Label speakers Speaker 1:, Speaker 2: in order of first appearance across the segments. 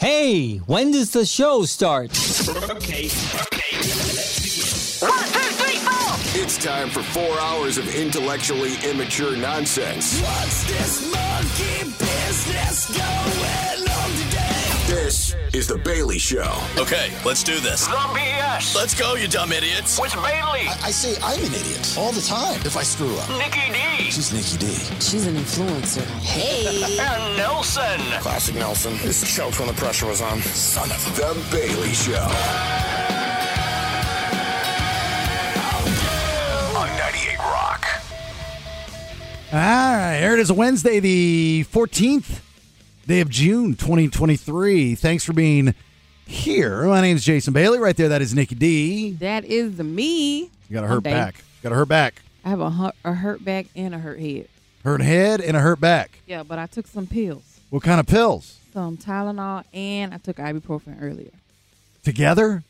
Speaker 1: Hey, when does the show start?
Speaker 2: Okay, okay, let's
Speaker 3: One, two, three, four.
Speaker 4: It's time for four hours of intellectually immature nonsense.
Speaker 5: What's this monkey business going on today?
Speaker 4: This is The Bailey Show.
Speaker 6: Okay, let's do this.
Speaker 3: The BS
Speaker 6: Let's go, you dumb idiots.
Speaker 3: with Bailey,
Speaker 5: I say I'm an idiot all the time if I screw up.
Speaker 3: Nikki D,
Speaker 5: She's Nikki D.
Speaker 7: She's an influencer. Hey.
Speaker 3: and Nelson.
Speaker 5: Classic Nelson. This choked when the pressure was on. Son of a.
Speaker 4: The Bailey Show.
Speaker 3: On 98 Rock.
Speaker 8: All right, Ah, here it is Wednesday, the 14th day of June, 2023. Thanks for being here. My name's Jason Bailey. Right there, that is Nikki D.
Speaker 9: That is the me.
Speaker 8: You got a
Speaker 9: One
Speaker 8: hurt
Speaker 9: day.
Speaker 8: back. Got a hurt back.
Speaker 9: I have a hurt, a hurt back and a hurt head.
Speaker 8: Hurt head and a hurt back.
Speaker 9: Yeah, but I took some pills,
Speaker 8: What kind of pills?
Speaker 9: some Tylenol, and I took ibuprofen earlier.
Speaker 8: Together?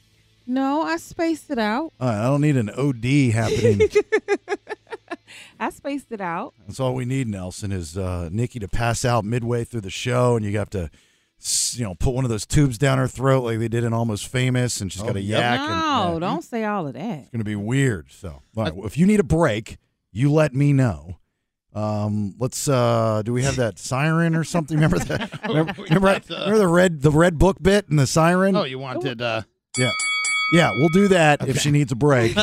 Speaker 9: No, I spaced it out.
Speaker 8: All right, I don't need an OD happening.
Speaker 9: I spaced it out.
Speaker 8: That's all we need, Nelson, is uh, Nikki to pass out midway through the show, and you have to, s- you know, put one of those tubes down her throat like they did in Almost Famous, and she's got a yak.
Speaker 9: no,
Speaker 8: and, yeah.
Speaker 9: don't say all of that.
Speaker 8: It's going to be weird. So, all right, well, if you need a break, you let me know. Um, let's. Uh, do we have that siren or something? Remember that? Remember, remember, that- remember the red the red book bit and the siren?
Speaker 10: Oh, you wanted uh
Speaker 8: yeah, yeah. We'll do that if she needs a break,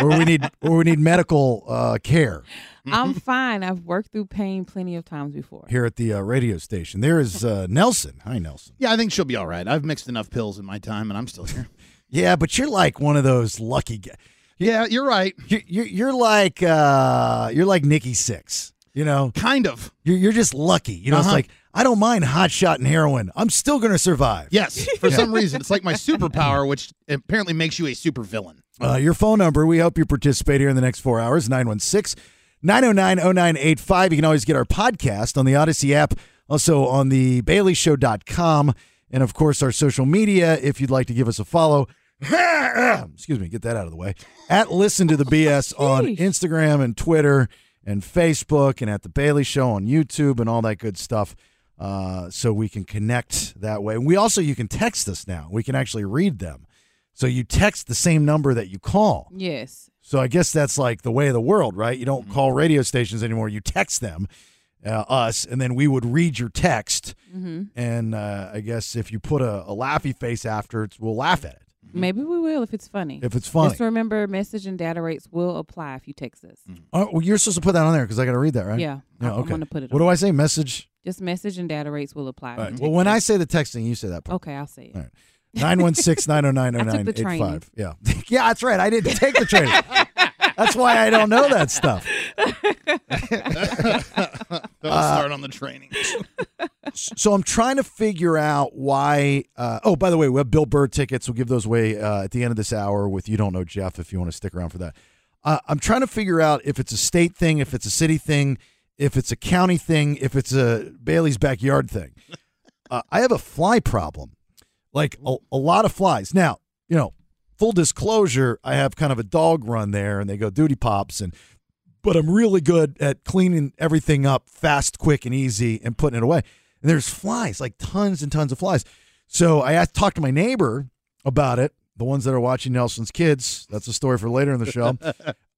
Speaker 8: or we need or we need medical uh, care
Speaker 9: I'm fine. I've worked through pain plenty of times before.
Speaker 8: here at the uh, radio station. There is uh, Nelson. Hi, Nelson.
Speaker 10: Yeah, I think she'll be all right. I've mixed enough pills in my time and I'm still here.
Speaker 8: Yeah, but you're like one of those lucky guys.
Speaker 10: Yeah, you're right.
Speaker 8: You're, you're you're like uh, you're like Nikki Six. You know,
Speaker 10: Kind of.
Speaker 8: You're, you're just lucky. You know, it's
Speaker 10: Uh-huh.
Speaker 8: like, I don't mind hot shot and heroin. I'm still going to survive.
Speaker 10: Yes. For some reason. It's like my superpower, which apparently makes you a super villain.
Speaker 8: Uh, your phone number, we hope you participate here in the next four hours 916 909 0985. You can always get our podcast on the Odyssey app, also on the BaileyShow.com, and of course, our social media if you'd like to give us a follow. Excuse me, get that out of the way. At Listen to the BS on
Speaker 9: Sheesh.
Speaker 8: Instagram and Twitter and Facebook, and at The Bailey Show on YouTube and all that good stuff. Uh, so we can connect that way. And we also, you can text us now. We can actually read them. So you text the same number that you call.
Speaker 9: Yes.
Speaker 8: So I guess that's like the way of the world, right? You
Speaker 9: Mm-hmm.
Speaker 8: don't call radio stations anymore. You text them, uh, us, and then we would read your text.
Speaker 9: Mm-hmm.
Speaker 8: And uh, I guess if you put a, a laughy face after it, we'll laugh at it
Speaker 9: Maybe we will if it's funny.
Speaker 8: Mm-hmm. if it's funny.
Speaker 9: Just remember, message and data rates will apply if you text us.
Speaker 8: Oh, well, you're supposed to put that on there because I got to read that, right?
Speaker 9: Yeah,
Speaker 8: Yeah.
Speaker 9: I'm- I'm
Speaker 8: Okay.
Speaker 9: gonna put it
Speaker 8: What
Speaker 9: on
Speaker 8: do I say? Message.
Speaker 9: Just message and data rates will apply. if you
Speaker 8: All right.
Speaker 9: text
Speaker 8: Well, when
Speaker 9: us.
Speaker 8: I say the texting, you say that part.
Speaker 9: okay, I'll say it.
Speaker 8: All right. 916 909
Speaker 9: I took the training.
Speaker 8: 0985. Yeah. yeah, that's right. I didn't take the training. that's why I don't know that stuff.
Speaker 10: That'll start on the training.
Speaker 8: So I'm trying to figure out why. Uh, oh, by the way, we have Bill Burr tickets. We'll give those away uh, at the end of this hour with You Don't Know Jeff if you want to stick around for that. Uh, I'm trying to figure out if it's a state thing, if it's a city thing, if it's a county thing, if it's a Bailey's backyard thing. Uh, I have a fly problem, like a, a lot of flies. Now, you know, full disclosure, I have kind of a dog run there and they go duty pops and but I'm really good at cleaning everything up fast, quick, and easy and putting it away. And there's flies, like tons and tons of flies. So I asked, talked to my neighbor about it, the ones that are watching Nelson's kids. That's a story for later in the show.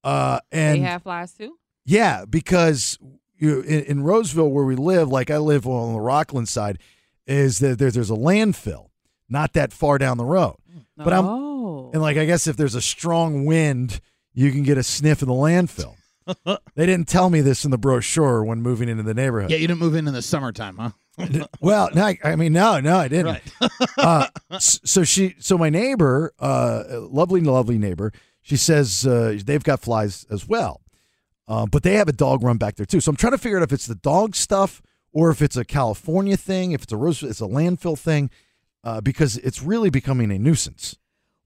Speaker 8: Uh,
Speaker 9: They
Speaker 8: and
Speaker 9: have flies too.
Speaker 8: yeah, because you in, in Roseville where we live, like I live on the Rockland side, is that there, there's a landfill not that far down the road. But I'm
Speaker 9: oh.
Speaker 8: and like I guess if there's a strong wind, you can get a sniff of the landfill. they didn't tell me this in the brochure when moving into the neighborhood.
Speaker 10: Yeah, you didn't move in in the summertime, huh?
Speaker 8: Well, no, I, I mean, no, no, I didn't. uh, s- so she, so my neighbor, uh, lovely, lovely neighbor, she says uh, they've got flies as well, uh, but they have a dog run back there too. So I'm trying to figure out if it's the dog stuff or if it's a California thing, if it's a rose, it's a landfill thing, uh, because it's really becoming a nuisance.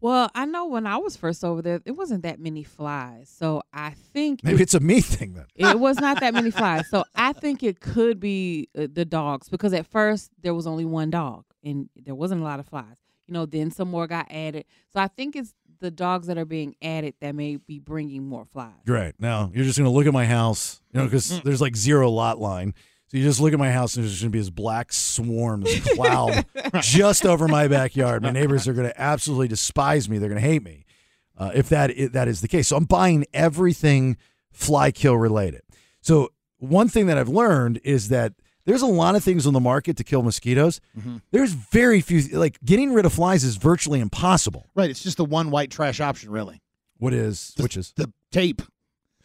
Speaker 9: Well, I know when I was first over there, it wasn't that many flies. So I think
Speaker 8: Maybe
Speaker 9: it,
Speaker 8: it's a me thing then.
Speaker 9: it was not that many flies. So I think it could be uh, the dogs because at first there was only one dog and there wasn't a lot of flies. You know, then some more got added. So I think it's the dogs that are being added that may be bringing more flies.
Speaker 8: Right. Now you're just going to look at my house, you know, because there's like zero lot line. So So you just look at my house and there's going to be this black swarm, this cloud just over my backyard. My neighbors are going to absolutely despise me. They're going to hate me uh, if that i- that is the case. So I'm buying everything fly kill related. So one thing that I've learned is that there's a lot of things on the market to kill mosquitoes. There's very few like getting rid of flies is virtually impossible.
Speaker 10: Right. It's just the one white trash option, really.
Speaker 8: What is which is
Speaker 10: The tape.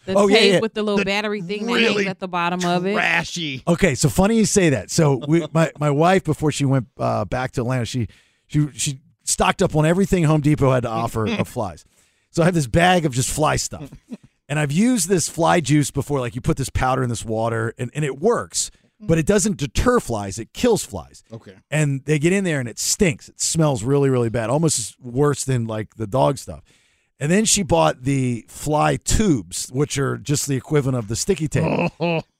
Speaker 9: The
Speaker 8: Oh, yeah,
Speaker 9: tape
Speaker 8: yeah.
Speaker 9: with the little
Speaker 10: The
Speaker 9: battery thing that
Speaker 10: really
Speaker 9: hangs at the bottom of it.
Speaker 10: Trashy.
Speaker 8: Okay, so funny you say that. So we, my my wife before she went uh, back to Atlanta, she she she stocked up on everything Home Depot had to offer of flies. So I have this bag of just fly stuff, and I've used this fly juice before. Like you put this powder in this water, and and it works, but it doesn't deter flies. It kills flies.
Speaker 10: Oh, Okay.
Speaker 8: And they get in there and it stinks. It smells really really bad, almost worse than like the dog stuff. And then she bought the fly tubes, which are just the equivalent of the sticky tape.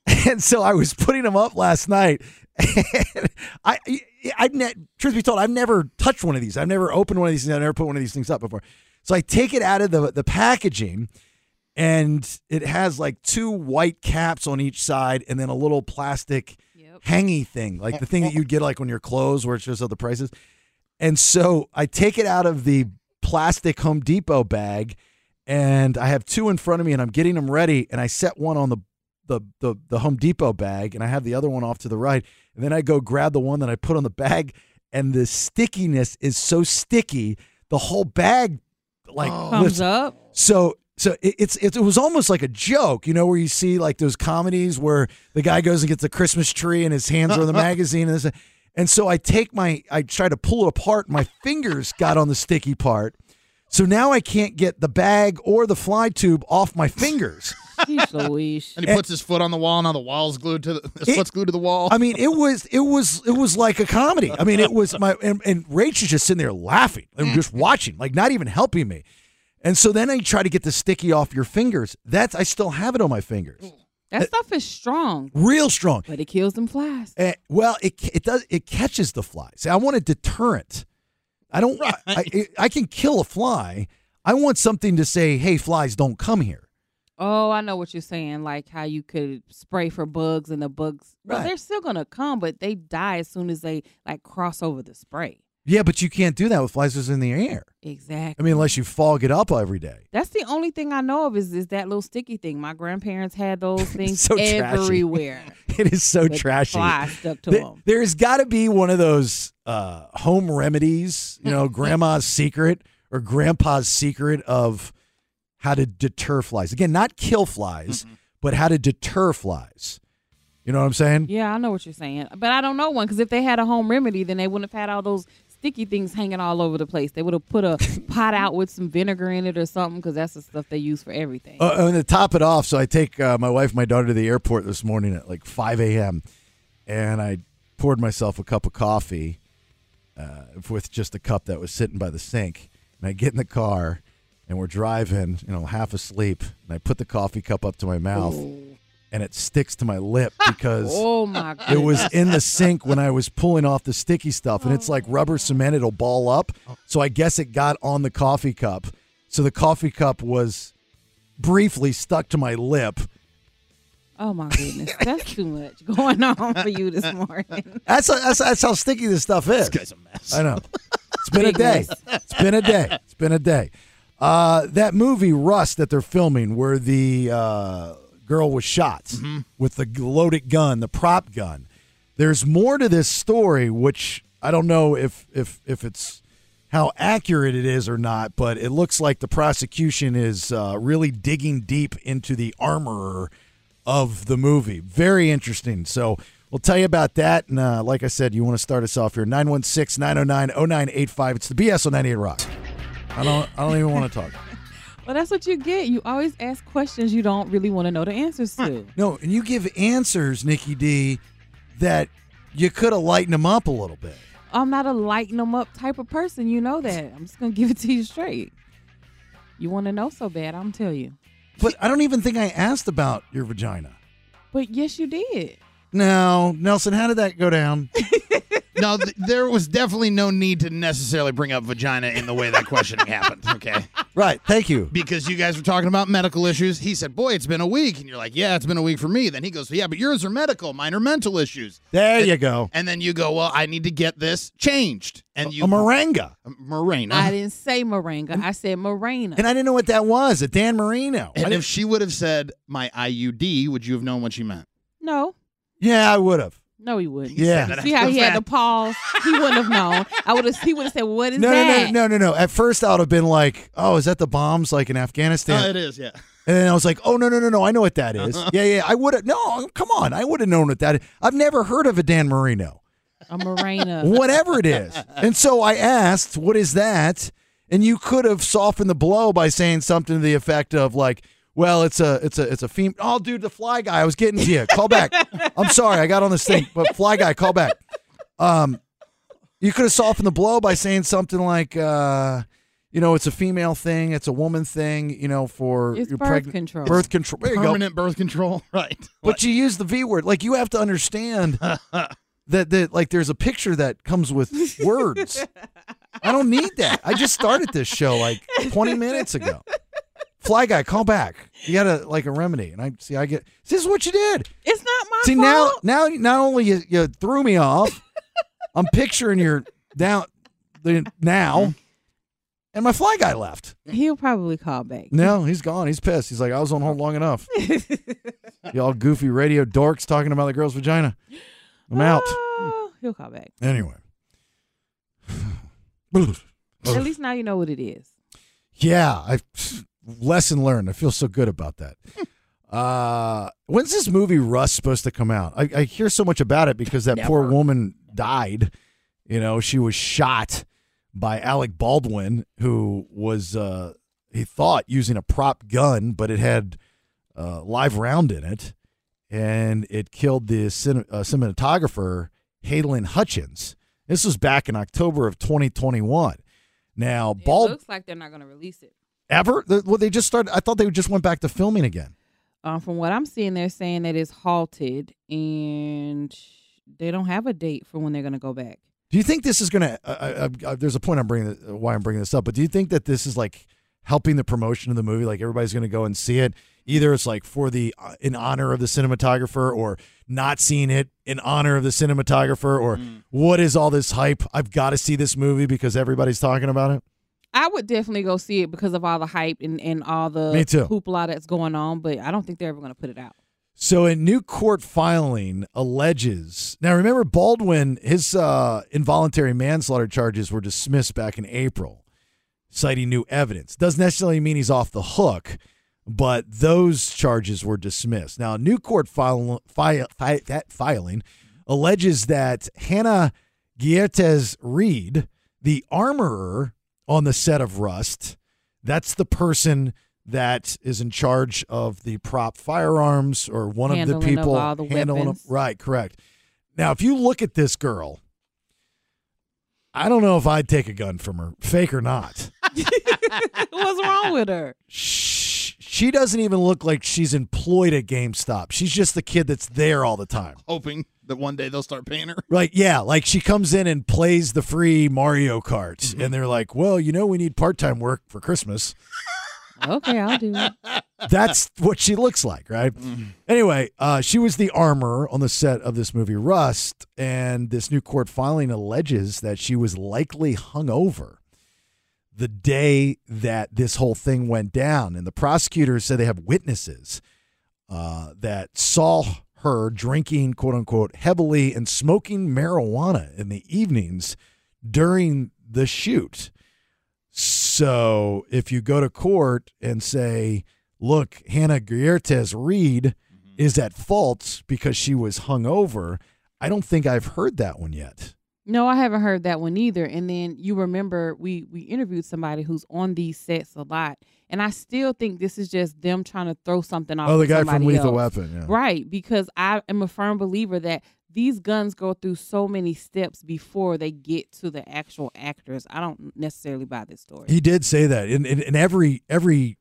Speaker 8: And so I was putting them up last night. And I, I've ne- truth be told, I've never touched one of these. I've never opened one of these things. I've never put one of these things up before. So I take it out of the, the packaging, and it has like two white caps on each side, and then a little plastic
Speaker 9: Yep.
Speaker 8: hangy thing, like the thing that you'd get like on your clothes, where it shows other prices. And so I take it out of the plastic Home Depot bag, and I have two in front of me, and I'm getting them ready, and I set one on the the the, the Home Depot bag, and I have the other one off to the right, and then I go grab the one that I put on the bag, and the stickiness is so sticky, the whole bag like
Speaker 9: Comes
Speaker 8: lifts
Speaker 9: up.
Speaker 8: so so it, it's it, it was almost like a joke, you know, where you see like those comedies where the guy goes and gets the Christmas tree and his hands are on the magazine and this. And so I take my I try to pull it apart. My fingers got on the sticky part. So now I can't get the bag or the fly tube off my fingers.
Speaker 9: She's Louise.
Speaker 10: And he puts his foot on the wall. Now the wall's glued to the his
Speaker 8: It-
Speaker 10: foot's glued to the wall.
Speaker 8: I mean, it was it was it was like a comedy. I mean, it was my and, and Rach is just sitting there laughing and just watching, like not even helping me. And so then I try to get the sticky off your fingers. That's I still have it on my fingers,
Speaker 9: That stuff is strong,
Speaker 8: real strong.
Speaker 9: but it kills them flies.
Speaker 8: Eh, well, it it does it catches the fly. See, I want a deterrent. I don't. I- I, I can kill a fly. I want something to say, "Hey, flies, don't come here."
Speaker 9: Oh, I know what you're saying. Like how you could spray for bugs and the bugs, well,
Speaker 8: Right.
Speaker 9: they're still gonna come, but they die as soon as they like cross over the spray.
Speaker 8: Yeah, but you can't do that with flies that's in the air.
Speaker 9: Exactly.
Speaker 8: I mean, unless you fog it up every day.
Speaker 9: That's the only thing I know of is is that little sticky thing. My grandparents had those things
Speaker 8: So trashy.
Speaker 9: everywhere.
Speaker 8: It is so
Speaker 9: with
Speaker 8: trashy.
Speaker 9: Flies stuck to
Speaker 8: Th-
Speaker 9: them.
Speaker 8: There's got to be one of those uh, home remedies, you know, grandma's secret or grandpa's secret of how to deter flies. Again, not kill flies, but how to deter flies. You know what I'm saying?
Speaker 9: Yeah, I know what you're saying, but I don't know one because if they had a home remedy, then they wouldn't have had all those sticky things hanging all over the place. They would have put a pot out with some vinegar in it or something because that's the stuff they use for everything.
Speaker 8: Uh, and to top it off, so I take uh, my wife and my daughter to the airport this morning at like 5 a.m. and I poured myself a cup of coffee uh, with just a cup that was sitting by the sink. And I get in the car and we're driving, you know, half asleep. And I put the coffee cup up to my mouth and it sticks to my lip because
Speaker 9: oh my god!
Speaker 8: it was in the sink when I was pulling off the sticky stuff, and it's like rubber cement; it'll ball up. So I guess it got on the coffee cup. So the coffee cup was briefly stuck to my lip.
Speaker 9: Oh my goodness, that's too much going on for you this morning.
Speaker 8: That's that's, that's how sticky this stuff is.
Speaker 10: This guy's a mess.
Speaker 8: I know. It's been a
Speaker 9: Big
Speaker 8: day.
Speaker 9: mess.
Speaker 8: It's been a day. It's been a day. Uh, that movie Rust that they're filming, where the uh, girl was shot with the loaded gun, the prop gun. There's more to this story, which I don't know if if if it's how accurate it is or not, but it looks like the prosecution is uh, really digging deep into the armorer of the movie. Very interesting. So we'll tell you about that. And uh, like I said, you want to start us off here 916 909 0985. It's the BS on 98 Rock. I don't, I don't even want to talk.
Speaker 9: Well, that's what you get. You always ask questions you don't really want to know the answers to.
Speaker 8: No, and you give answers, Nikki D, that you could have lightened them up a little bit.
Speaker 9: I'm not a lighten them up type of person. You know that. I'm just gonna give it to you straight. You want to know so bad, I'm tell you.
Speaker 8: But I don't even think I asked about your vagina.
Speaker 9: But yes, you did.
Speaker 8: No, Nelson, how did that go down?
Speaker 10: no, th- there was definitely no need to necessarily bring up vagina in the way that questioning happened. Okay.
Speaker 8: Right. Thank you.
Speaker 10: Because you guys were talking about medical issues. He said, Boy, it's been a week. And you're like, Yeah, it's been a week for me. Then he goes, Yeah, but yours are medical. Mine are mental issues.
Speaker 8: There you go.
Speaker 10: And then you go, Well, I need to get this changed. And you.
Speaker 8: a moringa.
Speaker 10: Morena.
Speaker 9: I didn't say moringa. I said morena.
Speaker 8: And Mm. I didn't know what that was. A Dan Marino. I
Speaker 10: And if
Speaker 8: didn't-
Speaker 10: she would have said my IUD, would you have known what she meant?
Speaker 9: no,
Speaker 8: yeah, I would have.
Speaker 9: no, he wouldn't.
Speaker 8: Yeah.
Speaker 10: said that
Speaker 9: See how
Speaker 10: after
Speaker 9: he had
Speaker 10: the
Speaker 9: the pause? He wouldn't have known. I would have. He would have said, "What is
Speaker 8: No, no,
Speaker 9: that?"
Speaker 8: no, no, no, no. At first, I would have been like, "Oh, is that the bombs like in Afghanistan?"
Speaker 10: Oh, it Uh-huh. is, yeah.
Speaker 8: and then I was like, "Oh, no, no, no, no. I know what that is. Yeah, yeah. I would have. No, come on. I would have known what that. Is. I've never heard of a Dan Marino,
Speaker 9: A morena.
Speaker 8: whatever it is. and so I asked, "What is that?" And you could have softened the blow by saying something to the effect of like. Well, it's a it's a it's a fem. Oh, dude, the fly guy. I was getting to you. Call back. I'm sorry, I got on this thing, but fly guy, call back. Um, you could have softened the blow by saying something like, uh, you know, it's a female thing, it's a woman thing, you know, for
Speaker 9: It's
Speaker 8: your
Speaker 9: birth
Speaker 8: pregnant-
Speaker 9: control.
Speaker 8: Birth control. There you go.
Speaker 10: Permanent birth control. Right.
Speaker 8: But you use the V word. Like you have to understand that that like there's a picture that comes with words. I don't need that. I just started this show like 20 minutes ago. Fly guy, call back. You got to like a remedy, and I see. I get this is what you did.
Speaker 9: It's not my
Speaker 8: See now,
Speaker 9: fault.
Speaker 8: now, not only you, you threw me off, I'm picturing your down the now, and my fly guy left.
Speaker 9: He'll probably call back.
Speaker 8: No, he's gone. He's pissed. He's like, I was on hold long enough. Y'all goofy radio dorks talking about the girl's vagina. I'm out.
Speaker 9: Oh, he'll call back.
Speaker 8: Anyway.
Speaker 9: At least now you know what it is.
Speaker 8: Yeah, I lesson learned. I feel so good about that. Uh, when's this movie Rust supposed to come out? I, I hear so much about it because that poor woman died. You know, she was shot by Alec Baldwin, who was uh, he thought using a prop gun, but it had uh, live round in it, and it killed the cin- uh, cinematographer Halen Hutchins. This was back in October of 2021. Now, Baldwin.
Speaker 9: looks like they're not going to release it.
Speaker 8: Ever? The- Well, they just started. I thought they just went back to filming again.
Speaker 9: Um, from what I'm seeing, they're saying that it's halted and they don't have a date for when they're going to go back.
Speaker 8: Do you think this is going to? Uh, uh, uh, there's a point I'm bringing uh, why I'm bringing this up, but do you think that this is like helping the promotion of the movie? Like everybody's going to go and see it. Either it's like for the uh, in honor of the cinematographer, or not seeing it in honor of the cinematographer, or what is all this hype? I've got to see this movie because everybody's talking about it.
Speaker 9: I would definitely go see it because of all the hype and, and all the
Speaker 8: Me too.
Speaker 9: hoopla that's going on, but I don't think they're ever going to put it out.
Speaker 8: So a new court filing alleges. Now remember Baldwin his uh, involuntary manslaughter charges were dismissed back in April citing new evidence. Doesn't necessarily mean he's off the hook, but those charges were dismissed. Now, a new court file, fi fi- that filing alleges that Hannah Giertes Reed, the armorer on the set of Rust, that's the person that is in charge of the prop firearms or one of the
Speaker 9: Handling of
Speaker 8: people
Speaker 9: all the weapons.
Speaker 8: Right, correct. Now, if you look at this girl, I don't know if I'd take a gun from her, fake or not
Speaker 9: What's wrong with her?
Speaker 8: sh- she doesn't even look like she's employed at GameStop. She's just the kid that's there all the time.
Speaker 10: Hoping that one day they'll start paying her.
Speaker 8: Like, yeah, like she comes in and plays the free Mario Kart, and they're like, well, you know, we need part time work for Christmas.
Speaker 9: Okay, I'll do it.
Speaker 8: That's what she looks like, right? Anyway, uh, she was the armorer on the set of this movie Rust, and this new court filing alleges that she was likely hungover the day that this whole thing went down. And the prosecutors said they have witnesses uh, that saw her drinking, quote unquote, heavily and smoking marijuana in the evenings during the shoot. So if you go to court and say, look, Hannah Giertes Reed is at fault because she was hungover, I don't think I've heard that one yet.
Speaker 9: No, I haven't heard that one either. And then you remember we we interviewed somebody who's on these sets a lot, and I still think this is just them trying to throw something off.
Speaker 8: Oh, the
Speaker 9: of
Speaker 8: guy from
Speaker 9: somebody
Speaker 8: Lethal
Speaker 9: else.
Speaker 8: Weapon. Yeah.
Speaker 9: right? Because I am a firm believer that these guns go through so many steps before they get to the actual actors. I don't necessarily buy this story.
Speaker 8: He did say that in, in, in every every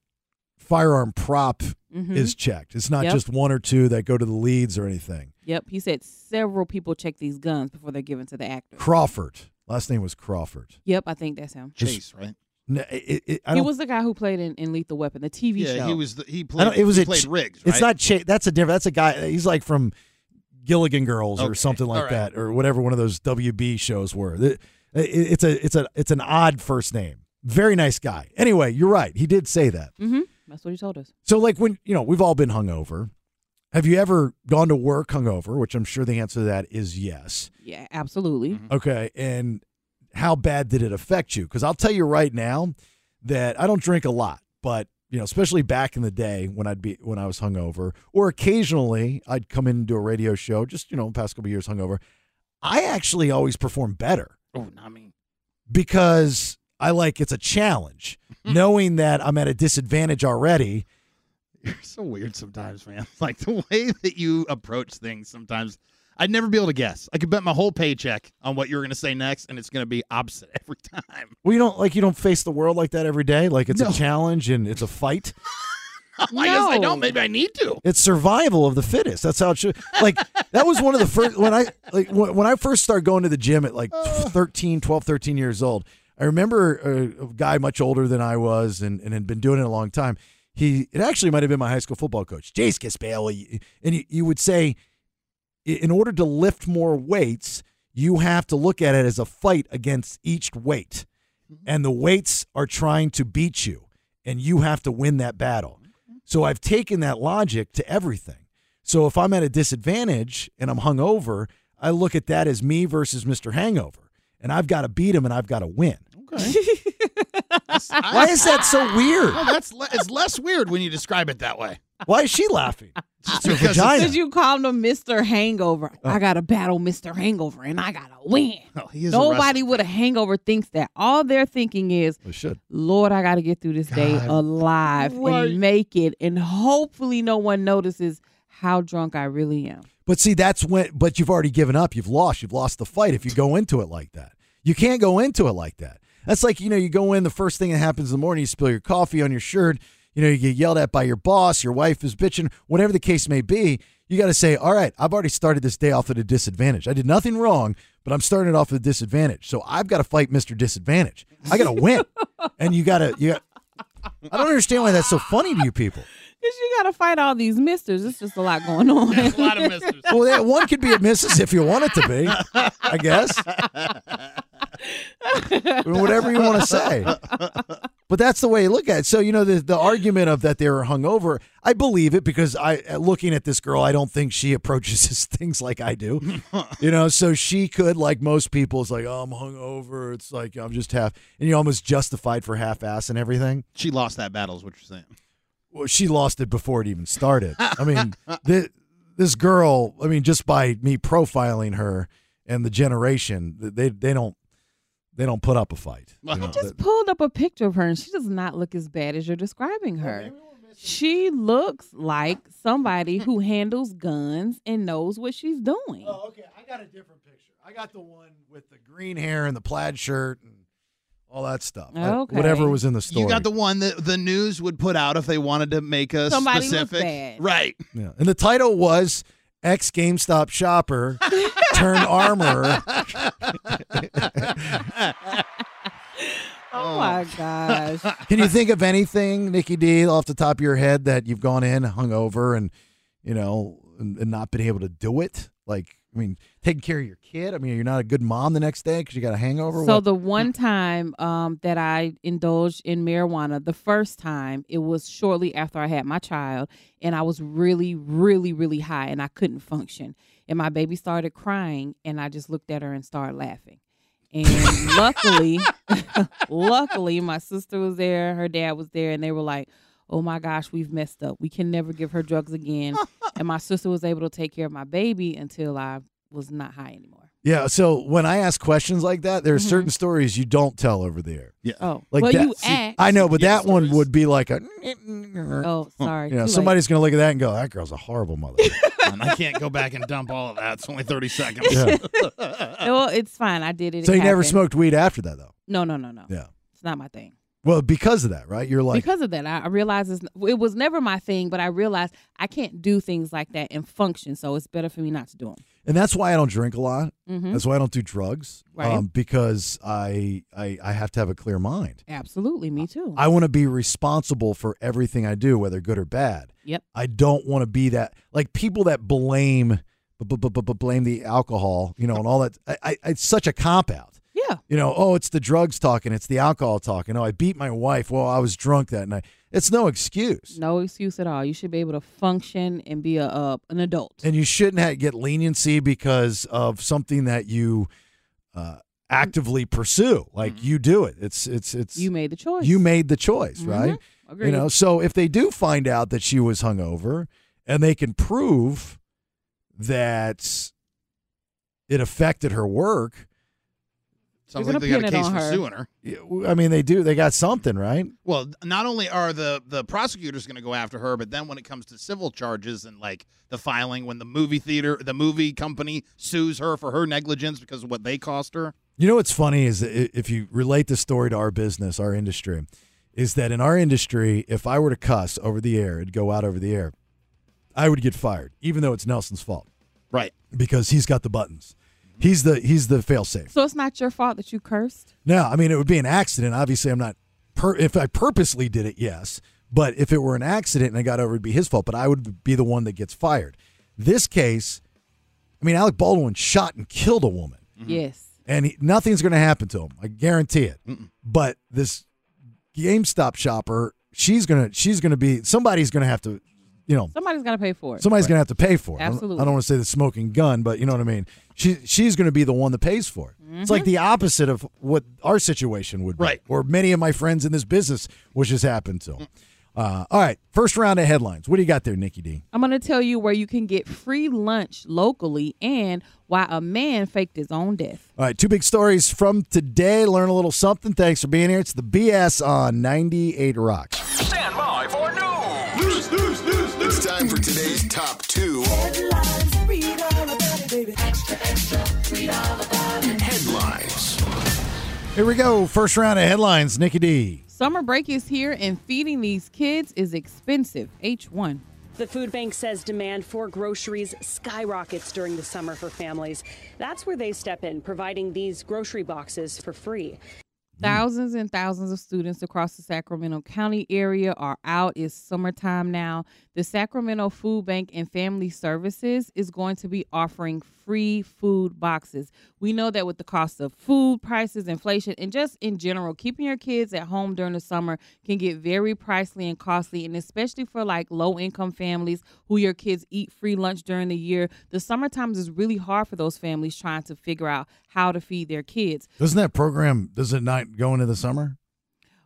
Speaker 8: firearm prop
Speaker 9: Mhm.
Speaker 8: is checked. It's not
Speaker 9: Yep.
Speaker 8: just one or two that go to the leads or anything.
Speaker 9: Yep. He said several people check these guns before they're given to the actor.
Speaker 8: Crawford, last name was Crawford.
Speaker 9: Yep, I think that's him.
Speaker 10: Chase, right?
Speaker 8: No, it, it, I
Speaker 9: He
Speaker 8: don't.
Speaker 9: was the guy who played in, in Lethal Weapon, the TV
Speaker 10: yeah,
Speaker 9: show.
Speaker 10: he was. The, he
Speaker 8: I
Speaker 10: played.
Speaker 8: don't it was
Speaker 10: he
Speaker 8: a
Speaker 10: played
Speaker 8: ch-
Speaker 10: Riggs.
Speaker 8: It's
Speaker 10: right?
Speaker 8: not Chase. That's a different. That's a guy. He's like from Gilligan Girls or
Speaker 10: Okay,
Speaker 8: something like
Speaker 10: all right.
Speaker 8: that, or whatever one of those WB shows were. It- it- it's a it's a it's an odd first name. Very nice guy. Anyway, you're right. He did say that.
Speaker 9: hmm That's what he told us.
Speaker 8: So like when you know we've all been hungover. Have you ever gone to work hungover? Which I'm sure the answer to that is yes.
Speaker 9: Yeah, absolutely.
Speaker 8: Okay. And how bad did it affect you? Because I'll tell you right now that I don't drink a lot, but you know, especially back in the day when I'd be when I was hungover, or occasionally I'd come into a radio show, just you know, past couple years hungover. I actually always perform better
Speaker 10: Oh, not me.
Speaker 8: because I like it's a challenge, knowing that I'm at a disadvantage already.
Speaker 10: You're so weird sometimes, man. Like the way that you approach things sometimes. I'd never be able to guess. I could bet my whole paycheck on what you were going to say next, and it's going to be opposite every time.
Speaker 8: Well, you don't like you don't face the world like that every day. Like it's
Speaker 10: No.
Speaker 8: a challenge and it's a fight.
Speaker 10: Mm-hmm. I guess I don't.
Speaker 9: No.
Speaker 10: Maybe I need to.
Speaker 8: It's survival of the fittest. That's how it should. Like that was one of the first when I like when, when I first started going to the gym at like 13, 12, 13 years old. I remember a, a guy much older than I was and, and had been doing it a long time. He it actually might have been my high school football coach, Jace Gaspaley, and he, he would say, "I- in order to lift more weights, you have to look at it as a fight against each weight, and the weights are trying to beat you, and you have to win that battle." So I've taken that logic to everything. So if I'm at a disadvantage and I'm hungover, I look at that as me versus Mr. Hangover, and I've got to beat him and I've got to win. Why is that so weird?
Speaker 10: No, that's le- it's less weird when you describe it that way.
Speaker 8: Why is she laughing? It's her
Speaker 10: Because
Speaker 8: vagina.
Speaker 9: Because you called him Mr. Hangover.
Speaker 8: Oh.
Speaker 9: I got to battle Mr. Hangover and I got to win.
Speaker 10: No, he is a
Speaker 9: Nobody
Speaker 10: wrestler.
Speaker 9: with a hangover thinks that. All they're thinking is,
Speaker 8: Well, should.
Speaker 9: Lord, I got to get through this day alive
Speaker 10: Right.
Speaker 9: and make it. And hopefully, no one notices how drunk I really am.
Speaker 8: But see, that's when. But you've already given up. You've lost. You've lost the fight. If you go into it like that, you can't go into it like that. That's like you know, you go in. The first thing that happens in the morning, you spill your coffee on your shirt. You know, you get yelled at by your boss. Your wife is bitching. Whatever the case may be, you got to say, "All right, I've already started this day off at a disadvantage. I did nothing wrong, but I'm starting it off at a disadvantage. So I've got to fight Mister Disadvantage. I got to win." and you got to you. Gotta, I don't understand why that's so funny to you people.
Speaker 9: Because you got to fight all these misters. It's just a lot going on.
Speaker 10: a lot of misters.
Speaker 8: Well, that one could be a missus if you want it to be, I guess. I mean, Whatever you want to say. But that's the way you look at it. So, you know, the, the argument of that they were hungover, I believe it because I, uh, looking at this girl, I don't think she approaches his things like I do. You know, so she could, like most people, is like, oh, I'm hungover. It's like, I'm just half, and you're almost justified for half ass and everything.
Speaker 10: She lost that battle, is what you're saying.
Speaker 8: Well, she lost it before it even started. I mean, thi- this girl. I mean, just by me profiling her and the generation, th- they they don't they don't put up a fight. you know.
Speaker 9: just pulled up a picture of her and she does not look as bad as you're describing her. She looks like somebody who handles guns and knows what she's doing.
Speaker 8: okay. I got a different picture. I got the one with the green hair and the plaid shirt and all that stuff. I-
Speaker 9: Okay.
Speaker 8: whatever was in the story.
Speaker 10: You got the one that the news would put out if they wanted to make a
Speaker 9: Somebody look
Speaker 10: specific.
Speaker 9: bad.
Speaker 10: Right.
Speaker 8: Yeah. And the title was ex GameStop shopper turned armorer.
Speaker 9: Oh my gosh.
Speaker 8: Can you think of anything, Nikki D, off the top of your head that you've gone in hungover and you know and, and not been able to do it? Like, I mean, taking care of your kid. I mean, you're not a good mom the next day because you got a hangover.
Speaker 9: So
Speaker 8: What-
Speaker 9: the one time um, that I indulged in marijuana, the first time it was shortly after I had my child, and I was really, really, really high, and I couldn't function. And my baby started crying, and I just looked at her and started laughing. And luckily, luckily, my sister was there, her dad was there, and they were like, "Oh my gosh, we've messed up. We can never give her drugs again." and my sister was able to take care of my baby until I was not high anymore.
Speaker 8: yeah. So when I ask questions like that, there are certain stories you don't tell over the air.
Speaker 10: Yeah.
Speaker 9: Oh,
Speaker 8: Like
Speaker 9: well,
Speaker 8: that.
Speaker 9: you act.
Speaker 8: I know, but that one
Speaker 10: stories.
Speaker 8: would be like a.
Speaker 9: Oh, sorry.
Speaker 8: You know,
Speaker 9: Too late.
Speaker 8: somebody's gonna look at that and go, "That girl's a horrible mother."
Speaker 10: And I can't go back and dump all of that. It's only 30 seconds.
Speaker 8: Yeah.
Speaker 9: Well, it's fine. I did it.
Speaker 8: so
Speaker 9: It
Speaker 8: you never
Speaker 9: happened.
Speaker 8: smoked weed after that, though.
Speaker 9: No, no, no, no.
Speaker 8: Yeah.
Speaker 9: It's not my thing.
Speaker 8: Well, because of that, right? You're like,
Speaker 9: because of that, I I realized it's, n- it was never my thing, but I realized I can't do things like that and function. So it's better for me not to do Mm-hmm. them.
Speaker 8: and that's why I don't drink a lot. That's why I don't do drugs. um,
Speaker 9: Right.
Speaker 8: because I, I I have to have a clear mind.
Speaker 9: Absolutely, me too.
Speaker 8: I want to be responsible for everything I do, whether good or bad.
Speaker 9: yep.
Speaker 8: I don't want to be that like people that blame b- b- b- b- blame the alcohol, you know, and all that. I, I, it's such a cop out.
Speaker 9: Yeah.
Speaker 8: You know, oh, it's the drugs talking, it's the alcohol talking. Oh, I beat my wife. Well, I was drunk that night. It's no excuse.
Speaker 9: No excuse at all. You should be able to function and be a uh, an adult.
Speaker 8: And you shouldn't ha get leniency because of something that you uh, actively pursue. Like you do it. It's it's it's
Speaker 9: Mm-hmm. You made the choice. Mm-hmm.
Speaker 8: you made the choice, right? You
Speaker 9: Agreed.
Speaker 8: know, so if they do find out that she was hungover and they can prove that it affected her work,
Speaker 10: Sounds
Speaker 9: You're
Speaker 10: like
Speaker 9: gonna
Speaker 10: they got a
Speaker 9: pin it
Speaker 10: case
Speaker 9: on
Speaker 10: for
Speaker 9: her.
Speaker 10: suing her.
Speaker 8: I mean, they do. They got something, right?
Speaker 10: Well, th- not only are the the prosecutors going to go after her, but then when it comes to civil charges and like the filing, when the movie theater, the movie company sues her for her negligence because of what they cost her.
Speaker 8: You know what's funny is that i- if you relate the story to our business, our industry, is that in our industry, if I were to cuss over the air, it'd go out over the air, I would get fired, even though it's Nelson's fault
Speaker 10: Right.
Speaker 8: because he's got the buttons. He's the he's the failsafe.
Speaker 9: so it's not your fault that you cursed.
Speaker 8: No, I mean it would be an accident. Obviously, I'm not. Per- if I purposely did it, yes. But if it were an accident and I got over, it, it'd be his fault. But I would be the one that gets fired. This case, I mean, Alec Baldwin shot and killed a woman,
Speaker 9: Yes.
Speaker 8: and he, nothing's going to happen to him. I guarantee it. But this GameStop shopper, she's gonna, she's gonna be somebody's gonna have to, you know,
Speaker 9: Somebody's got to pay for it.
Speaker 8: Somebody's gonna have to pay for it. I don't- I
Speaker 9: Absolutely.
Speaker 8: don't, want to say the smoking gun, but you know what I mean. She she's gonna be the one that pays for it. It's like the opposite of what our situation would be,
Speaker 10: Right.
Speaker 8: or many of my friends in this business, which has happened to. 'em. Uh, all right, first round of headlines. What do you got there, Nikki D?
Speaker 9: I'm going to tell you where you can get free lunch locally and why a man faked his own death.
Speaker 8: All right, two big stories from today. Learn a little something. Thanks for being here. It's the BS on 98 Rock.
Speaker 3: Stand by for news.
Speaker 4: It's time for today's top two headlines.
Speaker 8: Here we go. First round of headlines, Nikki D.
Speaker 9: Summer break is here and feeding these kids is expensive. H1.
Speaker 11: The food bank says demand for groceries skyrockets during the summer for families. That's where they step in, providing these grocery boxes for free.
Speaker 9: Thousands and thousands of students across the Sacramento County area are out. It's summertime now. The Sacramento Food Bank and Family Services is going to be offering free food boxes. We know that with the cost of food prices, inflation, and just in general, keeping your kids at home during the summer can get very pricey and costly, and especially for like low income families who your kids eat free lunch during the year. The summertime is really hard for those families trying to figure out how to feed their kids.
Speaker 8: Doesn't that program does it not go into the summer?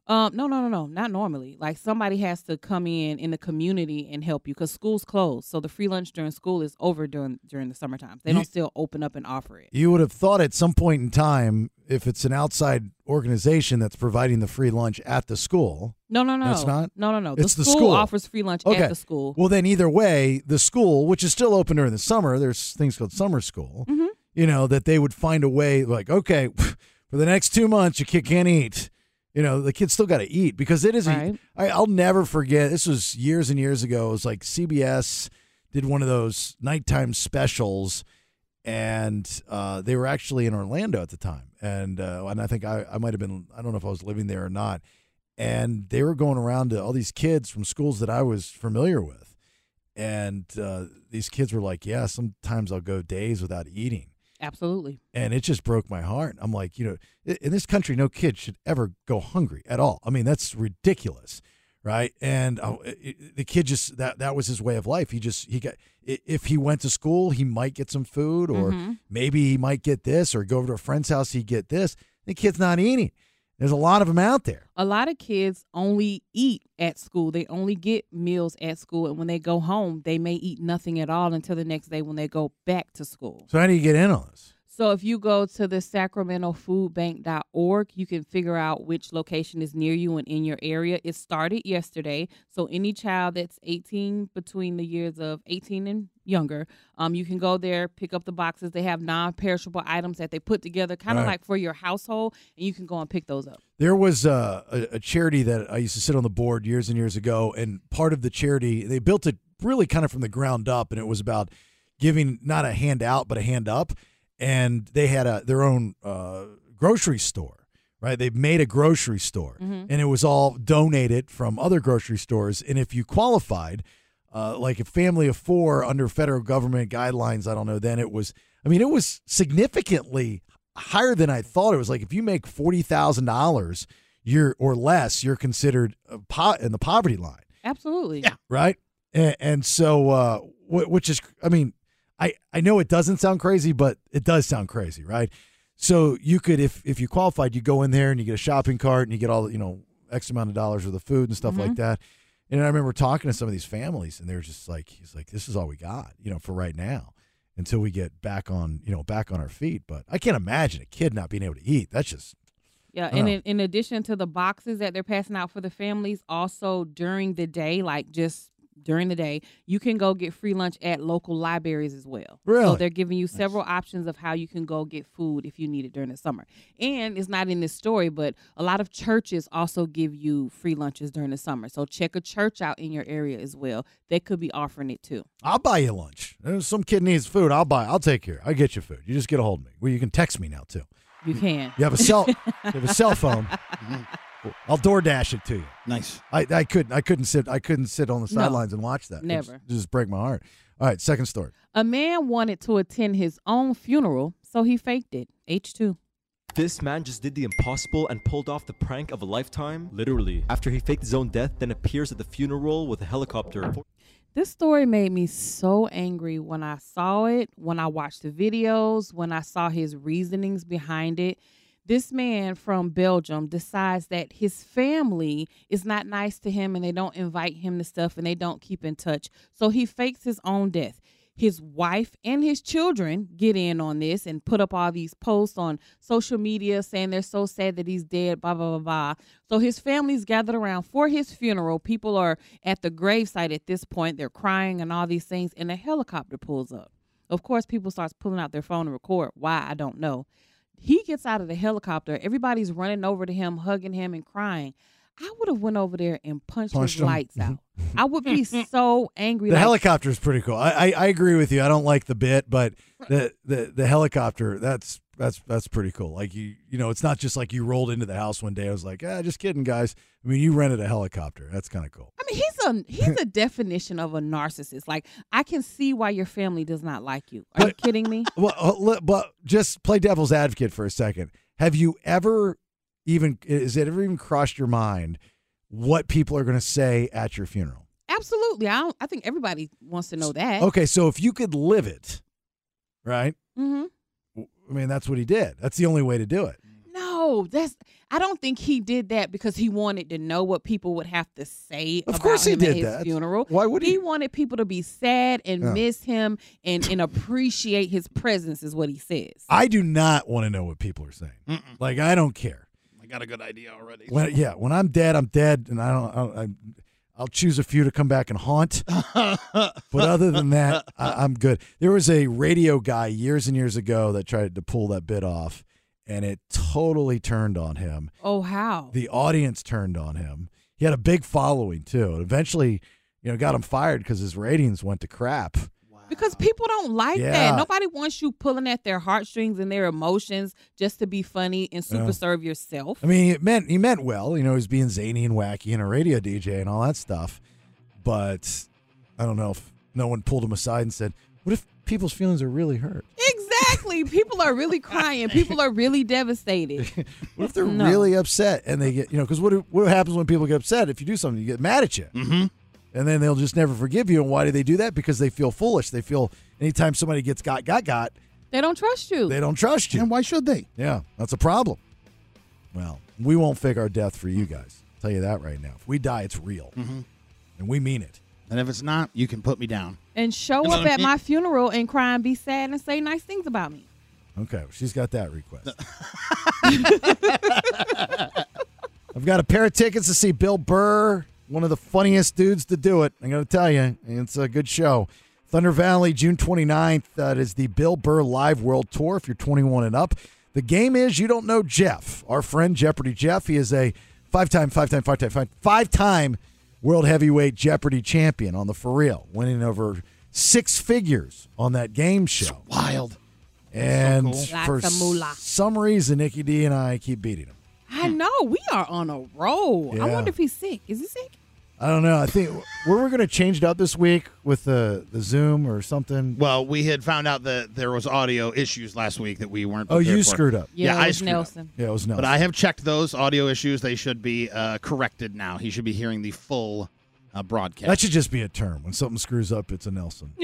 Speaker 9: Um, no, no, no, no, not normally. Like somebody has to come in in the community and help you because school's closed. So the free lunch during school is over during during the summertime. They don't still open up and offer it.
Speaker 8: you would have thought at some point in time if it's an outside organization that's providing the free lunch at the school
Speaker 9: No, no, no,
Speaker 8: That's not?
Speaker 9: No, no, no.
Speaker 8: It's the
Speaker 9: the school,
Speaker 8: school.
Speaker 9: offers free lunch at the school.
Speaker 8: well then either way the school which is still open during the summer there's things called summer school you know that they would find a way like okay for the next two months your kid can't eat you know the kids still got to eat because it is
Speaker 9: Right.
Speaker 8: a, I, i'll never forget this was years and years ago it was like cbs did one of those nighttime specials and uh, they were actually in Orlando at the time, and uh, and I think I, I might have been I don't know if I was living there or not, and they were going around to all these kids from schools that I was familiar with, and uh, these kids were like, yeah, sometimes I'll go days without eating,
Speaker 9: Absolutely.
Speaker 8: and it just broke my heart. I'm like, you know, i- in this country, no kid should ever go hungry at all. I mean, that's ridiculous, right? And uh, i- i- the kid just that that was his way of life. He just he got i- if he went to school, he might get some food, or
Speaker 9: Mm-hmm.
Speaker 8: maybe he might get this, or go over to a friend's house, he get this. The kid's not eating. There's a lot of them out there.
Speaker 9: A lot of kids only eat at school. They only get meals at school, and when they go home, they may eat nothing at all until the next day when they go back to school.
Speaker 8: So how do you get in on this?
Speaker 9: So if you go to the sacramentofoodbank.org, you can figure out which location is near you and in your area. It started yesterday. So any child that's 18 between the years of 18 and younger, um, you can go there, pick up the boxes. They have non-perishable items that they put together kind of
Speaker 8: Right.
Speaker 9: like for your household and you can go and pick those up.
Speaker 8: There was uh, a, a charity that I used to sit on the board years and years ago, and part of the charity they built it really kind of from the ground up, and it was about giving not a hand out but a hand up, and they had a their own uh, grocery store, right? They made a grocery store, and it was all donated from other grocery stores, and if you qualified, uh, like a family of four under federal government guidelines, I don't know, then it was, I mean, it was significantly higher than I thought. It was like if you make $40,000 you're, or less, you're considered uh, po- in the poverty line,
Speaker 9: Absolutely.
Speaker 8: right? And, and so, uh, wh- which is, I mean, I, I know it doesn't sound crazy, but it does sound crazy, right? So you could, if, if you qualified, you go in there and you get a shopping cart and you get all, you know, X amount of dollars worth of food and stuff like that. And I remember talking to some of these families, and they're just like, "He's like, this is all we got, you know, for right now, until we get back on, you know, back on our feet." But I can't imagine a kid not being able to eat. That's just
Speaker 9: Yeah, and
Speaker 8: Oh.
Speaker 9: in, in addition to the boxes that they're passing out for the families, also during the day, like just during the day, you can go get free lunch at local libraries as well. So
Speaker 8: Really?
Speaker 9: they're giving you several options of how you can go get food if you need it during the summer. And it's not in this story, but a lot of churches also give you free lunches during the summer. So check a church out in your area as well. They could be offering it too.
Speaker 8: I'll buy you lunch. If some kid needs food, I'll buy. I'll take care. I'll get you food. You just get a hold of me. Well, you can text me now too.
Speaker 9: You can.
Speaker 8: You have a cell. you have a cell phone. I'll DoorDash it to you.
Speaker 10: Nice.
Speaker 8: I, I couldn't. I couldn't sit. I couldn't sit on the
Speaker 9: No.
Speaker 8: sidelines and watch that. It
Speaker 9: Never.
Speaker 8: just- just break my heart. All right. Second story.
Speaker 9: A man wanted to attend his own funeral, so he faked it. H2.
Speaker 12: This man just did the impossible and pulled off the prank of a lifetime, literally. After he faked his own death, then appears at the funeral with a helicopter.
Speaker 9: This story made me so angry when I saw it, when I watched the videos, when I saw his reasonings behind it. This man from Belgium decides that his family is not nice to him and they don't invite him to stuff and they don't keep in touch. So he fakes his own death. His wife and his children get in on this and put up all these posts on social media saying they're so sad that he's dead, blah, blah, blah, blah. So his family's gathered around for his funeral. People are at the gravesite at this point. They're crying and all these things, and a helicopter pulls up. Of course, people starts pulling out their phone to record. Why, I don't know. He gets out of the helicopter. Everybody's running over to him, hugging him and crying. I would have went over there and punched,
Speaker 8: Punched
Speaker 9: his
Speaker 8: him. Mm-hmm.
Speaker 9: lights out. I would be so angry.
Speaker 8: The
Speaker 9: like,
Speaker 8: helicopter is pretty cool. I, I I agree with you. I don't like the bit, but the the the helicopter that's that's that's pretty cool. Like you you know, it's not just like you rolled into the house one day. I was like, ah, just kidding, guys. I mean, you rented a helicopter. That's kind of cool.
Speaker 9: I mean, he's a he's a definition of a narcissist. Like, I can see why your family does not like you. Are you kidding me?
Speaker 8: Well, uh, le- but just play devil's advocate for a second. Have you ever even is it ever even crossed your mind what people are going to say at your funeral?
Speaker 9: Absolutely. I don't, I think everybody wants to know that.
Speaker 8: Okay, so if you could live it, right?
Speaker 9: Mm-hmm.
Speaker 8: I mean, that's what he did. That's the only way to do it.
Speaker 9: No, that's. I don't think he did that because he wanted to know what people would have to say.
Speaker 8: Of
Speaker 9: about
Speaker 8: course he
Speaker 9: him at
Speaker 8: did
Speaker 9: his
Speaker 8: that.
Speaker 9: Funeral.
Speaker 8: Why would he?
Speaker 9: wanted people to be sad and
Speaker 8: Yeah.
Speaker 9: miss him and and appreciate his presence is what he says.
Speaker 8: I do not want to know what people are saying. Like I don't care.
Speaker 10: I got a good idea already.
Speaker 8: When yeah, when I'm dead, I'm dead, and I don't. I, don't- I, I'll choose a few to come back and haunt. but other than that, I, I'm good. There was a radio guy years and years ago that tried to pull that bit off, and it totally turned on him.
Speaker 9: Oh how?
Speaker 8: The audience turned on him. He had a big following too, and eventually, you know, got him fired because his ratings went to crap.
Speaker 9: because people don't like
Speaker 8: Yeah.
Speaker 9: that. Nobody wants you pulling at their heartstrings and their emotions just to be funny and super
Speaker 8: Yeah.
Speaker 9: serve yourself.
Speaker 8: I mean, it meant he meant well. You know, he's being zany and wacky and a radio DJ and all that stuff. But I don't know if no one pulled him aside and said, "What if people's feelings are really hurt?
Speaker 9: Exactly. People are really crying. People are really devastated.
Speaker 8: What if they're
Speaker 9: No.
Speaker 8: really upset and they get you know? Because what what happens when people get upset? If you do something, you get mad at you, mm-hmm. and then they'll just never forgive you. And why do they do that? Because they feel foolish. They feel anytime somebody gets got got got,
Speaker 9: They don't trust you.
Speaker 8: they don't trust you.
Speaker 10: And why should they?
Speaker 8: Yeah, that's a problem. Well, we won't fake our death for you guys. tell you that right now. If we die, it's real,
Speaker 10: Mm-hmm.
Speaker 8: and we mean it.
Speaker 10: And if it's not, you can put me down.
Speaker 9: and show
Speaker 10: You know
Speaker 9: up
Speaker 10: what I
Speaker 9: at
Speaker 10: mean?
Speaker 9: my funeral and cry and be sad and say nice things about me.
Speaker 8: Okay, well, she's got that request. I've got a pair of tickets to see Bill Burr, one of the funniest dudes to do it. I'm going to tell you, it's a good show. Thunder Valley, June 29th. That is the Bill Burr Live World Tour if you're 21 and up. The game is You Don't Know Jeff, our friend Jeopardy Jeff. He is a five time, five time, five time, five five time world heavyweight Jeopardy champion on the for real, winning over six figures on that game show.
Speaker 10: Wild.
Speaker 8: And
Speaker 9: So cool.
Speaker 8: for
Speaker 9: Lots of moolah.
Speaker 8: some reason, Nikki D and I keep beating him.
Speaker 9: I know we are on a roll. I
Speaker 8: Hmm. Yeah.
Speaker 9: wonder if he's sick. Is he sick?
Speaker 8: I don't know. I think were we going to change it up this week with the the Zoom or something?
Speaker 10: Well, we had found out that there was audio issues last week that we weren't.
Speaker 8: Oh, you
Speaker 10: prepared for.
Speaker 8: screwed up.
Speaker 10: Yeah,
Speaker 9: Yeah, it
Speaker 10: I
Speaker 9: was
Speaker 10: screwed up.
Speaker 9: Nelson.
Speaker 8: Yeah, it was no.
Speaker 10: But I have checked those audio issues. They should be uh, corrected now. He should be hearing the full uh, broadcast.
Speaker 8: That should just be a term. When something screws up, it's a Nelson.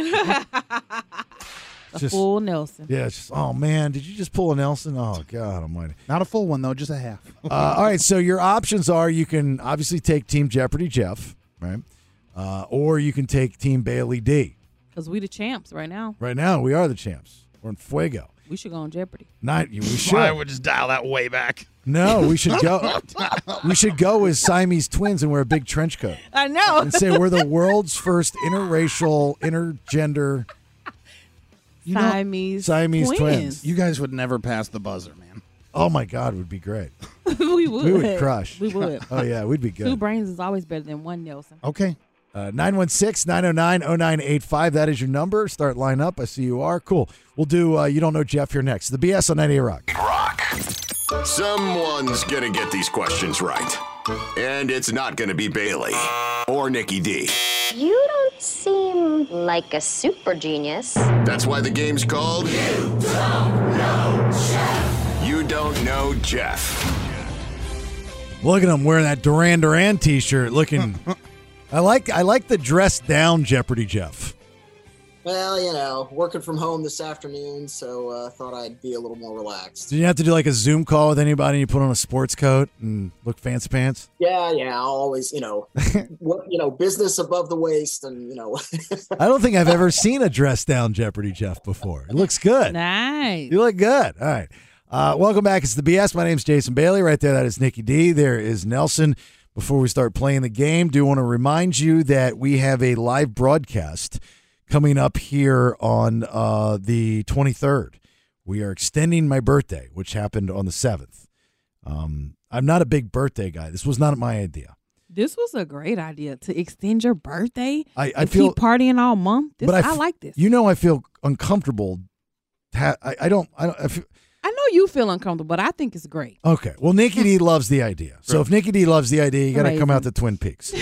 Speaker 9: A
Speaker 8: Just-
Speaker 9: full Nelson.
Speaker 8: Yeah, it's just oh man, did you just pull a Nelson? Oh God Almighty.
Speaker 10: Not a full one though, just a half.
Speaker 8: Uh, all right, so your options are you can obviously take Team Jeopardy Jeff, right? Uh, or you can take Team Bailey D.
Speaker 9: Because we the champs right now.
Speaker 8: Right now, we are the champs. We're in Fuego.
Speaker 9: We should go on Jeopardy.
Speaker 8: Not we
Speaker 10: I
Speaker 8: should.
Speaker 10: would just dial that way back.
Speaker 8: no, we should go. we should go as Siamese twins and wear a big trench coat
Speaker 9: I know.
Speaker 8: and say we're the world's first interracial, intergender
Speaker 9: Siamese,
Speaker 8: Siamese twins.
Speaker 9: twins.
Speaker 10: You guys would never pass the buzzer, man.
Speaker 8: Oh my God, would be great.
Speaker 9: we would.
Speaker 8: We would crush.
Speaker 9: We would.
Speaker 8: Oh yeah, we'd be
Speaker 9: Two
Speaker 8: good. Uh,
Speaker 9: brains is always better than one Nelson.
Speaker 10: Okay.
Speaker 8: 916 909 0985. That is your number. Start line up. I see you are. Cool. We'll do uh, You Don't Know Jeff here next. The BS on 98 Rock.
Speaker 4: Rock. Someone's going to get these questions right. And it's not going to be Bailey or Nikki D.
Speaker 13: You don't seem like a super genius.
Speaker 4: That's why the game's called You Don't Know Jeff. You Don't Know Jeff.
Speaker 8: Look at him wearing that Duran Duran t shirt. Looking. I like I like the dress down Jeopardy Jeff.
Speaker 14: Well, you know, working from home this afternoon, so uh, thought I'd be a little more relaxed.
Speaker 8: Did you have to do like a Zoom call with anybody and you put on a sports coat and look fancy pants?
Speaker 14: Yeah, yeah, I'll always, you know, what, you know, business above the waist, and you know,
Speaker 8: I don't think I've ever seen a dress down Jeopardy Jeff before. It looks good.
Speaker 9: Nice.
Speaker 8: You look good. All right. Uh, welcome back. It's the BS. My name's Jason Bailey. Right there, that is Nikki D. There is Nelson. Before we start playing the game, do want to remind you that we have a live broadcast coming up here on uh, the 23rd. We are extending my birthday, which happened on the 7th. Um, I'm not a big birthday guy. This was not my idea.
Speaker 9: This was a great idea to extend your birthday.
Speaker 8: I- I
Speaker 9: and
Speaker 8: feel-
Speaker 9: keep partying all month. This, I
Speaker 8: f-
Speaker 9: like this.
Speaker 8: You know, I feel uncomfortable. Ha- I, I don't. I don't. I feel,
Speaker 9: I know you feel uncomfortable, but I think it's great.
Speaker 8: Okay. Well, Nikki D loves the idea. So if Nikki D loves the idea, you got to come
Speaker 9: Amazing.
Speaker 8: out to Twin Peaks.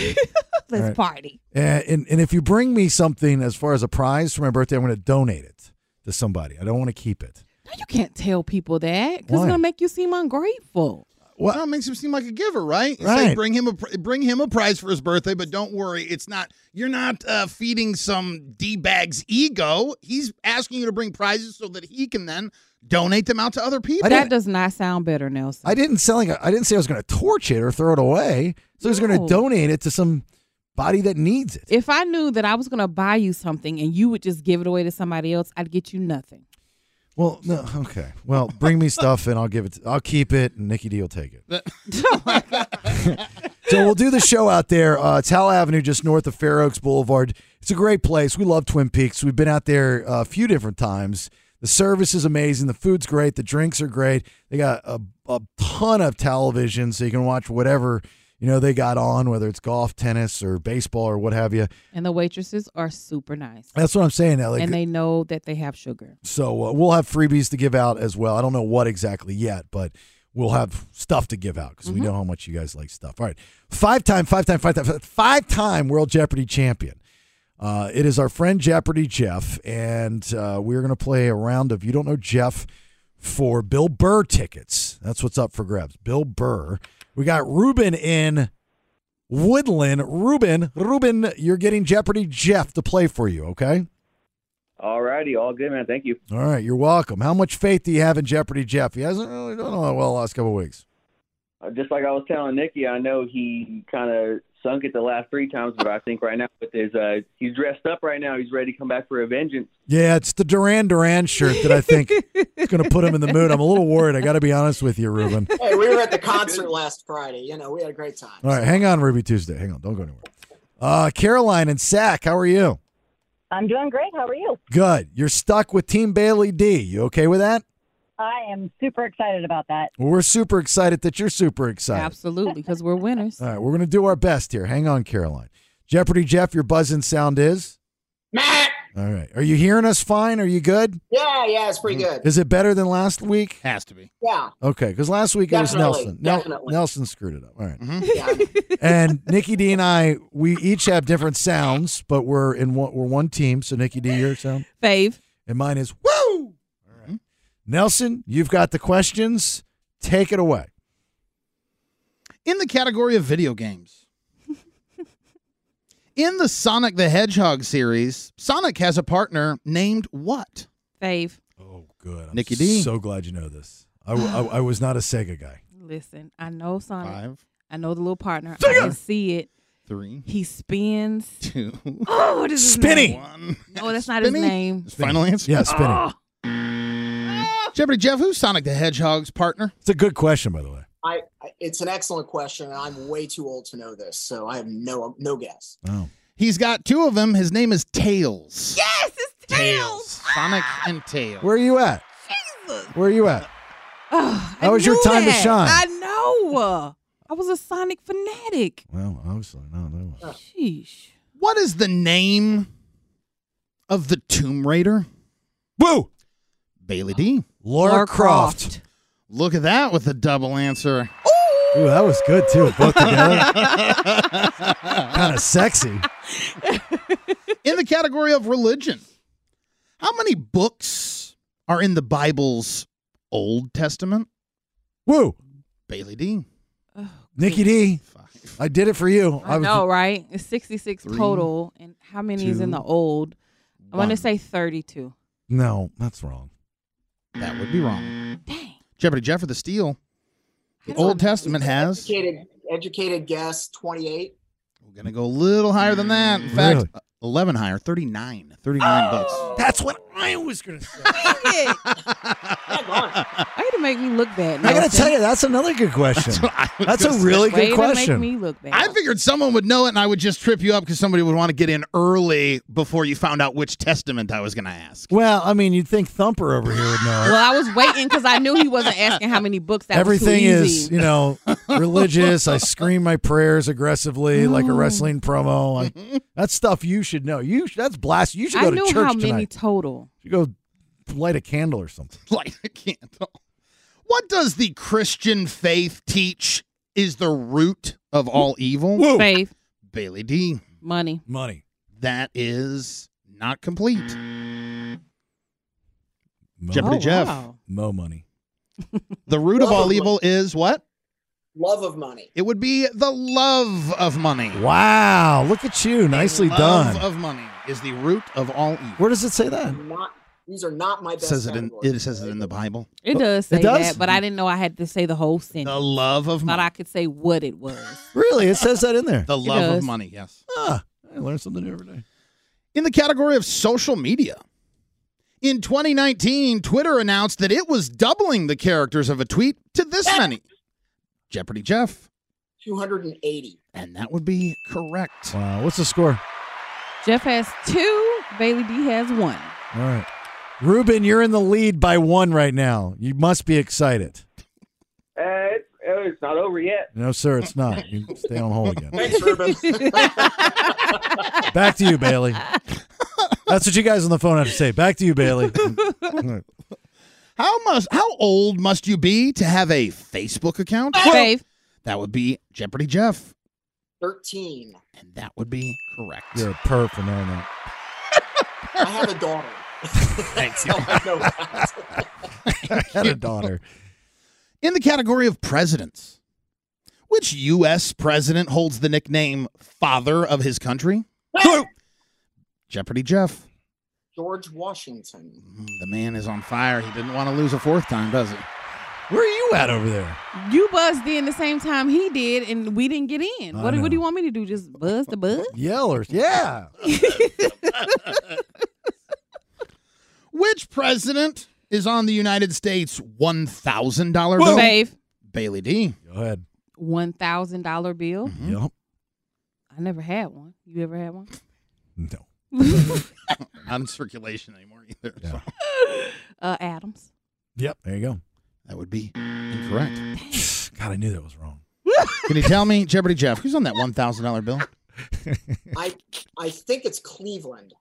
Speaker 9: Let's
Speaker 8: right.
Speaker 9: party.
Speaker 8: and, and and if you bring me something as far as a prize for my birthday, I'm going to donate it to somebody. I don't want to keep it.
Speaker 9: No, you can't tell people that because it's
Speaker 8: Why?
Speaker 9: gonna make you seem ungrateful.
Speaker 10: Well, it makes him seem like a giver, right? It's
Speaker 8: Right.
Speaker 10: Like bring him a pr- bring him a prize for his birthday, but don't worry, it's not you're not uh, feeding some d bag's ego. He's asking you to bring prizes so that he can then donate them out to other people.
Speaker 9: That does not sound better, Nelson.
Speaker 8: I didn't sell like I didn't say I was going to torch it or throw it away. So I was going to
Speaker 9: No.
Speaker 8: donate it to some body that needs it.
Speaker 9: If I knew that I was gonna buy you something and you would just give it away to somebody else, I'd get you nothing.
Speaker 8: Well, no, okay. Well, bring me stuff and I'll give it. To, I'll keep it, and Nikki D will take it. so we'll do the show out there. Uh, it's Howell Avenue, just north of Fair Oaks Boulevard. It's a great place. We love Twin Peaks. We've been out there uh, a few different times. The service is amazing. The food's great. The drinks are great. They got a, a ton of television, so you can watch whatever you know they got on, whether it's golf, tennis, or baseball, or what have you.
Speaker 9: And the waitresses are super nice,
Speaker 8: That's what I'm saying. Now, like,
Speaker 9: and they know that they have sugar.
Speaker 8: so uh, we'll have freebies to give out as well. I don't know what exactly yet, but we'll have stuff to give out because we know how much you guys like stuff. All right, five time, five time, five time, five time World Jeopardy champion. Uh, it is our friend Jeopardy Jeff, and uh, we're going to play a round of You Don't Know Jeff for Bill Burr tickets. That's what's up for grabs. Bill Burr. We got Ruben in Woodland. Ruben, Ruben, you're getting Jeopardy Jeff to play for you, okay?
Speaker 15: All righty, all good, man. Thank you.
Speaker 8: All right, you're welcome. How much faith do you have in Jeopardy Jeff? He hasn't really done all that well the last couple of weeks.
Speaker 15: uh, just like I was telling Nikki, I know he kind of sunk it the last three times, but I think right now with his, uh, he's dressed up right now. He's ready to come back for a vengeance.
Speaker 8: Yeah, it's the Duran Duran shirt that I think is going to put him in the mood. I'm a little worried. I got to be honest with you, Ruben.
Speaker 14: Hey, we were at the concert last Friday. You know, we had a great time.
Speaker 8: All right, hang on, Ruby Tuesday. Hang on, don't go anywhere. Uh, Caroline and Sack, how are you?
Speaker 16: I'm doing great. How are you?
Speaker 8: Good. You're stuck with Team Bailey D. You okay with that?
Speaker 16: I am super excited about that.
Speaker 8: Well, we're super excited that you're super excited.
Speaker 9: Absolutely, because we're winners.
Speaker 8: All right, we're going to do our best here. Hang on, Caroline. Jeopardy Jeff, your buzzing sound is? All right. Are you hearing us fine? Are you good?
Speaker 14: Yeah, yeah, it's
Speaker 10: Hmm.
Speaker 14: pretty good.
Speaker 8: Is it better than last week?
Speaker 10: Has to be.
Speaker 14: Yeah.
Speaker 8: Okay, because last week it was
Speaker 14: Definitely,
Speaker 8: Nelson. Nel-
Speaker 14: definitely.
Speaker 8: Nelson screwed it up. All right. and Nikki D and I, we each have different sounds, but we're in one, we're one team. So Nikki D, your sound,
Speaker 9: fave,
Speaker 8: and mine is woo. All right. Nelson, you've got the questions. Take it away.
Speaker 10: In the category of video games, in the Sonic the Hedgehog series, Sonic has a partner named what?
Speaker 9: Fave.
Speaker 8: Oh, Good. I'm
Speaker 10: Nikki D.
Speaker 8: So glad you know this. I, w- I- I was not a Sega guy.
Speaker 9: Listen, I know Sonic.
Speaker 10: Five.
Speaker 9: I know the little partner. I can see it.
Speaker 10: Three.
Speaker 9: He spins.
Speaker 10: Two.
Speaker 9: Oh, what is his
Speaker 10: Spinny.
Speaker 9: name? No, that's not his
Speaker 10: Spinny?
Speaker 9: name.
Speaker 10: Final answer?
Speaker 8: Yeah, spinning.
Speaker 9: Oh.
Speaker 10: Jeopardy Jeff, who's Sonic the Hedgehog's partner?
Speaker 8: It's a good question, by the way.
Speaker 14: I, I it's an excellent question, and I'm way too old to know this, so I have no no guess.
Speaker 8: Oh.
Speaker 10: He's got two of them. His name is Tails.
Speaker 9: Yes, it's
Speaker 10: Tails. Sonic and Tails.
Speaker 8: Where are you at? Where are you at?
Speaker 9: Oh,
Speaker 8: That was your time to shine.
Speaker 9: I know. I was a Sonic fanatic.
Speaker 8: Well, obviously, no, no.
Speaker 9: Sheesh.
Speaker 10: What is the name of the Tomb Raider?
Speaker 8: Woo!
Speaker 10: Bailey D.
Speaker 8: Laura, Croft.
Speaker 10: Look at that with a double answer.
Speaker 8: Ooh, that was good too. Both together. kind of sexy.
Speaker 10: In the category of religion, how many books are in the Bible's Old Testament?
Speaker 8: Woo!
Speaker 10: Bailey D.
Speaker 8: Nikki D. I did it for you.
Speaker 9: I, know, right? It's 66 total. And how many is in
Speaker 8: two,
Speaker 9: the old? I want
Speaker 10: one.
Speaker 9: to say 32.
Speaker 8: No, that's wrong.
Speaker 10: That would be wrong. Dang. Jeopardy Jeff for the steal. The Old Testament has.
Speaker 14: Educated, educated guess, 28.
Speaker 10: We're going to go a little higher than that. In fact,
Speaker 8: Really?
Speaker 10: 11 higher, 39. 39 books.
Speaker 8: That's what I was going to say.
Speaker 9: I had to make me look bad.
Speaker 8: I got to
Speaker 9: Nelson.
Speaker 8: tell you, that's another good question. That's a really
Speaker 9: Way
Speaker 8: good
Speaker 9: to
Speaker 8: question.
Speaker 9: make me look bad.
Speaker 10: I figured someone would know it, and I would just trip you up because somebody would want to get in early before you found out which testament I was going to ask.
Speaker 8: Well, I mean, you'd think Thumper over here would know. it.
Speaker 9: well, I was waiting because I knew he wasn't asking how many books that
Speaker 8: Everything
Speaker 9: was too
Speaker 8: is,
Speaker 9: easy.
Speaker 8: you know, religious. I scream my prayers aggressively like
Speaker 9: Oh.
Speaker 8: a wrestling promo. I, that's stuff you should know. You sh- that's blast. You should
Speaker 9: I
Speaker 8: go to
Speaker 9: knew
Speaker 8: church
Speaker 9: how
Speaker 8: tonight.
Speaker 9: many total.
Speaker 8: you go light a candle or something.
Speaker 10: Light a candle. What does the Christian faith teach is the root of all evil?
Speaker 9: Faith,
Speaker 10: Bailey D.
Speaker 9: money.
Speaker 8: Money.
Speaker 10: That is not complete.
Speaker 8: Oh,
Speaker 10: Jeopardy
Speaker 9: Oh,
Speaker 10: Jeff.
Speaker 9: wow.
Speaker 8: Mo money.
Speaker 10: The root of all evil is what?
Speaker 14: Love of money.
Speaker 10: It would be the love of money.
Speaker 8: Wow. Look at you. Nicely
Speaker 10: Love
Speaker 8: done.
Speaker 10: of money is the root of all evil.
Speaker 8: Where does it say that?
Speaker 14: Not these are not my
Speaker 10: It
Speaker 14: best.
Speaker 10: Uh, says it in
Speaker 14: categories.
Speaker 10: it says it in the Bible.
Speaker 9: It does say
Speaker 8: does?
Speaker 9: that, but I didn't know I had to say the whole sentence.
Speaker 10: The love of
Speaker 9: Thought
Speaker 10: money.
Speaker 9: I could say what it was.
Speaker 8: Really? It says that in there.
Speaker 10: The love of
Speaker 9: does.
Speaker 10: money, yes.
Speaker 8: Ah, I learn something new every day.
Speaker 10: In the category of social media, in 2019, Twitter announced that it was doubling the characters of a tweet to this many. Jeopardy Jeff.
Speaker 14: 280.
Speaker 10: And that would be correct.
Speaker 8: Wow. What's the score?
Speaker 9: Jeff has two. Bailey D has one.
Speaker 8: All right. Ruben, you're in the lead by one right now. You must be excited.
Speaker 15: Uh, it's, uh, it's not over yet.
Speaker 8: No, sir, it's not. You stay on hold again.
Speaker 14: Thanks, Ruben.
Speaker 8: Back to you, Bailey. That's what you guys on the phone have to say. Back to you, Bailey.
Speaker 10: How must how old must you be to have a Facebook account?
Speaker 9: Fave,
Speaker 10: That would be Jeopardy Jeff.
Speaker 14: 13.
Speaker 10: And that would be correct.
Speaker 8: You're a perp for knowing that.
Speaker 14: I have a daughter.
Speaker 10: Thanks.
Speaker 14: That's how I know that.
Speaker 8: I had a daughter.
Speaker 10: In the category of presidents, which U.S. president holds the nickname father of his country? Jeopardy Jeff.
Speaker 14: George Washington.
Speaker 10: Mm, The man is on fire. He didn't want to lose a fourth time, does he?
Speaker 8: Where are you you at over there?
Speaker 9: You buzzed in the same time he did, and we didn't get in.
Speaker 8: I
Speaker 9: What,
Speaker 8: know.
Speaker 9: what do you want me to do? Just buzz the buzz?
Speaker 8: Yellers, yeah.
Speaker 10: Which president is on the United States one thousand dollar bill?
Speaker 9: Save
Speaker 10: Bailey D.
Speaker 8: Go ahead.
Speaker 9: one thousand dollar bill.
Speaker 8: Yep.
Speaker 9: I never had one. You ever had one?
Speaker 8: No.
Speaker 10: Not in circulation anymore either. so.
Speaker 9: Uh, Adams.
Speaker 8: Yep. There you go.
Speaker 10: That would be incorrect.
Speaker 8: God, I knew that was wrong.
Speaker 10: Can you tell me, Jeopardy Jeff, who's on that one thousand dollar bill?
Speaker 14: I I think it's Cleveland.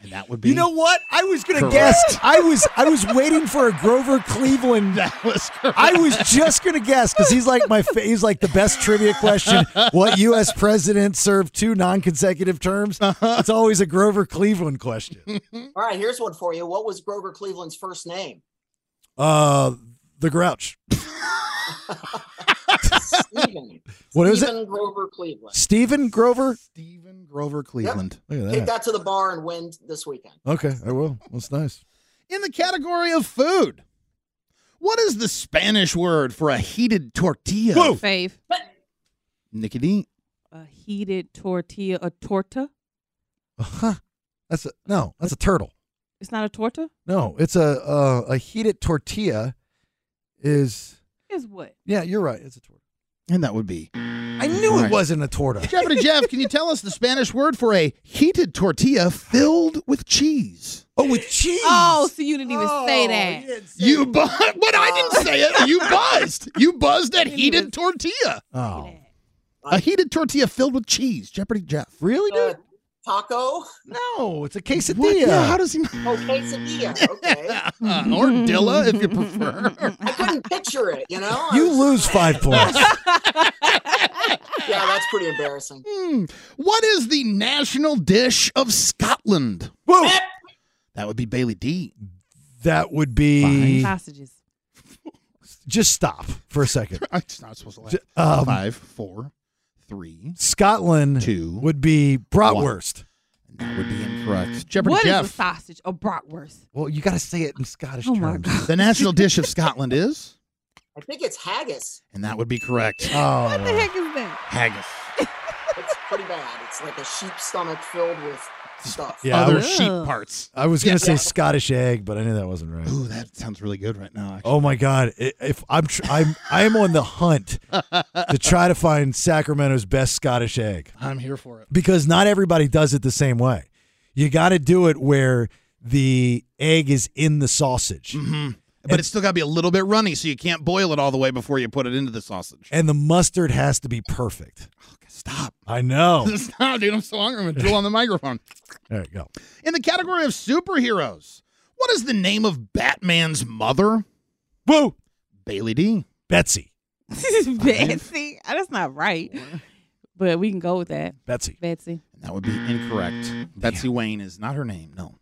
Speaker 10: And that would be
Speaker 8: You know what? I was gonna
Speaker 10: Correct.
Speaker 8: guess. I was I was waiting for a Grover Cleveland.
Speaker 10: That was correct.
Speaker 8: I was just gonna guess because he's like my fa- he's like the best trivia question. What U.S. president served two non-consecutive terms?
Speaker 9: Uh-huh.
Speaker 8: It's always a Grover Cleveland question.
Speaker 10: Hmm.
Speaker 14: All right, here's one for you. What was Grover Cleveland's first name?
Speaker 8: Uh, the Grouch.
Speaker 14: Stephen.
Speaker 8: What is it?
Speaker 14: Stephen Grover Cleveland.
Speaker 8: Stephen Grover.
Speaker 10: Stephen Grover Cleveland.
Speaker 8: Look at
Speaker 14: Take
Speaker 8: that.
Speaker 14: that to the bar and win this weekend.
Speaker 8: Okay, I will. That's nice.
Speaker 10: In the category of food, what is the Spanish word for a heated tortilla?
Speaker 9: Fave.
Speaker 10: Nikki D.
Speaker 9: A heated tortilla. A torta.
Speaker 8: Huh. That's a, no. That's a turtle.
Speaker 9: It's not a torta.
Speaker 8: No, it's a uh, a heated tortilla. Is
Speaker 9: Is what?
Speaker 8: yeah, you're right. It's a tortilla.
Speaker 10: And that would be.
Speaker 8: I knew
Speaker 10: Right.
Speaker 8: it wasn't a torta.
Speaker 10: Jeopardy Jeff, can you tell us the Spanish word for a heated tortilla filled with cheese?
Speaker 8: Oh, with cheese.
Speaker 9: Oh, so you didn't even say that.
Speaker 10: You buzzed. What? I didn't say it. You buzzed. You buzzed at heated tortilla.
Speaker 8: Oh,
Speaker 10: A heated tortilla filled with cheese. Jeopardy Jeff.
Speaker 8: really,
Speaker 14: Uh, taco?
Speaker 8: No, it's a
Speaker 10: What?
Speaker 8: quesadilla.
Speaker 10: Yeah, how does he.
Speaker 14: Oh, quesadilla. Okay.
Speaker 10: Uh, or Dilla, if you prefer.
Speaker 14: I couldn't picture it, you know? I
Speaker 8: you
Speaker 14: was-
Speaker 8: lose five points.
Speaker 14: Yeah, that's pretty embarrassing.
Speaker 10: Hmm. What is the national dish of Scotland?
Speaker 8: Whoa.
Speaker 10: That would be Bailey D.
Speaker 8: That would be
Speaker 9: Sausages.
Speaker 8: just stop for a second.
Speaker 10: I'm just not supposed to laugh.
Speaker 8: J- um,
Speaker 10: Five, four, three.
Speaker 8: Scotland
Speaker 10: Two.
Speaker 8: would be bratwurst.
Speaker 10: That would be incorrect. Jeopardy
Speaker 9: What is
Speaker 10: Jeff.
Speaker 9: a sausage? A bratwurst.
Speaker 8: Well, you got to say it in Scottish
Speaker 9: Oh my
Speaker 8: terms.
Speaker 9: god.
Speaker 10: the national dish of Scotland is,
Speaker 14: I think it's haggis.
Speaker 10: and that would be correct.
Speaker 8: Oh,
Speaker 9: What the heck is that?
Speaker 10: Haggis.
Speaker 14: It's pretty bad. It's like a sheep's stomach filled with stuff.
Speaker 8: Yeah, I
Speaker 10: Other
Speaker 8: was-
Speaker 10: sheep parts.
Speaker 8: I was gonna say Scottish egg, but I knew that wasn't right.
Speaker 10: Ooh, that sounds really good right now. Actually.
Speaker 8: Oh my God! I- If I'm tr- I'm I'm on the hunt to try to find Sacramento's best Scottish egg
Speaker 10: Oh, I'm here for it.
Speaker 8: because not everybody does it the same way. You got to do it where the egg is in the sausage,
Speaker 10: But it's still got to be a little bit runny, so you can't boil it all the way before you put it into the sausage.
Speaker 8: and the mustard has to be perfect.
Speaker 10: Stop.
Speaker 8: I know.
Speaker 10: Stop, dude. I'm so hungry. I'm going to drill on the microphone.
Speaker 8: There you go.
Speaker 10: In the category of superheroes, what is the name of Batman's mother?
Speaker 8: Woo!
Speaker 10: Bailey D.
Speaker 8: Betsy,
Speaker 9: Betsy. Uh, That's not right. But we can go with that.
Speaker 8: Betsy.
Speaker 9: Betsy.
Speaker 10: That would be incorrect. Betsy Wayne is not her name. No.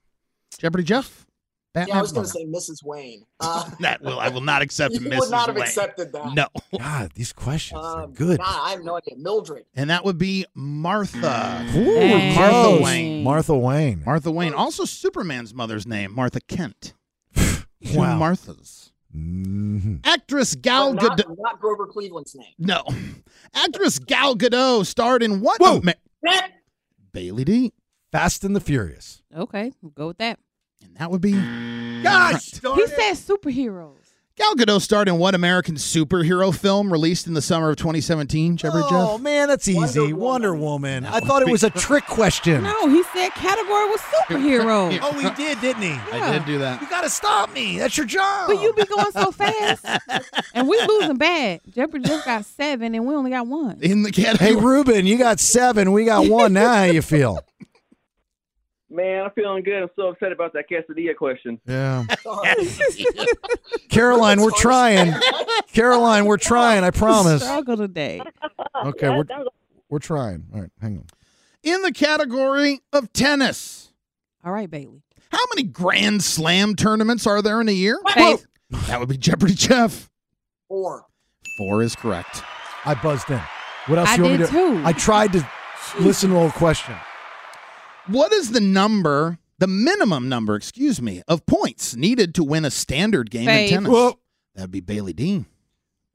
Speaker 10: Jeopardy Jeff. Batman's
Speaker 14: Yeah, I was going to
Speaker 10: mother.
Speaker 14: say Mrs. Wayne. Uh,
Speaker 10: that will I will not accept
Speaker 14: you
Speaker 10: Mrs.
Speaker 14: would not have
Speaker 10: Wayne.
Speaker 14: accepted that.
Speaker 10: No.
Speaker 8: God, these questions are
Speaker 14: Um,
Speaker 8: good.
Speaker 14: God, I have no idea. Mildred.
Speaker 10: And that would be Martha.
Speaker 8: Ooh,
Speaker 9: Dang.
Speaker 10: Martha
Speaker 8: close.
Speaker 10: Wayne.
Speaker 8: Martha Wayne.
Speaker 10: Martha Wayne. Also Superman's mother's name, Martha Kent. Two
Speaker 8: Wow.
Speaker 10: Marthas.
Speaker 8: Mhm.
Speaker 10: Actress Gal
Speaker 14: But not,
Speaker 10: Gadot.
Speaker 14: not Grover Cleveland's name.
Speaker 10: No. Actress Gal Gadot starred in what?
Speaker 8: Whoa.
Speaker 10: Ama- Bailey D.
Speaker 8: Fast and the Furious.
Speaker 9: Okay, we'll go with that.
Speaker 10: And that would be.
Speaker 8: Gosh,
Speaker 10: Correct.
Speaker 9: He said superheroes.
Speaker 10: Gal Gadot starred in what American superhero film released in the summer of 2017? Jeopardy
Speaker 8: Oh
Speaker 10: Jeff.
Speaker 8: man, that's easy. Wonder
Speaker 14: Wonder
Speaker 8: Woman.
Speaker 10: That
Speaker 8: I
Speaker 10: would
Speaker 8: thought it
Speaker 10: be-
Speaker 8: was a trick question.
Speaker 9: No, he said category was superheroes.
Speaker 10: Yeah.
Speaker 8: Oh, he did, didn't he?
Speaker 10: I did do that.
Speaker 8: You gotta stop me. That's your job.
Speaker 9: But you be going so fast, and we losing bad. Jeopardy just got seven, and we only got one.
Speaker 10: In the
Speaker 8: hey,
Speaker 10: category.
Speaker 8: Ruben, you got seven. We got one. Now how you feel?
Speaker 15: Man, I'm feeling good. I'm so upset about that quesadilla question.
Speaker 8: Yeah,
Speaker 14: Sorry.
Speaker 8: Caroline, we're trying. Caroline, we're trying. I promise.
Speaker 9: Struggle today.
Speaker 8: Okay, we're we're trying. All right, hang on.
Speaker 10: In the category of tennis,
Speaker 9: All right, Bailey.
Speaker 10: how many Grand Slam tournaments are there in a year?
Speaker 9: Faith.
Speaker 10: Whoa. That would be Jeopardy Jeff.
Speaker 14: Or
Speaker 10: Four is correct.
Speaker 8: I buzzed in. What else
Speaker 9: I
Speaker 8: you want me
Speaker 9: did
Speaker 8: to?
Speaker 9: too.
Speaker 8: I tried to listen to a little question.
Speaker 10: What is the number, the minimum number, excuse me, of points needed to win a standard game
Speaker 9: Faith.
Speaker 10: in tennis?
Speaker 8: Whoa.
Speaker 10: That'd be Bailey Dean.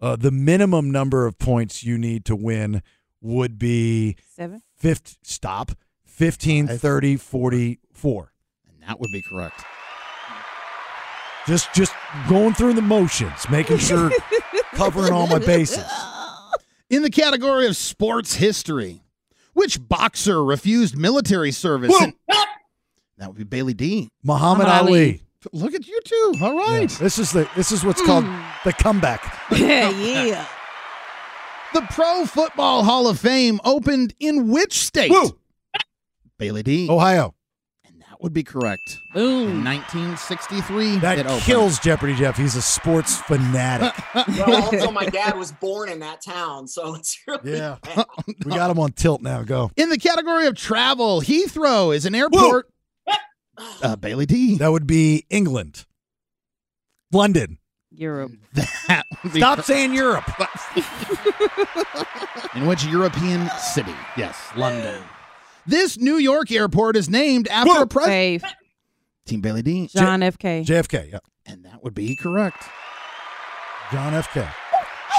Speaker 8: uh, the minimum number of points you need to win would be
Speaker 9: Seven?
Speaker 8: Fifth, stop. 15,
Speaker 10: Five.
Speaker 8: 30, 44.
Speaker 10: And that would be correct.
Speaker 8: Just just going through the motions, making sure covering all my bases.
Speaker 10: In the category of sports history, which boxer refused military service? and- that would be Bailey Dean.
Speaker 8: Muhammad Ali.
Speaker 10: Look at you two. All right.
Speaker 8: This is the this is what's called
Speaker 9: Hmm.
Speaker 8: the comeback.
Speaker 9: yeah.
Speaker 10: The Pro Football Hall of Fame opened in which state? Bailey Dean.
Speaker 8: Ohio.
Speaker 10: That would be correct. In 1963.
Speaker 8: That
Speaker 10: it opened.
Speaker 8: kills Jeopardy Jeff. He's a sports fanatic.
Speaker 14: well, also, my dad was born in that town, so it's really
Speaker 8: Yeah. we got him on tilt now. Go.
Speaker 10: In the category of travel, Heathrow is an airport. Uh, Bailey D.
Speaker 8: That would be England. London.
Speaker 9: Europe.
Speaker 10: That would be
Speaker 8: Stop
Speaker 10: correct.
Speaker 8: saying Europe.
Speaker 10: In which European city? Yes, London. This New York airport is named after a president.
Speaker 9: Safe.
Speaker 10: Team Bailey Dean.
Speaker 9: John FK.
Speaker 8: JFK. Yeah.
Speaker 10: And that would be correct.
Speaker 8: John FK.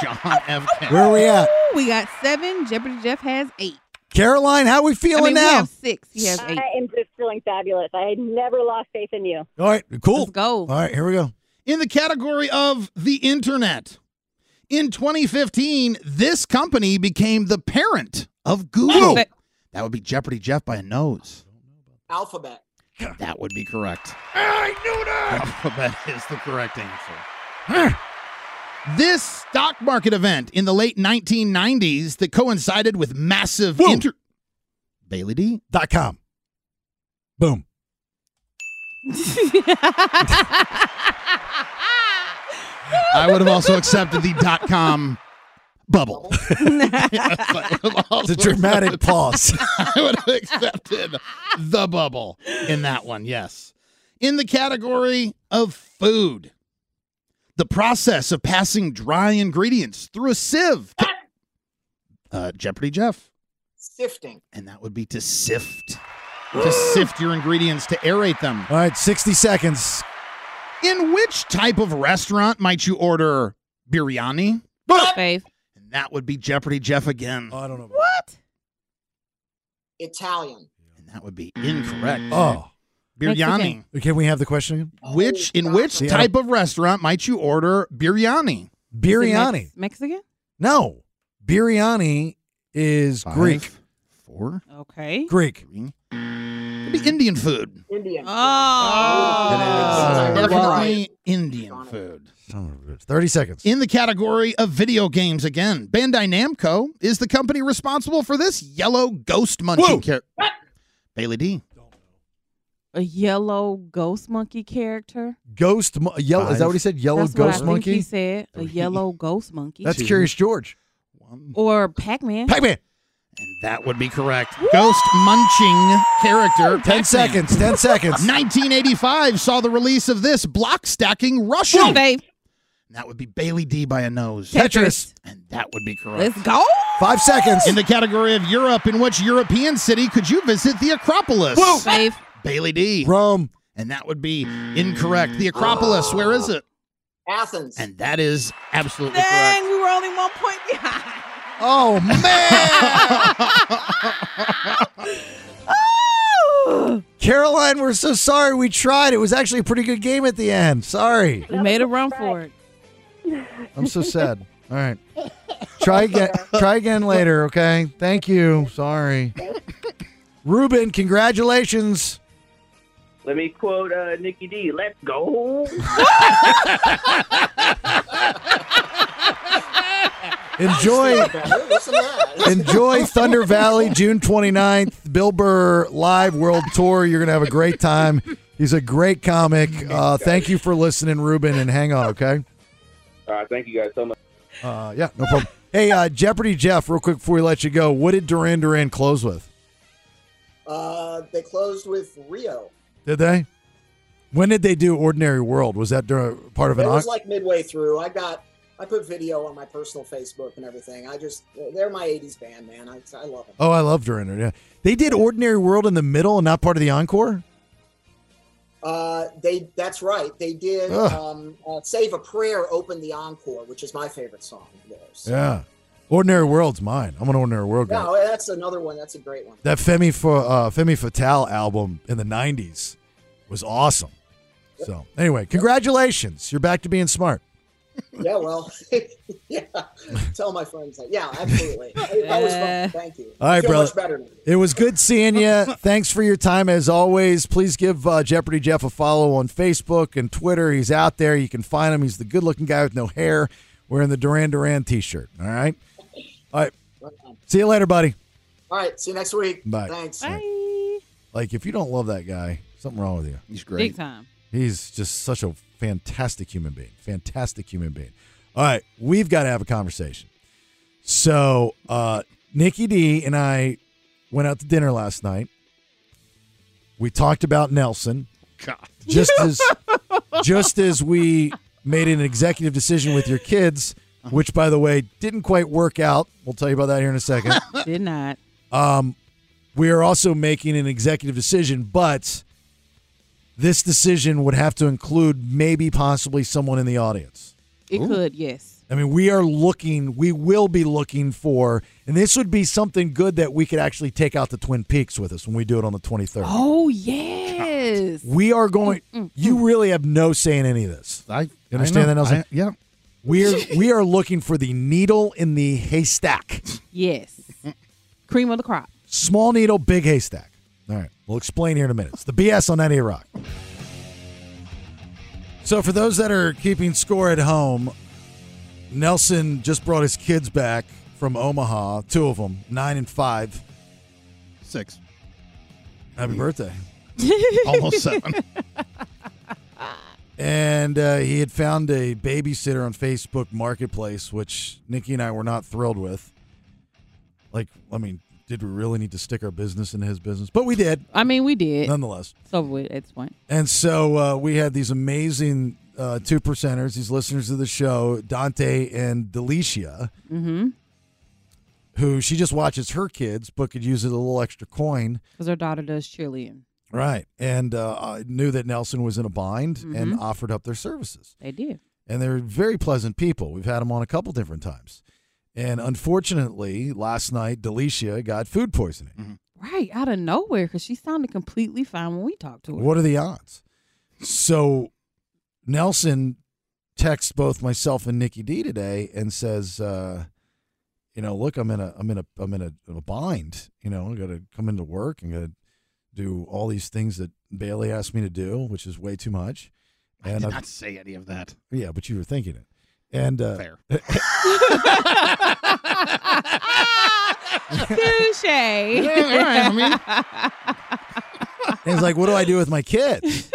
Speaker 10: John FK.
Speaker 8: Where are we at?
Speaker 9: Ooh, we got seven. Jeopardy Jeff has eight.
Speaker 8: Caroline, how we feeling
Speaker 9: I mean,
Speaker 8: now?
Speaker 9: We have six. He has eight.
Speaker 16: I am just feeling fabulous. I had never lost faith in you.
Speaker 8: All right, cool.
Speaker 9: Let's go.
Speaker 8: All right, here we go.
Speaker 10: In the category of the internet, in 2015, this company became the parent of Google.
Speaker 9: Alphabet.
Speaker 10: That would be Jeopardy Jeff by a nose.
Speaker 14: alphabet.
Speaker 10: That would be correct.
Speaker 14: I knew that.
Speaker 10: Alphabet is the correct answer. this stock market event in the late 1990s that coincided with massive inter. Bailey D.
Speaker 8: Dot com. Boom.
Speaker 10: I would have also accepted the dot com bubble. I would have
Speaker 8: It's a
Speaker 10: also
Speaker 8: dramatic
Speaker 10: accepted-
Speaker 8: pause.
Speaker 10: I would have accepted the bubble in that one, yes. In the category of food, the process of passing dry ingredients through a sieve. to- uh, Jeopardy Jeff.
Speaker 14: Sifting.
Speaker 10: And that would be to sift. To sift your ingredients to aerate them.
Speaker 8: All right, 60 seconds.
Speaker 10: In which type of restaurant might you order biryani?
Speaker 9: Faith.
Speaker 10: And that would be Jeopardy Jeff again.
Speaker 8: Oh, I don't know. about-
Speaker 9: What?
Speaker 14: Italian.
Speaker 10: And that would be incorrect.
Speaker 8: Oh.
Speaker 10: biryani.
Speaker 8: Can we have the question again?
Speaker 10: Which in which
Speaker 8: Oh, Yeah.
Speaker 10: type of restaurant might you order biryani?
Speaker 8: Biryani.
Speaker 9: Mex- Mexican?
Speaker 8: No. Biryani is Greek.
Speaker 10: Five, Four.
Speaker 9: Okay.
Speaker 8: Greek.
Speaker 10: Three. It'd be Indian food.
Speaker 14: Indian.
Speaker 9: Oh.
Speaker 14: It is.
Speaker 10: Definitely Indian food.
Speaker 8: Son of a bitch. 30 seconds.
Speaker 10: In the category of video games again, Bandai Namco is the company responsible for this yellow ghost munching character. Bailey D.
Speaker 9: A yellow ghost monkey character.
Speaker 8: Ghost mo- yellow. Is that what he said? Yellow
Speaker 9: That's what I
Speaker 8: ghost
Speaker 9: think
Speaker 8: monkey?
Speaker 9: he said a yellow ghost monkey.
Speaker 8: That's Curious George.
Speaker 9: or Pac-Man.
Speaker 8: Pac-Man.
Speaker 10: And that would be correct. Ghost munching character.
Speaker 8: 10
Speaker 10: Pac-Man.
Speaker 8: seconds. 10 seconds.
Speaker 10: 1985 saw the release of this block stacking Russian.
Speaker 9: Faith.
Speaker 10: That would be Bailey D by a nose.
Speaker 8: Tetris.
Speaker 10: And that would be correct.
Speaker 9: Let's go.
Speaker 8: Five seconds.
Speaker 10: In the category of Europe, in which European city could you visit the Acropolis?
Speaker 9: Faith.
Speaker 10: Bailey D.
Speaker 8: Rome.
Speaker 10: And that would be incorrect. The Acropolis, where is it?
Speaker 14: Athens.
Speaker 10: And that is absolutely
Speaker 9: Dang,
Speaker 10: correct.
Speaker 9: we were only one point behind.
Speaker 8: Oh, man.
Speaker 9: Oh.
Speaker 8: Caroline, we're so sorry we tried. It was actually a pretty good game at the end. Sorry.
Speaker 9: We made a run for it.
Speaker 8: I'm so sad. All right. Try again. Try again later, okay? Thank you. Sorry. Ruben, congratulations.
Speaker 2: Let me quote uh, Nikki D. Let's go.
Speaker 8: Enjoy
Speaker 14: Listen to that.
Speaker 8: enjoy Thunder Valley June 29th, Bill Burr live world tour. You're going to have a great time. He's a great comic. Uh, thank you for listening, Ruben, and hang on, okay?
Speaker 15: All right, thank you guys so much.
Speaker 8: Uh, yeah, no problem. Hey, uh, Jeopardy Jeff, real quick before we let you go, what did Duran Duran close with?
Speaker 14: Uh, they closed with Rio.
Speaker 8: Did they? When did they do Ordinary World? Was that during, part of
Speaker 14: It
Speaker 8: an
Speaker 14: was
Speaker 8: au-
Speaker 14: like midway through. I got, I put video on my personal Facebook and everything. I just, they're my '80s band, man. I, I love them.
Speaker 8: Oh, I love Duran Duran. Yeah. They did Ordinary World in the middle and not part of the encore?
Speaker 14: Uh, they that's right. They did
Speaker 8: Ugh.
Speaker 14: um, uh, "Save a Prayer" opened the encore, which is my favorite song. of theirs.
Speaker 8: Yeah. Ordinary World's mine. I'm an Ordinary World guy.
Speaker 14: No, that's another one. That's a great one.
Speaker 8: That Femi for uh, Femi Fatale album in the '90s was awesome. So anyway, congratulations! You're back to being smart.
Speaker 14: yeah, well, yeah. Tell my friends that. Yeah, absolutely. That was fun. Thank you.
Speaker 8: All right,
Speaker 14: Feel
Speaker 8: brother.
Speaker 14: Much better now.
Speaker 8: It was good seeing you. Thanks for your time as always. Please give uh, Jeopardy Jeff a follow on Facebook and Twitter. He's out there. You can find him. He's the good-looking guy with no hair, wearing the Duran Duran T-shirt. All right. All right. See you later, buddy.
Speaker 14: All right. See you next week.
Speaker 8: Bye.
Speaker 14: Thanks.
Speaker 8: Like if you don't love that guy, something wrong with you.
Speaker 10: He's
Speaker 9: Big time.
Speaker 8: He's just such a fantastic human being. Fantastic human being. All right, we've got to have a conversation. So, uh, Nikki D and I went out to dinner last night. We talked about Nelson.
Speaker 10: God.
Speaker 8: Just as just as we made an executive decision with your kids, which by the way didn't quite work out. We'll tell you about that here in a second.
Speaker 9: Did not.
Speaker 8: Um, we are also making an executive decision, but this decision would have to include maybe possibly someone in the audience.
Speaker 9: It could, yes.
Speaker 8: I mean, we are looking, we will be looking for, and this would be something good that we could actually take out to Twin Peaks with us when we do it on the 23rd.
Speaker 9: Oh yes.
Speaker 8: We are going, you really have no say in any of this.
Speaker 10: I
Speaker 8: You understand
Speaker 10: I
Speaker 8: that,
Speaker 10: know.
Speaker 8: Nelson?
Speaker 10: I- yeah.
Speaker 8: We are, we are looking for the needle in the haystack.
Speaker 9: Yes. Cream of the crop.
Speaker 8: Small needle, big haystack. All right. We'll explain here in a minute. It's the BS on 98 Rock. So, for those that are keeping score at home, Nelson just brought his kids back from Omaha, two of them, nine and five.
Speaker 10: Six.
Speaker 8: Happy birthday.
Speaker 10: Almost seven.
Speaker 8: And uh, he had found a babysitter on Facebook Marketplace, which Nikki and I were not thrilled with. Like, I mean, did we really need to stick our business into his business? But we did.
Speaker 9: I mean, we did.
Speaker 8: Nonetheless.
Speaker 9: It's over with at this point.
Speaker 8: And so uh, we had these amazing uh, two percenters, these listeners of the show, Dante and Delicia,
Speaker 9: Mm-hmm.
Speaker 8: who she just watches her kids, but could use it a little extra coin.
Speaker 9: Because her daughter does cheerleading.
Speaker 8: Right. And uh, I knew that Nelson was in a bind and
Speaker 9: Mhm.
Speaker 8: offered up their services.
Speaker 9: They did.
Speaker 8: And they're very pleasant people. We've had them on a couple different times. And unfortunately, last night, Delicia got food poisoning.
Speaker 9: Right out of nowhere, because she sounded completely fine when we talked to her.
Speaker 8: What are the odds? So Nelson texts both myself and Nikki D today and says, uh, you know, look, I'm in a I'm in a I'm in a, a bind. You know, I gotta come into work and gotta do all these things that Bailey asked me to do, which is way too much.
Speaker 10: I
Speaker 8: And
Speaker 10: did
Speaker 8: I've-
Speaker 10: not say any of that.
Speaker 8: yeah, but you were thinking it. And uh,
Speaker 10: Fair.
Speaker 9: Touche.
Speaker 10: Yeah, all right,
Speaker 8: And he's like, "What do I do with my kids?"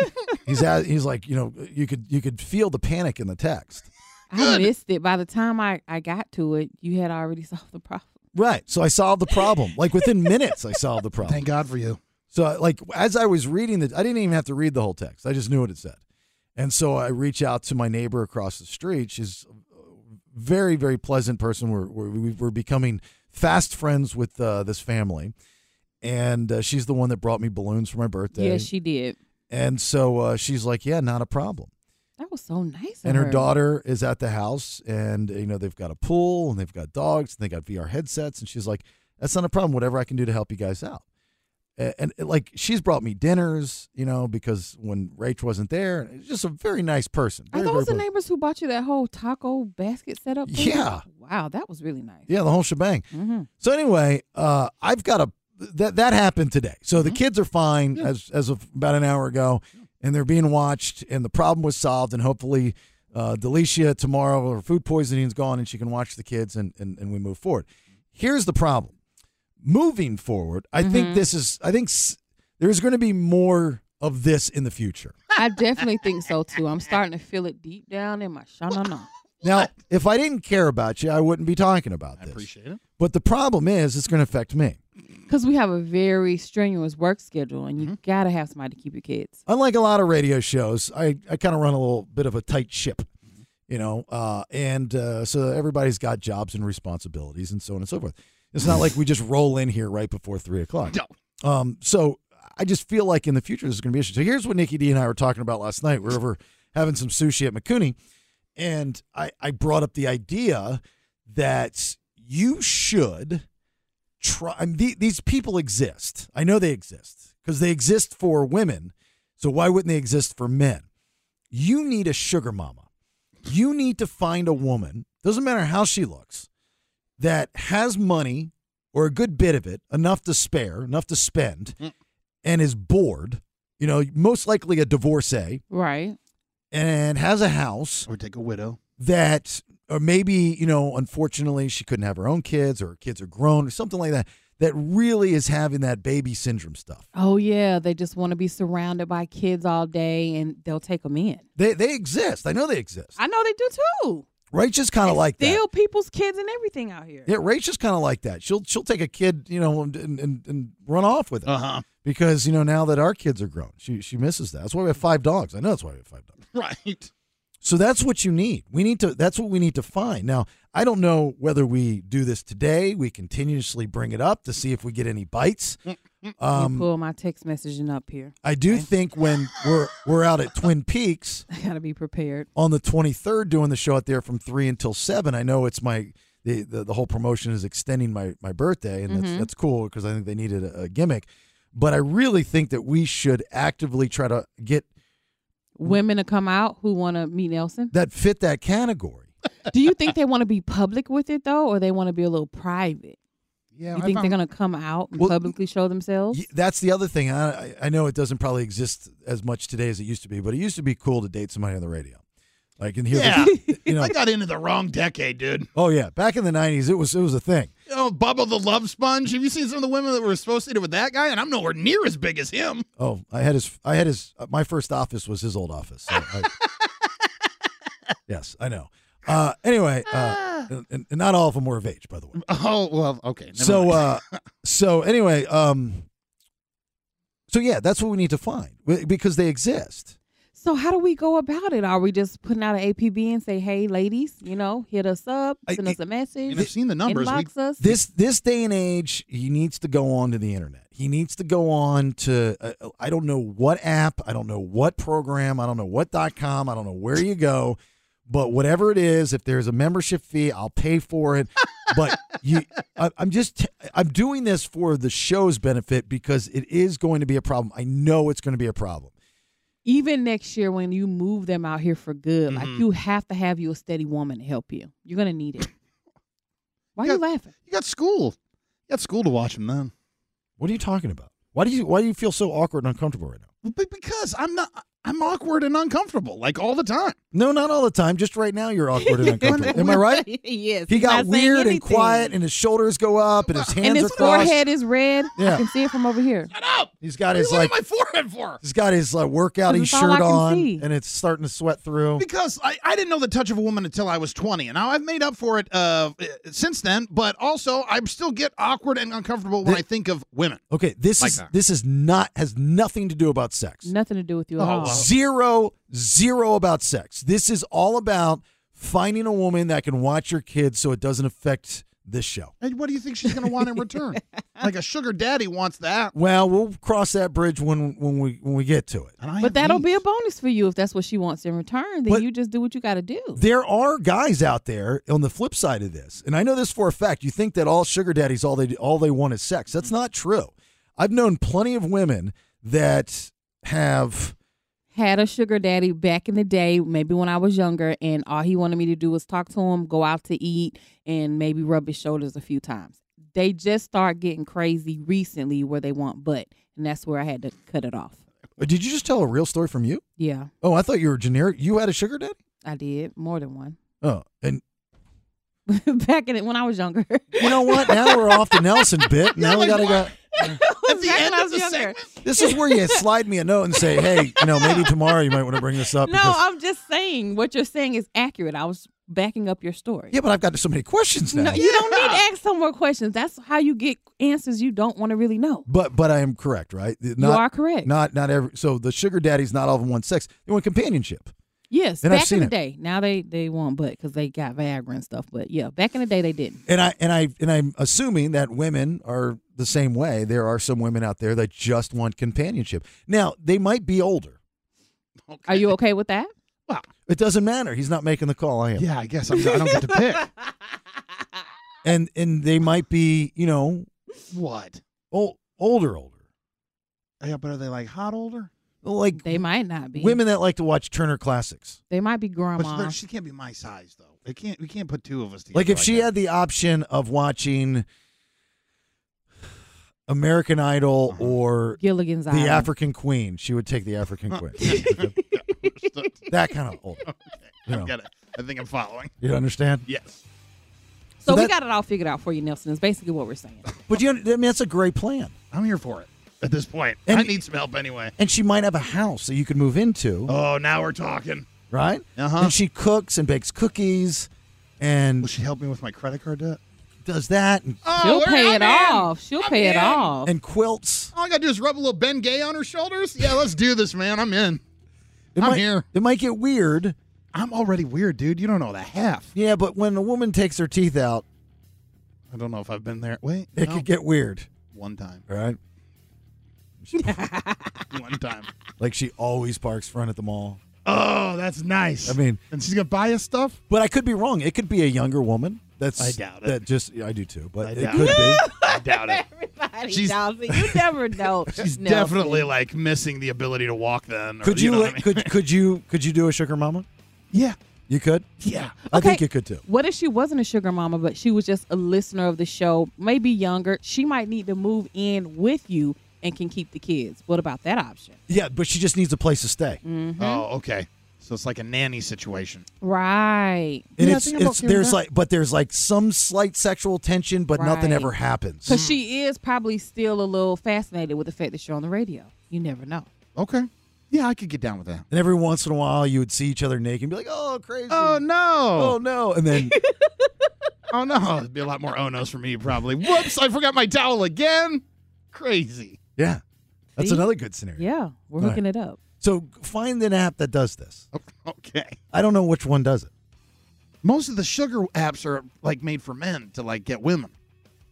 Speaker 8: He's at, he's like, you know, you could you could feel the panic in the text.
Speaker 9: I missed it. By the time I, I got to it, you had already solved the problem.
Speaker 8: Right. So I solved the problem. Like within minutes, I solved the problem.
Speaker 10: Thank God for you.
Speaker 8: So like as I was reading the, I didn't even have to read the whole text. I just knew what it said. And so I reach out to my neighbor across the street. She's a very very pleasant person. We're we're, we're becoming fast friends with uh, this family, and uh, she's the one that brought me balloons for my birthday.
Speaker 9: Yes, she did.
Speaker 8: And so uh, she's like, yeah, not a problem.
Speaker 9: That was so nice. of
Speaker 8: And her daughter is at the house, and you know they've got a pool, and they've got dogs, and they got VR headsets, and she's like, "That's not a problem. Whatever I can do to help you guys out." A- And, and like she's brought me dinners, you know, because when Rach wasn't there, and just a very nice person.
Speaker 9: Are
Speaker 8: Very,
Speaker 9: those the
Speaker 8: very pleasant.
Speaker 9: neighbors who bought you that whole taco basket setup? thing?
Speaker 8: Yeah.
Speaker 9: Wow, that was really nice. Mm-hmm.
Speaker 8: Yeah, the whole shebang. So anyway, uh, I've got a that that happened today. So the kids are fine as as of about an hour ago, and they're being watched, and the problem was solved, and hopefully, uh, Delicia tomorrow her food poisoning is gone, and she can watch the kids, and and, and we move forward. Here's the problem. Moving forward, I think
Speaker 9: Mhm.
Speaker 8: this is. I think s- there's going to be more of this in the future.
Speaker 9: I definitely think so too. I'm starting to feel it deep down in my shanana.
Speaker 8: Now, if I didn't care about you, I wouldn't be talking about this. I appreciate it. But the problem is, it's going to affect me.
Speaker 9: Because we have a very strenuous work schedule and you
Speaker 8: Mm-hmm.
Speaker 9: gotta have somebody to keep your kids.
Speaker 8: unlike a lot of radio shows, I, I kind of run a little bit of a tight ship, you know, uh, and uh, so everybody's got jobs and responsibilities and so on and so forth. It's not like we just roll in here right before three o'clock.
Speaker 10: No.
Speaker 8: Um, so I just feel like in the future this is going to be an issue. So here's what Nikki D and I were talking about last night. We are over having some sushi at Makuni, and I, I brought up the idea that you should try. I mean, the, these people exist. I know they exist because they exist for women. So why wouldn't they exist for men? You need a sugar mama. You need to find a woman. Doesn't matter how she looks that has money or a good bit of it, enough to spare, enough to spend, and is bored, you know, most likely a divorcee,
Speaker 9: Right.
Speaker 8: and has a house
Speaker 10: or take a widow
Speaker 8: that, or maybe, you know, unfortunately she couldn't have her own kids or her kids are grown or something like that, that really is having that baby syndrome stuff.
Speaker 9: Oh yeah, they just want to be surrounded by kids all day, and they'll take them in.
Speaker 8: They, they exist. I know they exist.
Speaker 9: I know they do too.
Speaker 8: Rach is kind of like that.
Speaker 9: Still, people's kids and everything out here.
Speaker 8: Yeah, Rach is kind of like that. She'll she'll take a kid, you know, and and, and run off with it
Speaker 10: uh-huh.
Speaker 8: because you know now that our kids are grown, she she misses that. That's why we have five dogs. I know that's why we have five dogs.
Speaker 10: Right.
Speaker 8: So that's what you need. We need to. That's what we need to find. Now I don't know whether we do this today. We continuously bring it up to see if we get any bites.
Speaker 9: Um,
Speaker 8: Um,
Speaker 9: pull my text messaging up here.
Speaker 8: I do think when we're we're out at Twin Peaks,
Speaker 9: I gotta be prepared.
Speaker 8: on the 23rd doing the show out there from 3 until 7 i know it's my the, the, the whole promotion is extending my, my birthday and that's,
Speaker 17: Mhm.
Speaker 8: that's cool because i think they needed a, a gimmick but i really think that we should actively try to get
Speaker 9: Women to come out who want to meet Nelson.
Speaker 8: that fit that category
Speaker 9: Do you think they want to be public with it though, or they want to be a little private?
Speaker 10: Yeah,
Speaker 9: you
Speaker 10: I
Speaker 9: think they're
Speaker 10: found-
Speaker 9: gonna come out and
Speaker 8: Well,
Speaker 9: publicly show themselves?
Speaker 8: Y- that's the other thing I, I- I know it doesn't probably exist as much today as it used to be but it used to be cool to date somebody on the radio like in here
Speaker 10: Yeah.
Speaker 8: you know
Speaker 10: I got into the wrong decade, dude.
Speaker 8: oh yeah back in the 90s it was it was a thing
Speaker 10: Oh, Bubba the Love Sponge. Have you seen some of the women that were associated with that guy? And I'm nowhere near as big as him.
Speaker 8: Oh, I had his. I had his. uh, My first office was his old office. so I- yes, I know. Uh, anyway, uh, and, and not all of them were of age, by the way.
Speaker 10: Oh well, okay. Ah. never
Speaker 8: So,
Speaker 10: mind.
Speaker 8: uh, so anyway, um, so yeah, that's what we need to find w- because they exist.
Speaker 9: So how do we go about it? Are we just putting out an APB and say, "Hey, ladies, you know, hit us up, send us a message."
Speaker 10: and I've seen the numbers. We-
Speaker 9: Inbox us.
Speaker 8: This this day and age, he needs to go on to the internet. He needs to go on to uh, I don't know what app, I don't know what program, I don't know what dot com, I don't know where you go, but whatever it is, if there's a membership fee, I'll pay for it. but you, I, I'm just I'm doing this for the show's benefit because it is going to be a problem. I know it's going to be a problem.
Speaker 9: even next year when you move them out here for good, like
Speaker 8: Mhm.
Speaker 9: you have to have you a steady woman to help you. You're gonna need it. Why are you laughing?
Speaker 10: You got school. You got school to watch him then.
Speaker 8: What are you talking about? Why do you why do you feel so awkward and uncomfortable right now?
Speaker 10: But because I'm not, I'm awkward and uncomfortable like all the time.
Speaker 8: No, not all the time. Just right now, you're awkward and uncomfortable. Am I right?
Speaker 9: yes.
Speaker 8: He
Speaker 9: he's
Speaker 8: got
Speaker 9: not saying
Speaker 8: weird and
Speaker 9: anything.
Speaker 8: quiet, and his shoulders go up, and his hands
Speaker 9: and his
Speaker 8: are crossed.
Speaker 9: forehead is red.
Speaker 8: Yeah.
Speaker 9: I can see it from over here.
Speaker 8: He's got his like
Speaker 10: my forehead for?
Speaker 8: he's got his like workouty
Speaker 9: That's all I can
Speaker 8: shirt on,
Speaker 9: see.
Speaker 8: and it's starting to sweat through.
Speaker 10: Because I, I didn't know the touch of a woman until I was 20, and now I've made up for it uh, since then. But also, I still get awkward and uncomfortable when I think of women.
Speaker 8: Okay, this
Speaker 10: Like
Speaker 8: is
Speaker 10: that.
Speaker 8: this is not has nothing to do about sex.
Speaker 9: Nothing to do with you at
Speaker 8: Oh,
Speaker 9: all.
Speaker 8: Zero, zero about sex. This is all about finding a woman that can watch your kids so it doesn't affect this show.
Speaker 10: And what do you think she's going to want in return? like a sugar daddy wants that.
Speaker 8: Well, we'll cross that bridge when when we when we get to it.
Speaker 9: But that'll be a bonus for you if that's what she wants in return. Then you just do what you got to do.
Speaker 8: There are guys out there on the flip side of this, and I know this for a fact. You think that all sugar daddies all they all they want is sex. That's not true. I've known plenty of women that have
Speaker 9: Had a sugar daddy back in the day, maybe when I was younger, and all he wanted me to do was talk to him, go out to eat, and maybe rub his shoulders a few times. They just start getting crazy recently where they want butt, and that's where I had to cut it off.
Speaker 8: uh, Did you just tell a real story from you?
Speaker 9: Yeah,
Speaker 8: Oh, I thought you were generic. You had a sugar daddy?
Speaker 9: I did more than one
Speaker 8: Oh, and
Speaker 9: back in it when I was younger.
Speaker 8: you know what? Now we're off the Nelson bit. Now we gotta go.
Speaker 9: At the
Speaker 10: end
Speaker 9: I was
Speaker 10: of the
Speaker 9: younger.
Speaker 8: This is where you slide me a note and say, "Hey, you know, maybe tomorrow you might want to bring this up."
Speaker 9: No, I'm just saying what you're saying is accurate. I was backing up your story.
Speaker 8: yeah, but I've got so many questions now.
Speaker 9: No, you don't need to ask some more questions. That's how you get answers you don't want to really know.
Speaker 8: But but I am correct, right? Not,
Speaker 9: are correct.
Speaker 8: Not not every. So the sugar daddies, not all of them want sex. They want companionship.
Speaker 9: Yes,
Speaker 8: And I've
Speaker 9: back
Speaker 8: seen
Speaker 9: in the
Speaker 8: it.
Speaker 9: day. Now they they want butt because they got Viagra and stuff. But yeah, back in the day they didn't.
Speaker 8: And I and I and I'm assuming that women are the same way, there are some women out there that just want companionship. Now, they might be older.
Speaker 9: Are you okay with that?
Speaker 10: Well,
Speaker 8: it doesn't matter. He's not making the call. I am.
Speaker 10: Yeah, I guess I'm, I don't get to pick.
Speaker 8: and and they might be, you know,
Speaker 10: What?
Speaker 8: old, older, older.
Speaker 10: Yeah, but are they like hot older?
Speaker 8: Well, like
Speaker 9: they might not be
Speaker 8: Women that like to watch Turner classics.
Speaker 9: They might be
Speaker 10: But
Speaker 9: grandma.
Speaker 10: they're- she can't be my size though. It can't. We can't put two of us together.
Speaker 8: Like if she had the option of watching American Idol
Speaker 9: Uh-huh.
Speaker 8: or
Speaker 9: Gilligan's
Speaker 8: the
Speaker 9: Island.
Speaker 8: African Queen, she would take the African Queen. that kind of old. You, know,
Speaker 10: I, got it. I think I'm following.
Speaker 8: you understand?
Speaker 10: Yes.
Speaker 9: so
Speaker 8: so
Speaker 9: we
Speaker 8: that-
Speaker 9: got it all figured out for you, Nelson. Is basically what we're saying.
Speaker 8: But you, I mean, that's a great plan.
Speaker 10: I'm here for it at this point.
Speaker 8: And-
Speaker 10: I need some help anyway.
Speaker 8: And she might have a house that you could move into.
Speaker 10: Oh, now we're talking.
Speaker 8: right? Uh-huh. And she cooks and bakes cookies, and will
Speaker 10: she help me with my credit card debt? Oh,
Speaker 8: Does that? And,
Speaker 9: She'll
Speaker 10: we're-
Speaker 9: pay it
Speaker 10: I'm in.
Speaker 9: off. She'll
Speaker 10: I'm
Speaker 9: pay it
Speaker 10: in.
Speaker 9: off.
Speaker 8: and quilts.
Speaker 10: All I gotta do is rub a little Ben Gay on her shoulders. Yeah, let's do this, man. I'm in.
Speaker 8: It
Speaker 10: I'm
Speaker 8: might,
Speaker 10: here.
Speaker 8: It might get weird.
Speaker 10: I'm already weird, dude. You don't know the half.
Speaker 8: Yeah, but when a woman takes her teeth out,
Speaker 10: I don't know if I've been there. Wait,
Speaker 8: it
Speaker 10: no.
Speaker 8: could get weird,
Speaker 10: one time.
Speaker 8: right?
Speaker 10: One time.
Speaker 8: Like she always parks front at the mall.
Speaker 10: Oh, that's nice.
Speaker 8: I mean,
Speaker 10: and she's gonna buy us stuff.
Speaker 8: but I could be wrong. It could be a younger woman. That's
Speaker 10: I doubt it.
Speaker 8: That just yeah, I do too, but
Speaker 10: I
Speaker 8: it
Speaker 10: doubt
Speaker 8: could be.
Speaker 10: I doubt it.
Speaker 9: Everybody,
Speaker 10: She's-
Speaker 9: Nelson. You never know.
Speaker 10: She's
Speaker 9: Nelson.
Speaker 10: definitely like missing the ability to walk. Then or-
Speaker 8: Could you,
Speaker 10: know
Speaker 8: let-
Speaker 10: what I mean?
Speaker 8: could could you could you do a sugar mama?
Speaker 10: Yeah.
Speaker 8: You could.
Speaker 10: Yeah.
Speaker 8: I think
Speaker 9: Okay.
Speaker 8: you could too.
Speaker 9: What if she wasn't a sugar mama, but she was just a listener of the show, maybe younger? She might need to move in with you and can keep the kids. What about that option?
Speaker 8: Yeah, but she just needs a place to stay.
Speaker 10: Oh, okay. So it's like a nanny situation.
Speaker 9: Right.
Speaker 8: And
Speaker 10: Yeah, I
Speaker 8: it's,
Speaker 10: think I'm
Speaker 8: it's
Speaker 10: okay with
Speaker 8: there's
Speaker 10: that.
Speaker 8: like but there's like some slight sexual tension, but nothing
Speaker 9: Right.
Speaker 8: ever happens.
Speaker 9: Because she is probably still a little fascinated with the fact that you're on the radio. You never know.
Speaker 10: Okay. Yeah, I could get down with that.
Speaker 8: And every once in a while, you would see each other naked and be like, "Oh, crazy!
Speaker 10: Oh
Speaker 8: Oh,
Speaker 10: no!
Speaker 8: no!" And then
Speaker 10: Oh no! It'd be a lot more oh no's for me probably. Whoops! I forgot my towel again. Crazy.
Speaker 8: yeah, that's
Speaker 9: See?
Speaker 8: another good scenario.
Speaker 9: Yeah, we're
Speaker 8: All right.
Speaker 9: hooking it up.
Speaker 8: So find an app that does this.
Speaker 10: Okay.
Speaker 8: I don't know which one does it.
Speaker 10: Most of the sugar apps are like made for men to like get women.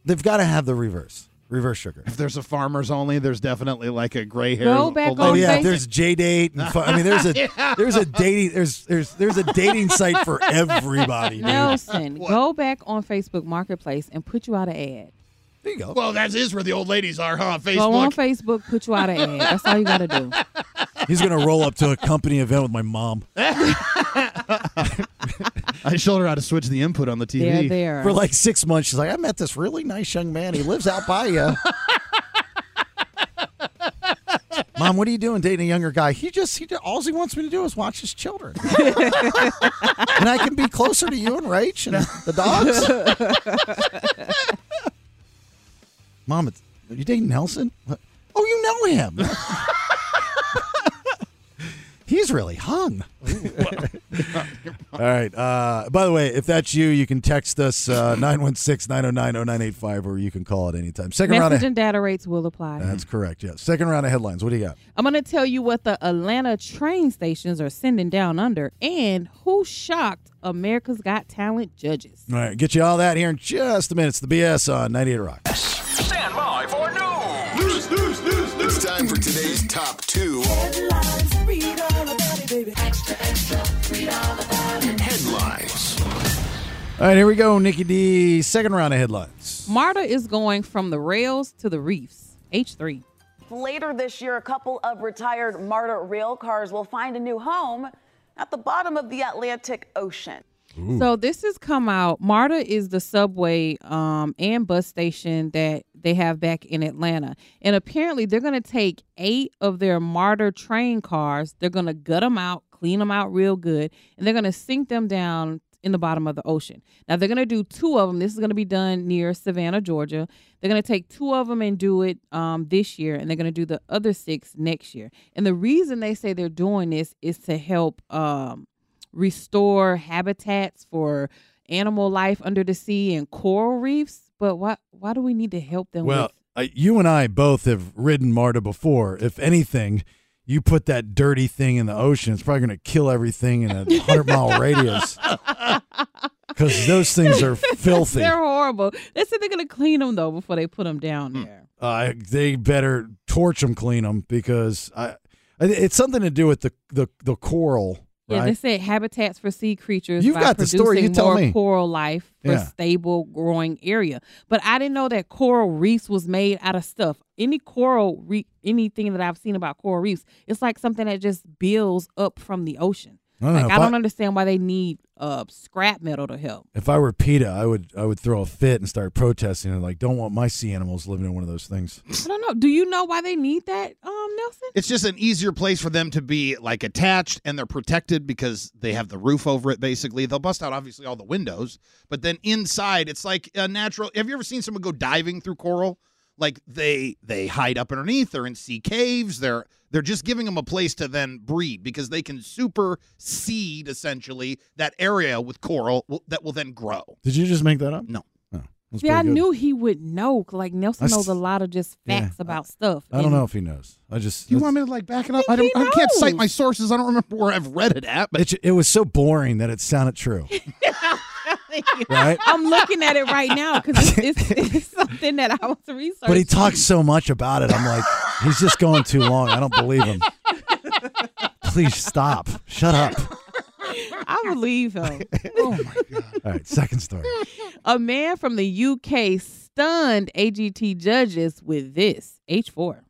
Speaker 8: They've got to have the reverse, reverse sugar.
Speaker 10: If there's a farmers only, there's definitely like a gray hair.
Speaker 9: Go back
Speaker 8: Oh
Speaker 9: on
Speaker 8: yeah,
Speaker 9: Facebook.
Speaker 8: there's J date. And fu- I mean, there's a
Speaker 10: Yeah.
Speaker 8: there's a dating there's there's there's a dating site for everybody. Dude.
Speaker 9: Nelson, go back on Facebook Marketplace and put you out an ad.
Speaker 8: There you go.
Speaker 10: Well, that is where the old ladies are, huh?
Speaker 9: Go on
Speaker 10: Facebook.
Speaker 9: Facebook, put you out an ad. That's all you got to do.
Speaker 8: He's gonna roll up to a company event with my mom
Speaker 10: I showed her how to switch the input on the TV.
Speaker 9: They're there.
Speaker 8: for like six months. She's like, "I met this really nice young man. He lives out by you." Mom, what are you doing dating a younger guy? He just, he just, all he wants me to do is watch his children. and I can be closer to you and Rach and the dogs. Mom, it's, are you dating Nelson? What? Oh, you know him. He's really hung. All right. Uh, by the way, if that's you, you can text us uh, 916 909 0985 or you can call at any time. Second round of
Speaker 9: Message and data rates will apply.
Speaker 8: that's correct. Yeah. Second round of headlines. What do you got?
Speaker 9: I'm going to tell you what the Atlanta train stations are sending down under and who shocked America's Got Talent judges.
Speaker 8: All right. Get you all that here in just a minute. It's the BS on 98 Rock.
Speaker 3: Stand by for news.
Speaker 4: News, news, news, It's time for today's top two headlines.
Speaker 8: All right. Here we go. Nikki D. Second round of headlines.
Speaker 9: MARTA is going from the rails to the reefs. H3.
Speaker 17: Later this year, a couple of retired MARTA rail cars will find a new home at the bottom of the Atlantic Ocean.
Speaker 9: So this has come out. MARTA is the subway um, and bus station that they have back in Atlanta, and apparently they're going to take eight of their MARTA train cars. They're going to gut them out, clean them out real good, and they're going to sink them down in the bottom of the ocean. Now they're going to do two of them. This is going to be done near Savannah, Georgia. They're going to take two of them and do it um, this year, and they're going to do the other six next year. And the reason they say they're doing this is to help. Um, restore habitats for animal life under the sea and coral reefs. But why why do we need to help them?
Speaker 8: Well,
Speaker 9: with?
Speaker 8: uh, you and I both have ridden MARTA before. If anything, you put that dirty thing in the ocean, it's probably going to kill everything in a 100 mile radius. because those things are filthy.
Speaker 9: They're horrible. They said they're gonna clean them though before they put them down there.
Speaker 8: Uh, they better torch them, clean them, because I, I- it's something to do with the the, the coral,
Speaker 9: Yeah, they
Speaker 8: right?
Speaker 9: said habitats for sea creatures
Speaker 8: You've
Speaker 9: by
Speaker 8: got the
Speaker 9: producing
Speaker 8: story. You tell
Speaker 9: more
Speaker 8: me.
Speaker 9: coral life for
Speaker 8: Yeah.
Speaker 9: stable growing area. But I didn't know that coral reefs was made out of stuff. Any coral reef, anything that I've seen about coral reefs, it's like something that just builds up from the ocean.
Speaker 8: I don't know,
Speaker 9: like
Speaker 8: if
Speaker 9: I don't
Speaker 8: I-
Speaker 9: understand why they need uh, scrap metal to help.
Speaker 8: If I were PETA, I would I would throw a fit and start protesting and like, don't want my sea animals living in one of those things.
Speaker 9: I don't know. Do you know why they need that, um, Nelson?
Speaker 10: It's just an easier place for them to be like attached and they're protected because they have the roof over it basically. They'll bust out obviously all the windows, but then inside it's like a natural Have you ever seen someone go diving through coral? Like they they hide up underneath, they're in sea caves, they're they're just giving them a place to then breed because they can super seed essentially that area with coral will, that will then grow.
Speaker 8: Did you just make that up?
Speaker 10: No.
Speaker 8: Oh, that's
Speaker 9: See, I
Speaker 8: pretty good.
Speaker 9: knew he would know. Like Nelson
Speaker 8: I s-
Speaker 9: knows a lot of just
Speaker 8: Yeah,
Speaker 9: facts about stuff.
Speaker 8: I don't
Speaker 9: and-
Speaker 8: know if he knows. I just
Speaker 10: You want me to like back it up? I don't I can't cite my sources. I don't remember where I've read it at, but
Speaker 8: it, it was so boring that it sounded true. Right?
Speaker 9: I'm looking at it right now because it's, it's, it's something that I was researching.
Speaker 8: But he talks so much about it. I'm like, he's just going too long. I don't believe him. Please stop. Shut up.
Speaker 9: I believe him.
Speaker 8: Oh All right, second story.
Speaker 9: A man from the UK stunned AGT judges with this H4.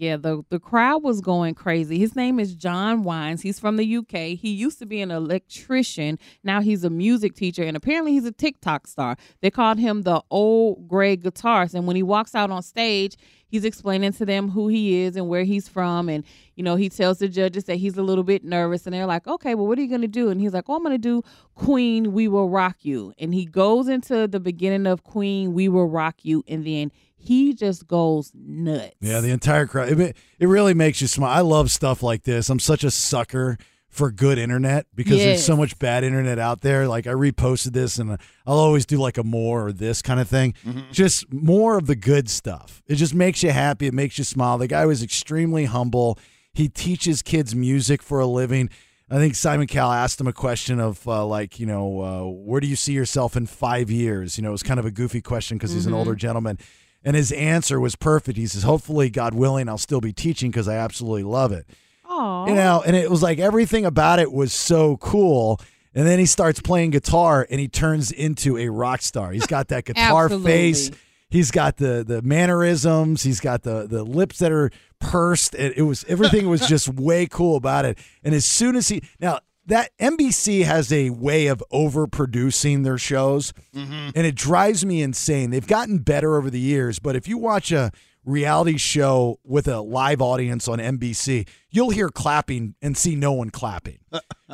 Speaker 9: Yeah, the, the crowd was going crazy. His name is John Wines. He's from the UK. He used to be an electrician. Now he's a music teacher, and apparently he's a TikTok star. They called him the old gray guitarist. And when he walks out on stage, he's explaining to them who he is and where he's from. And, you know, he tells the judges that he's a little bit nervous. And they're like, okay, well, what are you going to do? And he's like, oh, I'm going to do Queen, We Will Rock You. And he goes into the beginning of Queen, We Will Rock You. And then he just goes nuts.
Speaker 8: Yeah, the entire crowd. It, ma- it really makes you smile. I love stuff like this. I'm such a sucker for good internet because there's so
Speaker 9: Yes.
Speaker 8: much bad internet out there. Like I reposted this, and I'll always do like a more or this kind of thing. Just more of the good stuff. It just makes you happy. It makes you smile. The guy was extremely humble. He teaches kids music for a living. I think Simon Cowell asked him a question of uh, like, you know, uh, where do you see yourself in five years? You know, it was kind of a goofy question because he's an
Speaker 10: Mhm.
Speaker 8: older gentleman. And his answer was perfect. He says, Hopefully, God willing, I'll still be teaching because I absolutely love it.
Speaker 9: Aww.
Speaker 8: You know, and it was like everything about it was so cool. And then he starts playing guitar and he turns into a rock star. He's got that guitar face.
Speaker 9: Absolutely.
Speaker 8: He's got the the mannerisms. He's got the the lips that are pursed. It, it was everything was just way cool about it. And as soon as he now that NBC has a way of overproducing their shows, and it drives me insane. They've gotten better over the years, but if you watch a reality show with a live audience on NBC, you'll hear clapping and see no one clapping,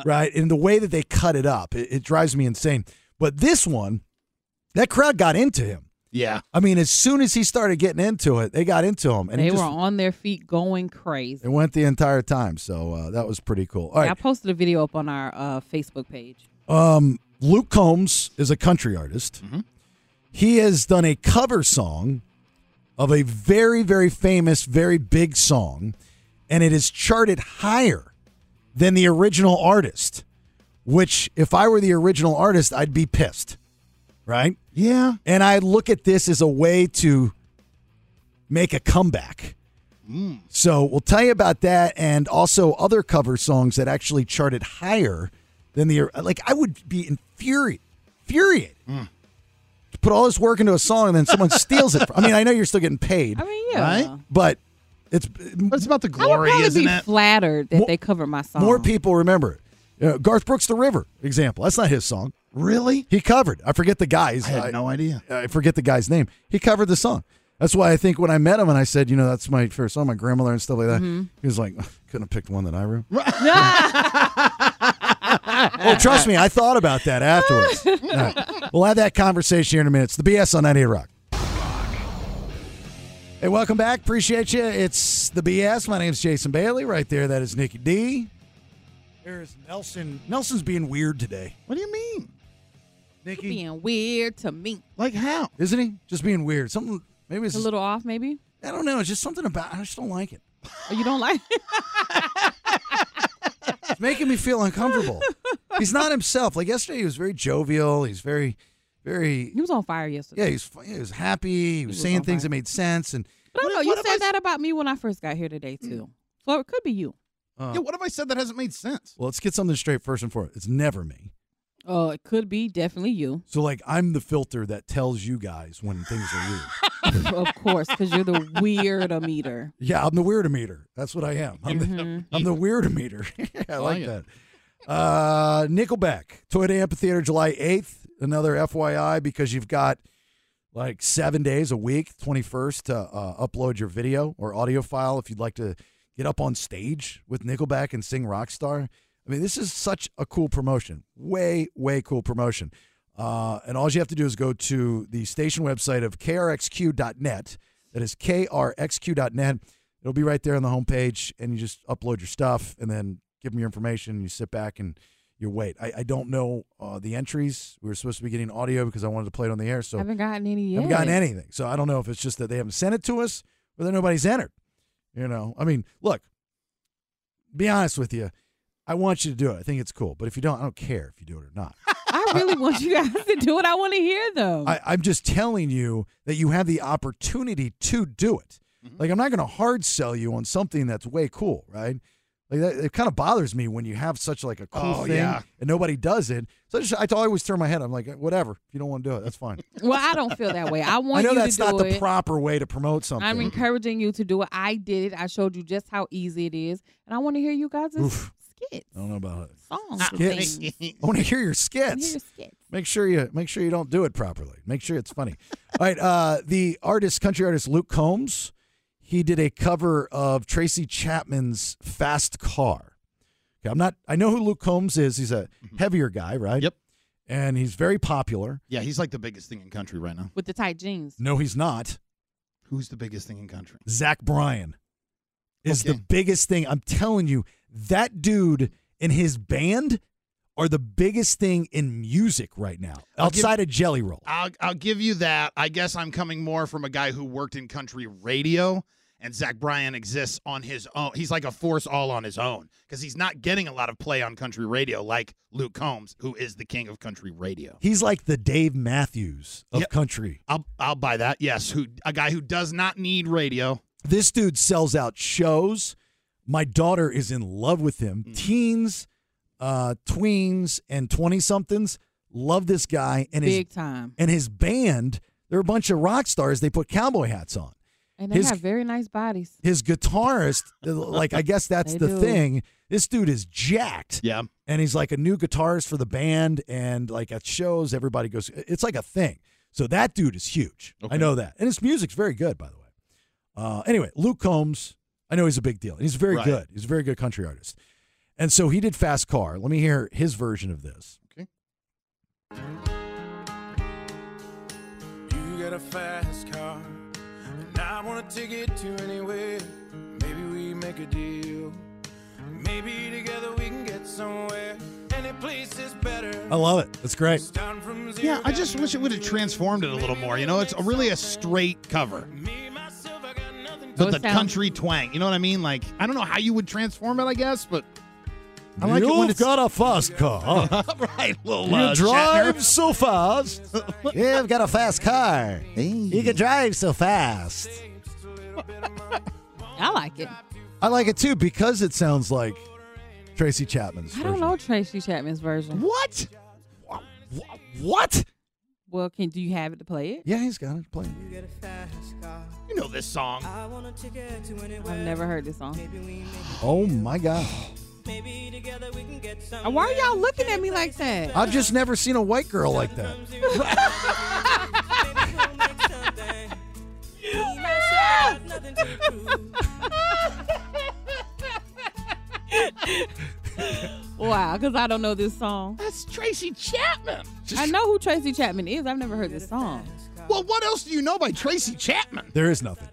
Speaker 8: right? And the way that they cut it up, it, it drives me insane. But this one, that crowd got into him.
Speaker 10: yeah.
Speaker 8: I mean, as soon as he started getting into it, they got into him, and
Speaker 9: they
Speaker 8: it just,
Speaker 9: were on their feet going crazy.
Speaker 8: it went the entire time. So uh, that was pretty cool. All
Speaker 9: I
Speaker 8: right,
Speaker 9: posted a video up on our uh, Facebook page.
Speaker 8: um, Luke Combs is a country artist. He has done a cover song of a very, very famous, very big song, and it is charted higher than the original artist. Which, if I were the original artist, I'd be pissed, right?
Speaker 10: Yeah.
Speaker 8: And I look at this as a way to make a comeback. So we'll tell you about that and also other cover songs that actually charted higher than the like I would be infuriated infuriated to put all this work into a song and then someone steals it. From, I mean, I know you're still getting paid. I
Speaker 9: mean, yeah. Right?
Speaker 8: But it's
Speaker 10: it's about the
Speaker 9: I would probably be flattered that
Speaker 8: More-
Speaker 9: they covered my song.
Speaker 10: Um,
Speaker 8: More people remember it. Uh, Garth Brooks, The River example. That's not his song.
Speaker 10: Really?
Speaker 8: He covered. I forget the guy's. I
Speaker 10: had no idea.
Speaker 8: I forget the guy's name. He covered the song. That's why I think when I met him and I said, you know, that's my first song, my grandmother and stuff like that.
Speaker 10: Mhm.
Speaker 8: He was like, couldn't have picked one that I wrote. well, trust me, I thought about that afterwards. All right. We'll have that conversation here in a minute. It's the BS on 98 Rock. Hey, welcome back. Appreciate you. It's the BS. My name's Jason Bailey. Right there, that is Nikki D. There's Nelson. Nelson's being weird today.
Speaker 10: What do you mean?
Speaker 8: Nikki.
Speaker 9: Being weird to me.
Speaker 10: Like how?
Speaker 8: Isn't he? Just being weird. Something maybe it's
Speaker 9: a little off, maybe? Oh,
Speaker 8: I don't know. It's just something about I just don't like it.
Speaker 9: you don't like it?
Speaker 8: It's making me feel uncomfortable. he's not himself. Like yesterday he was very jovial. He's very very
Speaker 9: He was on fire yesterday.
Speaker 8: Yeah, he was he was happy. He, was,
Speaker 9: was
Speaker 8: saying
Speaker 9: on
Speaker 8: things
Speaker 9: fire.
Speaker 8: that made sense and
Speaker 9: But I don't know. You said that about me when I first got here today,
Speaker 8: Mm.
Speaker 9: too. So it could be you.
Speaker 8: uh,
Speaker 10: Yeah, what have I said that hasn't made sense?
Speaker 8: well, let's get something straight first and foremost. It's never me.
Speaker 9: Oh, it could be definitely you.
Speaker 8: So like I'm the filter that tells you guys when things are weird.
Speaker 9: of course, because you're the weirdometer.
Speaker 8: Yeah, I'm the weirdometer. That's what I am. I'm
Speaker 9: Mm-hmm.
Speaker 8: the, I'm the weirdometer. I like
Speaker 9: yeah.
Speaker 8: that. Uh, Nickelback, Toyota Amphitheater, July 8th. Another FYI because you've got like seven days a week, 21st, to uh, upload your video or audio file if you'd like to get up on stage with Nickelback and sing Rockstar. I mean, this is such a cool promotion. Way, way cool promotion. Uh, and all you have to do is go to the station website of krxq.net. That is krxq.net. It'll be right there on the homepage, and you just upload your stuff and then give them your information. You sit back and you wait. I, I don't know uh, the entries. We were supposed to be getting audio because I wanted to play it on the air. So
Speaker 9: haven't gotten any yet.
Speaker 8: haven't gotten anything. So I don't know if it's just that they haven't sent it to us or that nobody's entered. You know, I mean, look, be honest with you. I want you to do it. I think it's cool. But if you don't, I don't care if you do it or not.
Speaker 9: I really want you guys to do it. I want to hear them.
Speaker 8: I, I'm just telling you that you have the opportunity to do it.
Speaker 10: Mm-hmm.
Speaker 8: Like I'm not going to hard sell you on something that's way cool, right? Like that, it kind of bothers me when you have such like a cool
Speaker 10: Oh,
Speaker 8: thing
Speaker 10: yeah.
Speaker 8: and nobody does it. So I just I always turn my head. I'm like, whatever. If you don't want to do it, that's fine.
Speaker 9: well, I don't feel that way. I want
Speaker 8: I know
Speaker 9: you
Speaker 8: that's
Speaker 9: to do
Speaker 8: not the
Speaker 9: it.
Speaker 8: proper way to promote something.
Speaker 9: I'm encouraging you to do it. I did it. I showed you just how easy it is, and I want to hear you guys'
Speaker 8: Oof.
Speaker 9: skits,
Speaker 8: I don't know about it.
Speaker 9: songs,
Speaker 8: Skits.
Speaker 9: things.
Speaker 8: I
Speaker 10: Oh,
Speaker 8: want to hear
Speaker 9: I wanna
Speaker 8: your skits.
Speaker 9: hear your skits.
Speaker 8: Make sure you make sure you don't do it properly. Make sure it's funny. All right, uh, the artist, country artist Luke Combs, he did a cover of Tracy Chapman's "Fast Car." Okay, I'm not. I know who Luke Combs is. He's a
Speaker 10: Mm-hmm.
Speaker 8: heavier guy, right? Yep. And he's very popular.
Speaker 10: Yeah, he's like the biggest thing in country right now.
Speaker 9: with the tight jeans.
Speaker 8: No, he's not.
Speaker 10: Who's the biggest thing in country?
Speaker 8: Zach Bryan is the biggest thing. I'm telling you, that dude and his band are the biggest thing in music right now,
Speaker 10: I'll give-
Speaker 8: outside of Jelly Roll.
Speaker 10: I'll I'll give you that. I guess I'm coming more from a guy who worked in country radio, and Zach Bryan exists on his own. He's like a force all on his own because he's not getting a lot of play on country radio like Luke Combs, who is the king of country radio.
Speaker 8: He's like the Dave Matthews of
Speaker 10: Yep.
Speaker 8: country.
Speaker 10: I'll I'll buy that. Yes, who a guy who does not need radio.
Speaker 8: This dude sells out shows. My daughter is in love with him.
Speaker 9: Hmm.
Speaker 8: Teens, uh, tweens, and 20 somethings love this guy and
Speaker 9: Big
Speaker 8: his
Speaker 9: time.
Speaker 8: and his band. They're a bunch of rock stars. They put cowboy hats on.
Speaker 9: And they
Speaker 8: his-
Speaker 9: have very nice bodies.
Speaker 8: His guitarist, like I guess that's
Speaker 9: They
Speaker 8: the
Speaker 9: do.
Speaker 8: thing. This dude is jacked.
Speaker 10: Yeah.
Speaker 8: And he's like a new guitarist for the band and like at shows everybody goes it's like a thing. So that dude is huge. I know that. And his music's very good by the way. Uh, anyway, Luke Combs, I know he's a big deal. and He's very
Speaker 10: Right.
Speaker 8: good. He's a very good country artist. And so he did Fast Car. Let me hear his version of this.
Speaker 18: You got a fast car, and I want a ticket to anywhere. Maybe we make a deal. Maybe together we can get somewhere. Any place is better.
Speaker 8: I love it. That's great.
Speaker 10: Yeah, I just wish it would have transformed it a little more. You know, it's really a straight cover. But the country twang, you know what I mean? Like, I don't know how you would transform it, I guess, but I like it when
Speaker 8: You've
Speaker 10: it's
Speaker 8: got a fast car.
Speaker 10: right, little
Speaker 8: You
Speaker 10: uh,
Speaker 8: drive
Speaker 10: Shatner.
Speaker 8: so fast. You've got a fast car. You can drive so fast.
Speaker 9: I like it.
Speaker 8: I like it too because it sounds like Tracy Chapman's.
Speaker 9: I don't know Tracy Chapman's version.
Speaker 10: What?
Speaker 8: What?
Speaker 9: Well, can do you have it to play it?
Speaker 8: Yeah, he's got it playing.
Speaker 10: You know this song.
Speaker 9: I've never heard this song.
Speaker 8: Oh my god!
Speaker 9: Uh, Why are y'all looking at me like that?
Speaker 8: I've just never seen a white girl like that.
Speaker 9: wow, because I don't know this song.
Speaker 10: That's Tracy Chapman.
Speaker 9: I know who Tracy Chapman is. I've never heard this song.
Speaker 10: Well, what else do you know by Tracy Chapman?
Speaker 8: There is nothing.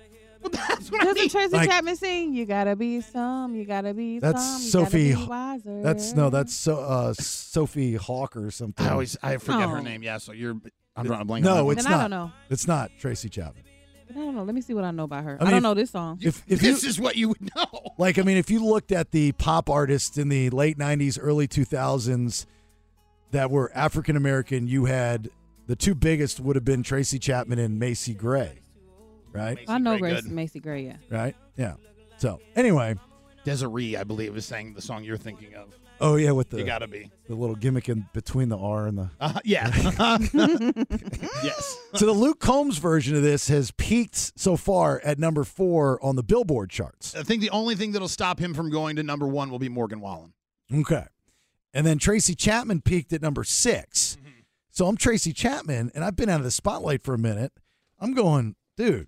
Speaker 9: Doesn't Tracy
Speaker 8: Like-
Speaker 9: Chapman sing? You gotta be some. You gotta be
Speaker 8: That's
Speaker 9: some. you gotta
Speaker 8: Sophie.
Speaker 9: be wiser."
Speaker 8: That's no, that's so uh, Sophie Hawk or something.
Speaker 10: I always I forget her
Speaker 9: Oh.
Speaker 10: name. Yeah, so you're I'm drawing a blank. on that
Speaker 8: No,
Speaker 10: one.
Speaker 8: it's
Speaker 9: Then I
Speaker 8: not.
Speaker 9: don't know.
Speaker 8: It's not Tracy Chapman.
Speaker 9: I don't know. Let me see what I know about her.
Speaker 8: I
Speaker 9: I,
Speaker 8: mean,
Speaker 9: don't
Speaker 8: if-
Speaker 9: know this song.
Speaker 8: If, if
Speaker 10: this
Speaker 8: you,
Speaker 10: is what you would know.
Speaker 8: Like, I mean, if you looked at the pop artists in the late 90s, early 2000s that were African American, you had the two biggest would have been Tracy Chapman and Macy Gray, right?
Speaker 9: I know Grace, Macy Gray. Yeah.
Speaker 8: Right? Yeah. So, anyway,
Speaker 10: Desiree, I believe, is saying the song you're thinking of.
Speaker 8: oh, yeah, with the,
Speaker 10: You gotta be.
Speaker 8: the little gimmick in between the R and the.
Speaker 10: Uh, yeah. yes.
Speaker 8: so, the Luke Combs version of this has peaked so far at number four on the Billboard charts.
Speaker 10: I think the only thing that'll stop him from going to number one will be Morgan Wallen.
Speaker 8: Okay. And then Tracy Chapman peaked at number 6 So I'm Tracy Chapman, and I've been out of the spotlight for a minute. I'm going, dude,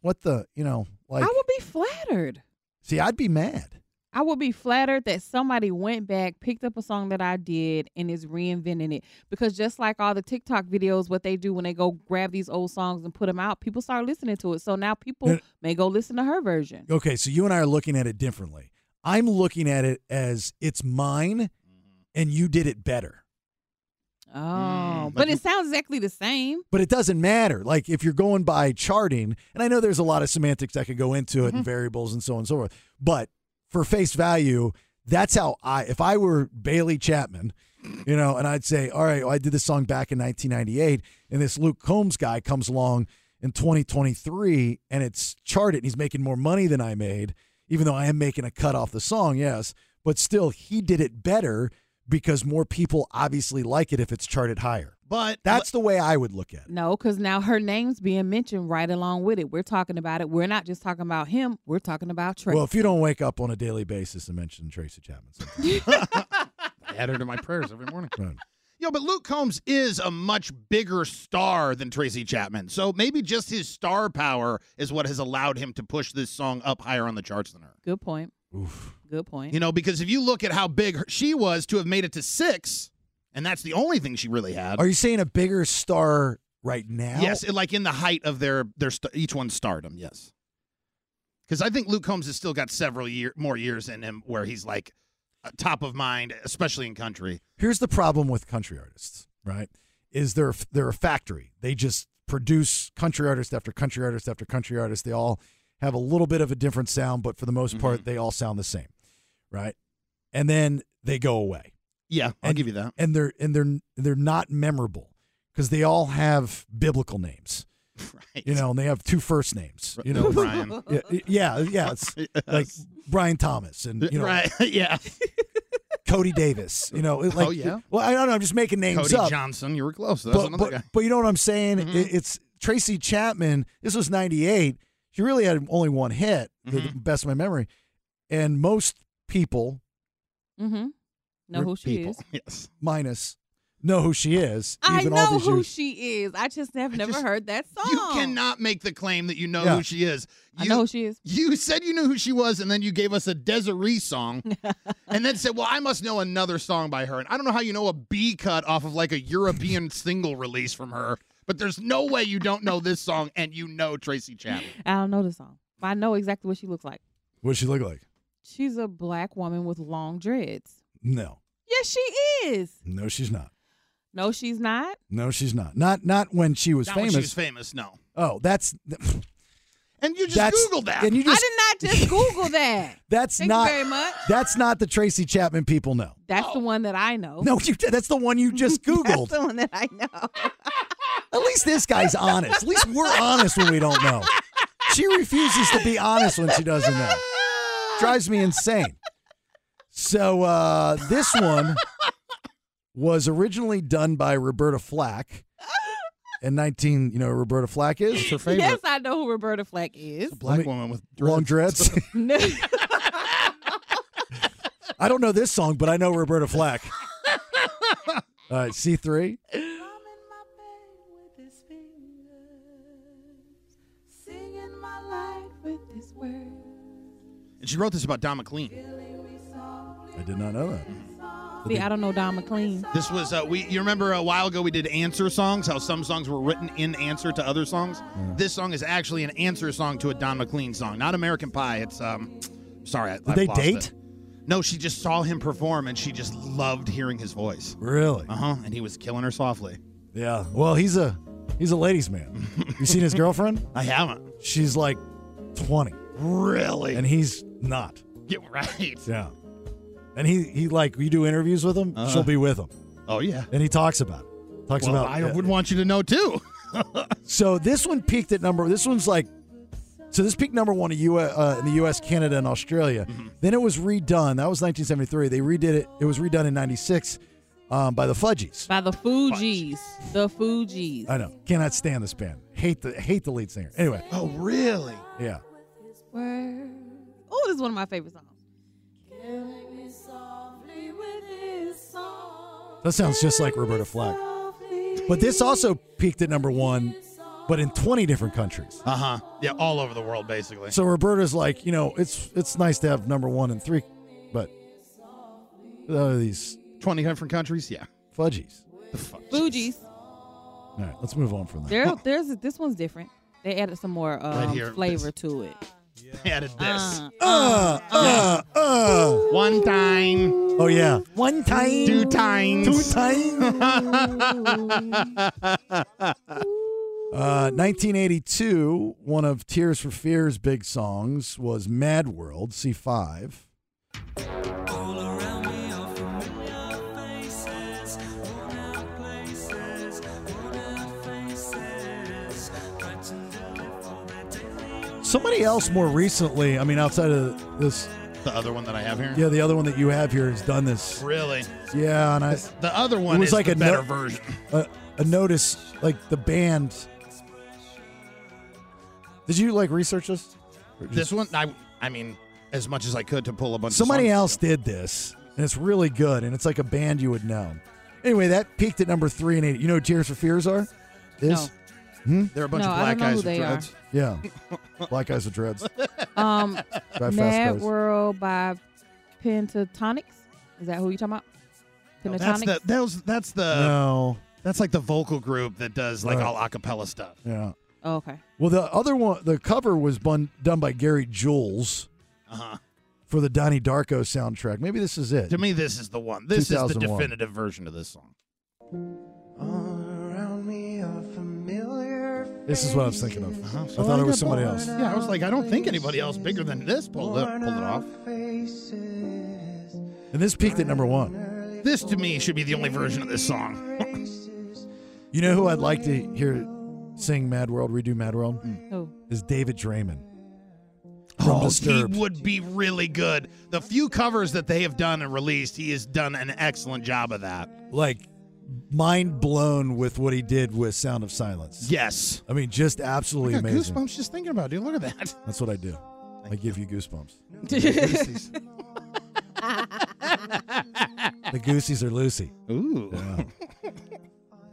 Speaker 8: what the, you know, like,
Speaker 9: I would be flattered.
Speaker 8: see, I'd be mad.
Speaker 9: I would be flattered that somebody went back, picked up a song that I did, and is reinventing it. Because just like all the TikTok videos, what they do when they go grab these old songs and put them out, people start listening to it. So now people
Speaker 8: Yeah.
Speaker 9: may go listen to her version.
Speaker 8: Okay. So you and I are looking at it differently. I'm looking at it as it's mine, and you did it better.
Speaker 9: Oh, but it sounds exactly the same.
Speaker 8: But it doesn't matter. Like if you're going by charting, and I know there's a lot of semantics that could go into it and variables and so on and so forth. But for face value, that's how I if I were Bailey Chapman, you know, and I'd say, All right, well, I did this song back in nineteen ninety eight, and this Luke Combs guy comes along in twenty twenty three and it's charted and he's making more money than I made, even though I am making a cut off the song, yes. But still he did it better because more people obviously like it if it's charted higher.
Speaker 10: But
Speaker 8: That's the way I would look at it.
Speaker 9: No, because now her name's being mentioned right along with it. We're talking about it. We're not just talking about him. We're talking about Tracy.
Speaker 8: Well, if you don't wake up on a daily basis and mention Tracy Chapman, sometimes.
Speaker 10: I add her to my prayers every morning. Yo, but Luke Combs is a much bigger star than Tracy Chapman. So maybe just his star power is what has allowed him to push this song up higher on the charts than her.
Speaker 9: Good point. Good point.
Speaker 10: You know, because if you look at how big her, she was to have made it to six, and that's the only thing she really had.
Speaker 8: are you saying a bigger star right now?
Speaker 10: Yes, it- like in the height of their their st- each one's stardom. Yes, because I think Luke Combs has still got several year more years in him where he's like uh, top of mind, especially in country.
Speaker 8: Here's the problem with country artists, right? Is they're they're a factory. They just produce country artist after country artist after country artist. They all have a little bit of a different sound, but for the most part, they all sound the same, right? And then they go away.
Speaker 10: Yeah, I'll give you that.
Speaker 8: and they're and they're they're not memorable because they all have biblical names,
Speaker 10: right?
Speaker 8: You know, and they have two first names. You know,
Speaker 10: Brian.
Speaker 8: Yeah, yeah, yeah, it's like Brian Thomas and you know,
Speaker 10: Right, yeah.
Speaker 8: Cody Davis. You know, it, like
Speaker 10: Oh, yeah?
Speaker 8: Well, I don't know. I'm just making names
Speaker 10: Cody
Speaker 8: up.
Speaker 10: Johnson, you were close. That was
Speaker 8: but,
Speaker 10: another
Speaker 8: but,
Speaker 10: guy. Mm-hmm.
Speaker 8: but you know what I'm saying? It, it's Tracy Chapman. This was '98. She really had only one hit, the-
Speaker 10: Mm-hmm.
Speaker 8: the best of my memory, and most people
Speaker 9: mm-hmm. Know who she is.
Speaker 10: Yes.
Speaker 8: Minus know who she is.
Speaker 9: I
Speaker 8: even all
Speaker 9: know
Speaker 8: these
Speaker 9: who
Speaker 8: years.
Speaker 9: she is. I just have never heard that song.
Speaker 10: You cannot make the claim that you know
Speaker 8: Yeah.
Speaker 10: who she is.
Speaker 9: I
Speaker 10: You,
Speaker 9: know who she is.
Speaker 10: You said you knew who she was, and then you gave us a Desiree song, and then said, "Well, I must know another song by her." And I don't know how you know a B cut off of like a European single release from her, but there's no way you don't know this song, and you know Tracy Chapman.
Speaker 9: I don't know the song. but I know exactly what she looks like.
Speaker 8: What does she look like?
Speaker 9: She's a black woman with long dreads.
Speaker 8: No,
Speaker 9: Yes, she is.
Speaker 8: no, she's not.
Speaker 9: No, she's not.
Speaker 8: No, she's not. Not not when she was
Speaker 10: Not when
Speaker 8: famous.
Speaker 10: she was famous, no.
Speaker 8: Oh, that's
Speaker 10: And you just
Speaker 8: That's-
Speaker 10: Googled that.
Speaker 8: and you just-
Speaker 9: I did not just Google that.
Speaker 8: that's
Speaker 9: Thank you
Speaker 8: not
Speaker 9: very much.
Speaker 8: that's not the Tracy Chapman people know.
Speaker 9: That's the one that I know.
Speaker 8: No, you, that's the one you just
Speaker 9: That's
Speaker 8: googled.
Speaker 9: the one that I know.
Speaker 8: At least this guy's honest. At least we're honest when we don't know. She refuses to be honest when she doesn't know. Drives me insane. So uh, this one was originally done by Roberta Flack in 19. You know who Roberta Flack is her
Speaker 9: Yes, I know who Roberta Flack is.
Speaker 10: black woman with
Speaker 8: long dreads.
Speaker 9: No.
Speaker 8: I don't know this song, but I know Roberta Flack. All right, C three.
Speaker 5: Singing my life with his words.
Speaker 10: And she wrote this about Don McLean.
Speaker 8: I did not know that.
Speaker 9: See, I don't know Don McLean.
Speaker 10: This was uh, we. You remember a while ago we did answer songs. How some songs were written in answer to other songs. This song is actually an answer song to a Don McLean song, not American Pie. It's um, sorry, I,
Speaker 8: Did
Speaker 10: I've
Speaker 8: they
Speaker 10: lost it.
Speaker 8: date?
Speaker 10: No, she just saw him perform and she just loved hearing his voice.
Speaker 8: Really?
Speaker 10: Uh huh. And he was killing her softly.
Speaker 8: Yeah. Well, he's a he's a ladies' man. You seen his girlfriend?
Speaker 10: I haven't.
Speaker 8: She's like twenty.
Speaker 10: Really?
Speaker 8: And he's not.
Speaker 10: Get right.
Speaker 8: Yeah. And he he like you do interviews with him,
Speaker 10: Uh-huh.
Speaker 8: she'll be with him.
Speaker 10: Oh yeah.
Speaker 8: And he talks about it. Talks
Speaker 10: Well,
Speaker 8: about.
Speaker 10: I
Speaker 8: yeah.
Speaker 10: would want you to know too.
Speaker 8: so this one peaked at number. This one's like. So this peaked number one in, U- uh, in the U.S., Canada, and Australia.
Speaker 10: Mm-hmm.
Speaker 8: Then it was redone. That was 1973. They redid it. It was redone in '96 um, by the Fudgies.
Speaker 9: By the Fugees. The Fugees.
Speaker 8: I know. Cannot stand this band. Hate the hate the lead singer. Anyway.
Speaker 10: Oh really?
Speaker 8: Yeah.
Speaker 9: Oh, this is one of my favorite songs.
Speaker 8: That sounds just like Roberta Flack. But this also peaked at number one, but in 20 different countries.
Speaker 10: Uh huh. Yeah, all over the world basically.
Speaker 8: So Roberta's like, you know, it's it's nice to have number one and three, but uh, these
Speaker 10: 20 different countries. Yeah.
Speaker 8: fudgies.
Speaker 9: Fugees.
Speaker 8: All right, let's move on from that.
Speaker 9: There, there's this one's different. They added some more um,
Speaker 8: here.
Speaker 9: flavor to it.
Speaker 10: They added this.
Speaker 8: Uh, uh, uh.
Speaker 10: One time.
Speaker 8: Oh yeah. One time.
Speaker 10: Two times.
Speaker 8: Two Uh, 1982, one of Tears for Fear's big songs was Mad World, C5. Somebody else more recently, I mean, outside of this.
Speaker 10: The other one that I have here?
Speaker 8: Yeah, the other one that you have here has done this.
Speaker 10: Really?
Speaker 8: Yeah, and I.
Speaker 10: The other one
Speaker 8: it was
Speaker 10: is
Speaker 8: like
Speaker 10: the
Speaker 8: a Uh,
Speaker 10: better version.
Speaker 8: A, a notice, like the band. Did you like research this? Or just-
Speaker 10: This one, I I mean, as much as I could to pull a bunch
Speaker 8: Somebody
Speaker 10: of
Speaker 8: else did this, and it's really good, and it's like a band you would know. Anyway, that peaked at number three and eight. You know who Tears for Fears are? Is? Hmm?
Speaker 10: They're a bunch
Speaker 9: No,
Speaker 10: of
Speaker 9: I
Speaker 10: black
Speaker 9: don't know
Speaker 10: guys
Speaker 9: who
Speaker 10: with
Speaker 9: they are.
Speaker 10: dreads.
Speaker 8: Yeah. Black Eyes with Dreads.
Speaker 9: Um,
Speaker 8: Drive fast,
Speaker 9: Mad
Speaker 8: guys.
Speaker 9: World by Pentatonics. Is that who you talking about?
Speaker 10: That's
Speaker 9: Pentatonics.
Speaker 10: the that was, that's the
Speaker 8: No.
Speaker 10: That's like the vocal group that does like
Speaker 8: Right.
Speaker 10: all a cappella stuff.
Speaker 8: Yeah.
Speaker 9: oh, okay.
Speaker 8: Well, the other one, the cover was bun- done by Gary Jules
Speaker 10: Uh-huh.
Speaker 8: for the Donnie Darko soundtrack. Maybe this is it.
Speaker 10: To me, this is the one. This is the
Speaker 8: 2001.
Speaker 10: definitive version of this song.
Speaker 8: This is what I was thinking of. I
Speaker 10: So
Speaker 8: thought it was somebody else.
Speaker 10: Yeah, I was like, I don't think anybody else bigger than this pulled it, pulled it off.
Speaker 8: And this peaked at number one.
Speaker 10: This to me should be the only version of this song.
Speaker 8: You know who I'd like to hear sing Mad World, redo Mad World?
Speaker 10: Hmm.
Speaker 9: Who?
Speaker 8: Is David Draymond. From Disturbed.
Speaker 10: Oh, He would be really good. The few covers that they have done and released, he has done an excellent job of that.
Speaker 8: Like, mind blown with what he did with Sound of Silence.
Speaker 10: Yes.
Speaker 8: I mean, just absolutely
Speaker 10: I got
Speaker 8: amazing.
Speaker 10: goosebumps just thinking about it, dude. Look at that.
Speaker 8: That's what I do. I give you goosebumps. The Gooseys are Lucy.
Speaker 10: Ooh.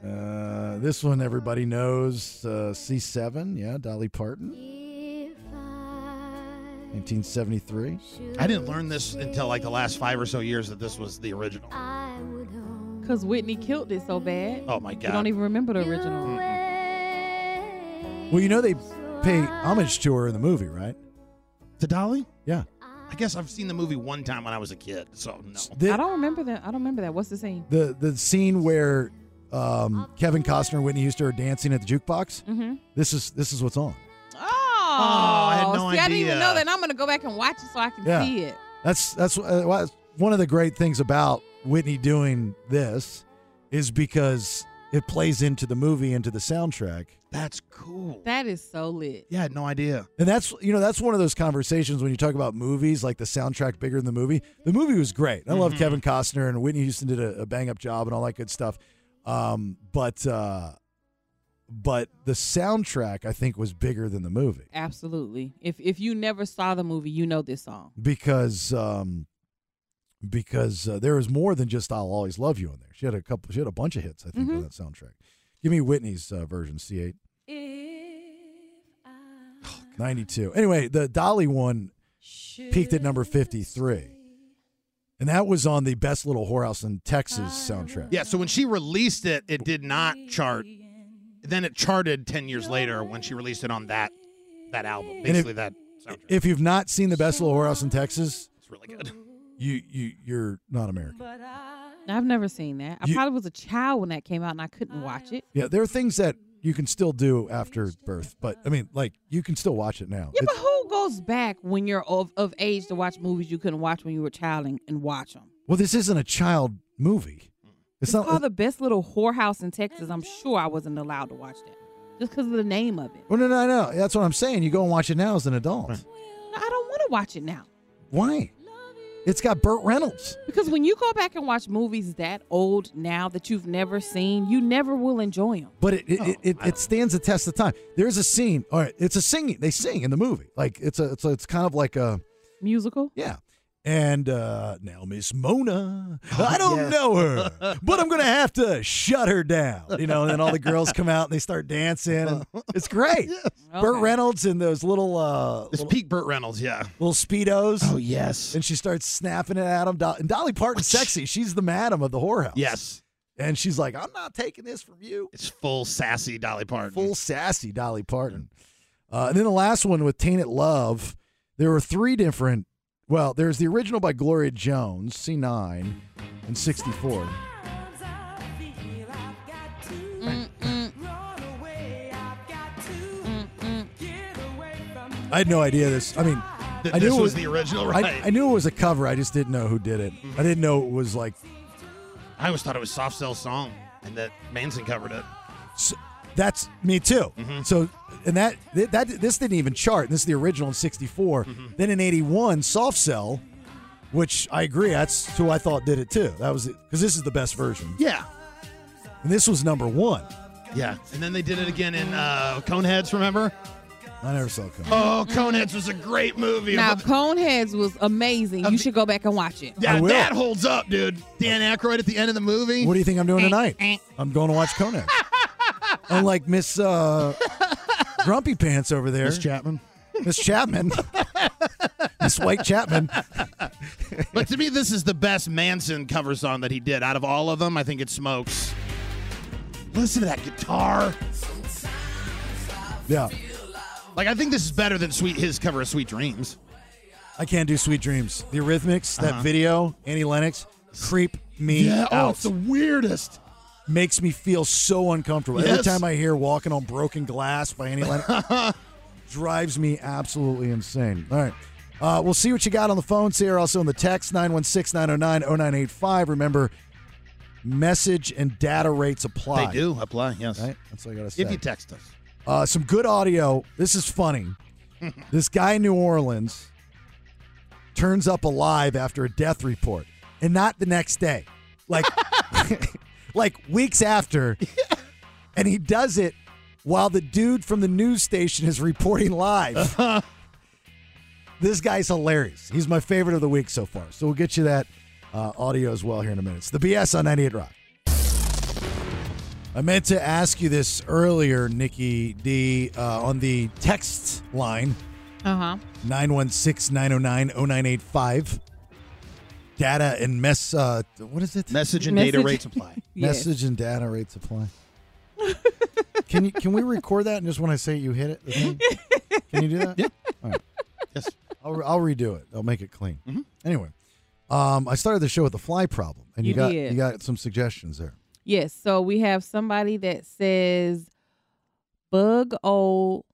Speaker 8: Uh, this one everybody knows uh, C7, yeah, Dolly Parton. 1973.
Speaker 10: I didn't learn this until like the last five or so years that this was the original.
Speaker 9: Because Whitney killed it so bad.
Speaker 10: Oh my
Speaker 9: You
Speaker 10: god.
Speaker 9: don't even remember the original.
Speaker 8: Well, you know they pay homage to her in the movie, right?
Speaker 10: To Dolly?
Speaker 8: Yeah.
Speaker 10: I guess I've seen the movie one time when I was a kid, so no.
Speaker 9: I don't remember that. I don't remember that. What's the scene?
Speaker 8: The the scene where um, Kevin Costner and Whitney Houston are dancing at the jukebox.
Speaker 9: Mhm.
Speaker 8: This is this is what's on.
Speaker 9: Oh,
Speaker 10: I had no
Speaker 9: see, I didn't even
Speaker 10: idea.
Speaker 9: know that. And I'm gonna go back and watch it so I can
Speaker 8: Yeah.
Speaker 9: see it.
Speaker 8: That's that's uh, why- that's one of the great things about Whitney doing this is because it plays into the movie, into the soundtrack.
Speaker 10: That's cool.
Speaker 9: That is so lit.
Speaker 10: Yeah, I had no idea.
Speaker 8: And that's you know that's one of those conversations when you talk about movies like the soundtrack bigger than the movie. The movie was great. I love Kevin Costner and Whitney Houston did a, a bang up job and all that good stuff. Um, but uh, but the soundtrack I think was bigger than the movie
Speaker 9: Absolutely. If if you never saw the movie, you know this song.
Speaker 8: because um, because uh, there was more than just "I'll Always Love You" in there. She had a couple. She had a bunch of hits I think
Speaker 9: Mm-hmm.
Speaker 8: on that soundtrack. Give me Whitney's uh, version C eight. 92. Anyway, the Dolly one peaked at number 53. And that was on the Best Little Whorehouse in Texas soundtrack.
Speaker 10: Yeah, so when she released it, it did not chart. Then it charted 10 years later when she released it on that that album.
Speaker 8: And if-
Speaker 10: Basically that
Speaker 8: If you've not seen the Best Little Whorehouse in Texas,
Speaker 10: it's really good.
Speaker 8: You you you're not American.
Speaker 9: I've never seen that. I
Speaker 8: You-
Speaker 9: probably was a child when that came out and I couldn't watch it.
Speaker 8: Yeah, there are things that you can still do after birth, but I mean, like you can still watch it now.
Speaker 9: Yeah, but who goes back when you're of, of age to watch movies you couldn't watch when you were a child and, and watch them?
Speaker 8: Well, this isn't a child movie. It's,
Speaker 9: It's
Speaker 8: not.
Speaker 9: called the best little whorehouse in Texas. I'm sure I wasn't allowed to watch that just because of the name of it.
Speaker 8: Well, Oh, no, no, no. That's what I'm saying. You go and watch it now as an adult.
Speaker 9: No, I don't want to watch it now
Speaker 8: Why? It's got Burt Reynolds.
Speaker 9: because when you go back and watch movies that old now that you've never seen, you never will enjoy them.
Speaker 8: But it it,
Speaker 9: Oh,
Speaker 8: it, it, it stands the test of time. There's a scene. All right, it's a singing. They sing in the movie. Like it's a it's a, it's kind of like a
Speaker 9: musical.
Speaker 8: Yeah. And uh, now Miss Mona,
Speaker 9: Oh,
Speaker 8: I don't know her, but I'm gonna have to shut her down. You know, and then all the girls come out and they start dancing. And it's great. Burt Reynolds in those little uh,
Speaker 10: It's peak Burt Reynolds, yeah.
Speaker 8: little speedos. Oh
Speaker 10: yes.
Speaker 8: And she starts snapping it at him. Do- and Dolly Parton's sexy. She's the madam of the whorehouse.
Speaker 10: Yes.
Speaker 8: And she's like, I'm not taking this from you.
Speaker 10: It's full sassy Dolly Parton.
Speaker 8: Full sassy Dolly Parton. Uh, and then the last one with Tainted Love, there were three different. Well, there's the original by Gloria Jones, C9, and 64. I had no idea this. I mean,
Speaker 10: That
Speaker 8: I knew
Speaker 10: this
Speaker 8: it
Speaker 10: was the original,
Speaker 8: I-
Speaker 10: right.
Speaker 8: I, knew it was a cover. I just didn't know who did it. I didn't know it was like
Speaker 10: I always thought it was Soft Cell's song and that Manson covered it.
Speaker 8: So, that's me too.
Speaker 10: Mm-hmm.
Speaker 8: So and that th- that this didn't even chart. This is the original in '64.
Speaker 10: Mm-hmm.
Speaker 8: Then in '81, Soft Cell, which I agree, that's who I thought did it too. That was because this is the best version.
Speaker 10: Yeah.
Speaker 8: And this was number one.
Speaker 10: Yeah. And then they did it again in uh, Coneheads, remember?
Speaker 8: I never saw Coneheads.
Speaker 10: Oh, Coneheads was a great movie.
Speaker 9: Now, Coneheads was amazing. You should go back and watch it.
Speaker 10: Yeah, that holds up, dude. Dan Aykroyd at the end of the movie.
Speaker 8: What do you think I'm doing tonight?
Speaker 10: Oh, Eh.
Speaker 8: I'm going to watch Conan. Unlike Miss uh, Grumpy Pants over there, Miss
Speaker 10: Chapman.
Speaker 8: Miss Chapman. Miss White Chapman.
Speaker 10: but to me, this is the best Manson cover song that he did. Out of all of them, I think it smokes. Listen to that guitar.
Speaker 8: Yeah.
Speaker 10: Like, I think this is better than Sweet his cover of Sweet Dreams.
Speaker 8: I can't do Sweet Dreams. The Eurythmics, that
Speaker 10: Uh-huh.
Speaker 8: video, Annie Lennox, creep me
Speaker 10: Yeah,
Speaker 8: out.
Speaker 10: oh, it's the weirdest.
Speaker 8: Makes me feel so uncomfortable. Every
Speaker 10: Yes.
Speaker 8: time I hear Walking on Broken Glass by Annie Lennox, drives me absolutely insane. All right. Uh, we'll see what you got on the phones here, also in the text 916 909 0985. Remember, message and data rates apply.
Speaker 10: They do apply, yes.
Speaker 8: Right? That's all I got to say.
Speaker 10: If you text us.
Speaker 8: Uh, some good audio. This is funny. this guy in New Orleans turns up alive after a death report, and not the next day, like like weeks after, and he does it while the dude from the news station is reporting live. this guy's hilarious. He's my favorite of the week so far. So we'll get you that uh, audio as well here in a minute. It's the BS on 98 Rock. I meant to ask you this earlier, Nikki D, uh, on the text line
Speaker 9: Uh huh.
Speaker 8: 916 909 0985. Data and mess, uh, what is it?
Speaker 10: Message
Speaker 9: and data Message- rates apply. Yes.
Speaker 8: Message and data rates apply. can you can we record that and just when I say it, you hit it? the thing? Can you do that? Yeah. All right.
Speaker 10: Yes.
Speaker 8: I'll, I'll redo it. I'll make it clean. Anyway, um, I started the show with the fly problem, and you,
Speaker 9: You
Speaker 8: got
Speaker 9: did.
Speaker 8: you got some suggestions there.
Speaker 9: Yes. So we have somebody that says bug o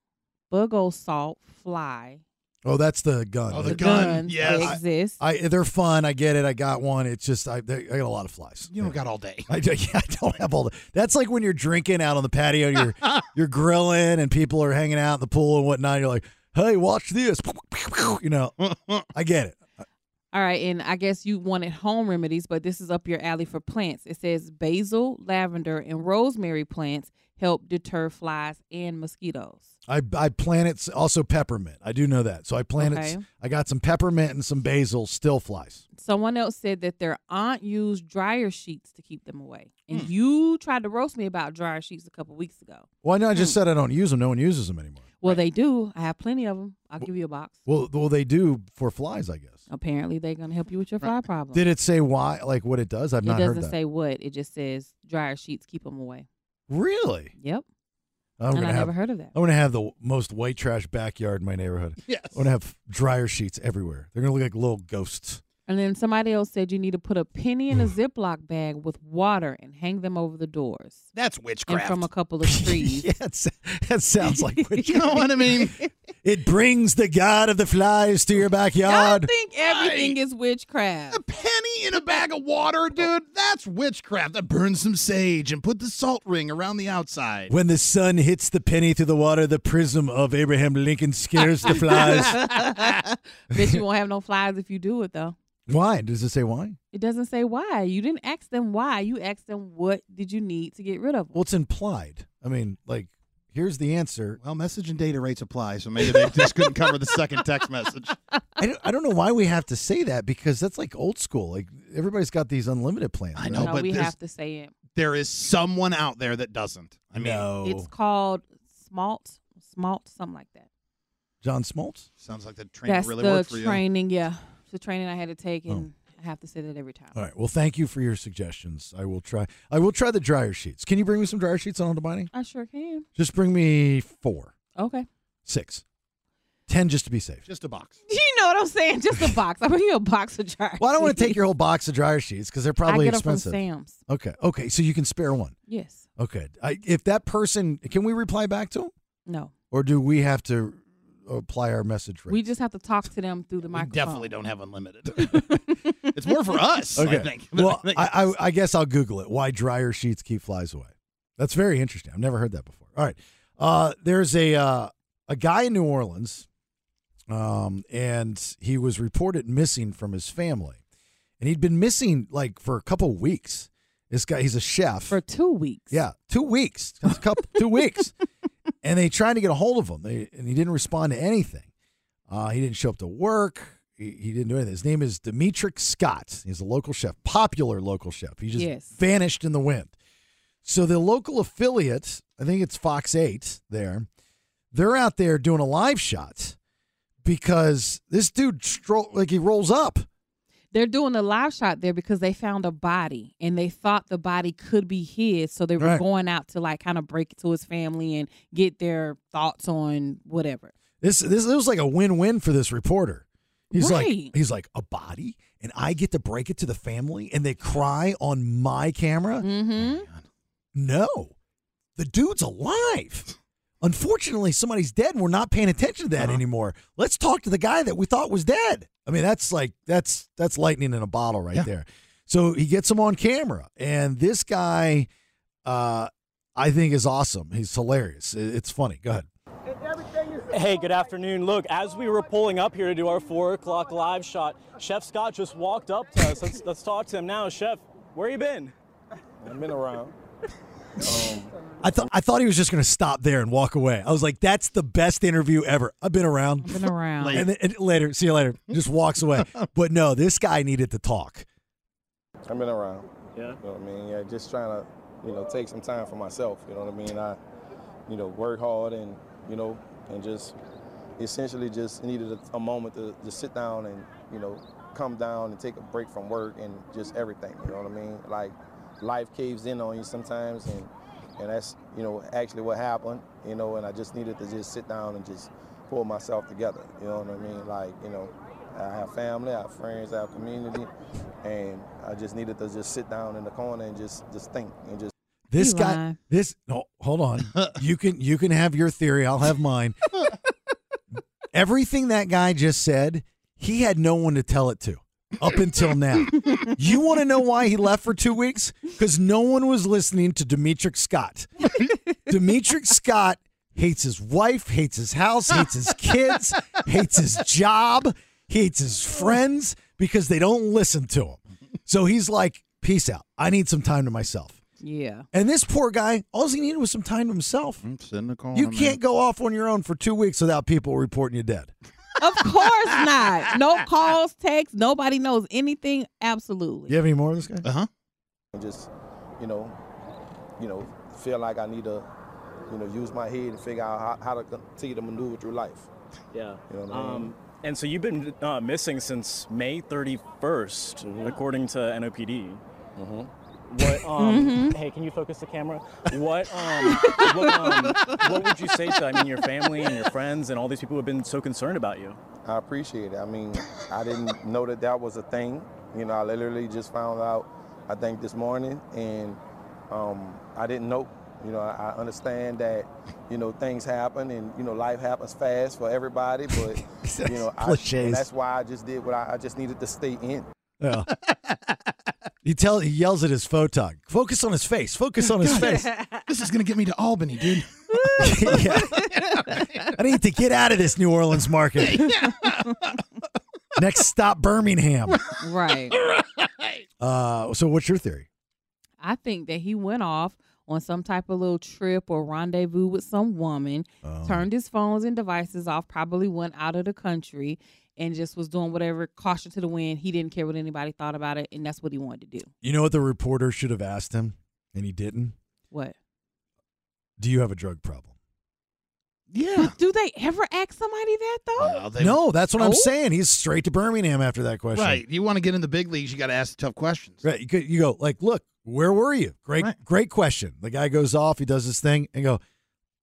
Speaker 9: bug o salt fly.
Speaker 8: Oh, that's the gun.
Speaker 9: Oh, the The gun. guns,
Speaker 10: Yes.
Speaker 9: they exist.
Speaker 8: I, I- they're fun. I get it. I got one. It's just I, they, I got a lot of flies.
Speaker 10: You don't got all day.
Speaker 8: I, do- yeah, I don't have all the. That's like when you're drinking out on the patio, you're you're grilling, and people are hanging out in the pool and whatnot. You're like, hey, watch this. You know, I get it.
Speaker 9: All right, and I guess you wanted home remedies, but this is up your alley for plants. It says basil, lavender, and rosemary plants help deter flies and mosquitoes.
Speaker 8: I I plant it also peppermint. I do know that. So I planted.
Speaker 9: Okay.
Speaker 8: I got some peppermint and some basil. Still flies.
Speaker 9: Someone else said that their aunt used dryer sheets to keep them away. And
Speaker 8: Hmm.
Speaker 9: you tried to roast me about dryer sheets a couple weeks ago.
Speaker 8: Why not? I just
Speaker 9: Hmm.
Speaker 8: said I don't use them. No one uses them anymore.
Speaker 9: Well, they do. I have plenty of them. I'll give you a box.
Speaker 8: Well, well, they do for flies, I guess.
Speaker 9: Apparently, they're going to help you with your fly problem.
Speaker 8: Did it say why? Like what it does? I've
Speaker 9: it
Speaker 8: not
Speaker 9: doesn't
Speaker 8: heard that.
Speaker 9: say what. It just says dryer sheets keep them away.
Speaker 8: really?
Speaker 9: Yep.
Speaker 8: I'm
Speaker 9: And
Speaker 8: gonna
Speaker 9: I
Speaker 8: have,
Speaker 9: never heard of that.
Speaker 8: I'm gonna have the most white trash backyard in my neighborhood.
Speaker 9: Yes.
Speaker 8: I'm gonna have dryer sheets everywhere. They're gonna look like little ghosts.
Speaker 9: And then somebody else said you need to put a penny in a Ziploc bag with water and hang them over the doors.
Speaker 10: That's
Speaker 9: And
Speaker 10: witchcraft.
Speaker 9: from a couple of trees.
Speaker 8: yeah, it's, that sounds like witchcraft.
Speaker 10: you know what I mean?
Speaker 8: It brings the god of the flies to your
Speaker 9: I
Speaker 8: backyard.
Speaker 9: think everything is witchcraft.
Speaker 10: penny in a bag of water, dude. That's witchcraft. I burn some sage and put the salt ring around the outside.
Speaker 8: When the sun hits the penny through the water, the prism of Abraham Lincoln scares the flies.
Speaker 9: Bet you won't have no flies if you do it though.
Speaker 8: Why? Does it say why?
Speaker 9: It doesn't say why. You didn't ask them why. You asked them what did you need to get rid of. 'em.
Speaker 8: Well, it's implied. I mean, like, here's the answer.
Speaker 10: Well, message and data rates apply, so maybe they just couldn't cover the second text message.
Speaker 8: I don't, I don't know why we have to say that because that's like old school. Like, everybody's got these unlimited plans.
Speaker 10: I know,
Speaker 9: No,
Speaker 10: but
Speaker 9: we
Speaker 10: there's-
Speaker 9: have to say it.
Speaker 10: there is someone out there that doesn't. I mean,
Speaker 8: Oh.
Speaker 9: It's called smalt, smalt, something like that.
Speaker 8: John Smoltz?
Speaker 10: sounds like the training
Speaker 9: That's
Speaker 10: really
Speaker 9: the
Speaker 10: worked for you.
Speaker 9: training. Yeah, it's the training I had to take, and I have to say that every time.
Speaker 8: All right. Well, thank you for your suggestions. I will try. I will try the dryer sheets. Can you bring me some dryer sheets on Aldebani?
Speaker 9: I sure can.
Speaker 8: Just bring me four,
Speaker 9: Okay.
Speaker 8: six, ten, just to be safe.
Speaker 10: Just a box.
Speaker 9: You know what I'm saying? Just a box. I bring you a box of jars.
Speaker 8: Well, I don't want to take your whole box of dryer sheets because they're probably
Speaker 9: I get 'em from
Speaker 8: expensive.
Speaker 9: Sam's.
Speaker 8: Okay. Okay. So you can spare one.
Speaker 9: Yes.
Speaker 8: Okay. I, if that person, can we reply back to him,
Speaker 9: No.
Speaker 8: or do we have to apply our message rate?
Speaker 9: We just have to talk to them through the microphone.
Speaker 10: Definitely don't have unlimited. it's more for us,
Speaker 8: okay.
Speaker 10: I think.
Speaker 8: Well, I, I, I guess I'll Google it. Why dryer sheets keep flies away? That's very interesting. I've never heard that before. All right. Uh, there's a uh, a guy in New Orleans, um, and he was reported missing from his family, and he'd been missing like for a couple weeks. This guy, he's a chef
Speaker 9: for two weeks.
Speaker 8: Yeah, two weeks. That's a couple, two weeks, and they tried to get a hold of him, they, and he didn't respond to anything. Uh, he didn't show up to work. He, he didn't do anything. His name is Demetric Scott. He's a local chef, popular local chef. He just
Speaker 9: Yes.
Speaker 8: vanished in the wind. So the local affiliate, I think it's Fox 8 there, they're out there doing a live shot because this dude, stro- like, he rolls up.
Speaker 9: They're doing a live shot there because they found a body and they thought the body could be his. So they were
Speaker 8: Right.
Speaker 9: going out to like kind of break it to his family and get their thoughts on whatever.
Speaker 8: This this it was like a win win for this reporter. He's
Speaker 9: Right.
Speaker 8: like he's like a body, and I get to break it to the family, and they cry on my camera.
Speaker 9: Mm-hmm.
Speaker 8: No, the dude's alive. Unfortunately, somebody's dead. and We're not paying attention to that anymore. Let's talk to the guy that we thought was dead. I mean, that's like that's that's lightning in a bottle right there. So he gets him on camera, and this guy, uh, I think, is awesome. He's hilarious. It- It's funny. Go ahead.
Speaker 19: Hey, good afternoon. Look, as we were pulling up here to do our four o'clock live shot, Chef Scott just walked up to us. Let's let's talk to him now, Chef. Where you been? I've been around.
Speaker 8: I thought I thought he was just going to stop there and walk away. I was like, "That's the best interview ever." I've been around,
Speaker 9: I've been around.
Speaker 8: and, then, and later, see you later. Just walks away. but no, this guy needed to talk.
Speaker 20: I've been around. Yeah. You know what I mean? Yeah, just trying to, you know, take some time for myself. You know what I mean? I, you know, work hard and, you know, and just essentially just needed a, a moment to just sit down and, you know, come down and take a break from work and just everything. You know what I mean? Like life caves in on you sometimes and and that's, you know, actually what happened, you know, and I just needed to just sit down and just pull myself together. You know what I mean? Like, you know, I have family, I have friends, I have community, and I just needed to just sit down in the corner and just just think and just.
Speaker 8: This guy, this no, hold on. you can you can have your theory. I'll have mine. Everything that guy just said, he had no one to tell it to up until now. you want to know why he left for two weeks? Because no one was listening to Demetric Scott. Demetric Scott hates his wife, hates his house, hates his kids, hates his job, hates his friends because they don't listen to him. So he's like, peace out. I need some time to myself.
Speaker 9: Yeah.
Speaker 8: And this poor guy, all he needed was some time to himself.
Speaker 20: Mm.
Speaker 8: You
Speaker 20: Oh,
Speaker 10: on
Speaker 8: can't go off on your own for two weeks without people reporting you dead.
Speaker 9: Of course not. No calls, texts. Nobody knows anything. Absolutely.
Speaker 8: You have any more of this guy? Uh huh.
Speaker 20: and just you know you know feel like i need to you know use my head and figure out how, how to continue to maneuver through life
Speaker 19: Yeah.
Speaker 20: You know what I mean?
Speaker 19: Um, and so you've been uh, missing since May 31st, according to NOPD. Mm-hmm. What? Um,
Speaker 5: Mhm.
Speaker 19: Hey, can you focus the camera? What? Um, what, um, what would you say to I mean your family and your friends and all these people who have been so concerned about you?
Speaker 20: i appreciate it i mean i didn't know that that was a thing you know i literally just found out i think this morning and um, i didn't know you know I, I understand that you know things happen and you know life happens fast for everybody but you know I,
Speaker 8: Cliches.
Speaker 20: and that's why i just did what I, I just needed to stay in
Speaker 8: Yeah. he tell he yells at his photog. Focus on his face. Focus on his face.
Speaker 10: this is gonna get me to Albany, dude.
Speaker 8: I need to get out of this New Orleans market. Next stop, Birmingham.
Speaker 9: Right.
Speaker 8: Uh, so, what's your theory?
Speaker 9: I think that he went off on some type of little trip or rendezvous with some woman,
Speaker 8: Oh.
Speaker 9: turned his phones and devices off, probably went out of the country and just was doing whatever caution to the wind. He didn't care what anybody thought about it, and that's what he wanted to do.
Speaker 8: You know what the reporter should have asked him, and he didn't.
Speaker 9: What?
Speaker 8: Do you have a drug problem?
Speaker 10: Yeah.
Speaker 9: Do they ever ask somebody that though?
Speaker 8: no, that's what I'm
Speaker 9: Oh.
Speaker 8: saying. He's straight to Birmingham after that question.
Speaker 10: Right. You want to get in the big leagues, you got to ask the tough questions.
Speaker 8: Right. You, go- you go like, look, where were you? Great, great question. The guy goes off. He does his thing and go,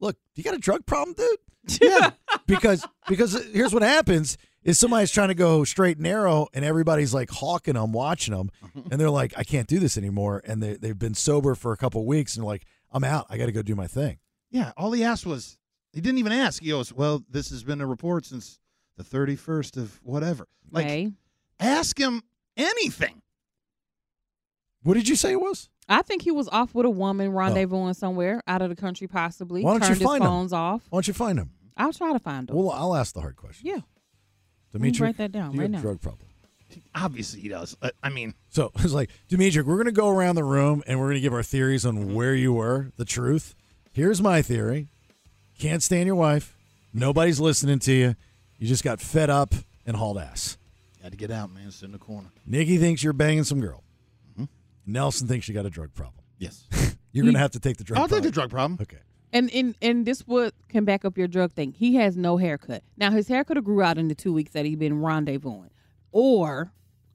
Speaker 8: look, you got a drug problem, dude? yeah. Because because uh, here's what happens is somebody's trying to go straight and narrow, and everybody's like hawking them, watching them, and they're like, I can't do this anymore. And they they've been sober for a couple weeks, and like, I'm out. I got to go do my thing.
Speaker 10: Yeah. All he asked was, he didn't even ask. He goes, well, this has been a report since the 31st of whatever. Like, ask him anything.
Speaker 8: What did you say it was?
Speaker 9: I think he was off with a woman rendezvousing somewhere out of the country, possibly.
Speaker 8: Oh. Why don't
Speaker 9: turned
Speaker 8: you find
Speaker 9: his phones
Speaker 8: him?
Speaker 9: off.
Speaker 8: Why don't you find him?
Speaker 9: I'll try to find him.
Speaker 8: Well, I'll ask the hard question.
Speaker 9: Yeah. Let me
Speaker 8: Dimitri,
Speaker 9: write that down
Speaker 8: do you
Speaker 9: right
Speaker 8: have a
Speaker 9: now.
Speaker 8: Drug problem.
Speaker 10: Obviously, he does. I, I mean,
Speaker 8: So it's like, Dimitri, we're going to go around the room and we're going to give our theories
Speaker 10: Mm-hmm.
Speaker 8: on where you were, the truth. Here's my theory can't stand your wife. Nobody's listening to you. You just got fed up and hauled ass.
Speaker 10: got to get out, man. Sit in the corner.
Speaker 8: Nikki thinks you're banging some girl.
Speaker 10: Mm-hmm.
Speaker 8: Nelson thinks you got a drug problem.
Speaker 10: Yes.
Speaker 8: You're going to have to take the drug
Speaker 10: I'll
Speaker 8: problem.
Speaker 10: take the drug problem.
Speaker 8: Okay.
Speaker 9: And and and this would can back up your drug thing. He has no haircut. Now his hair could have grew out in the two weeks that he been rendezvousing, or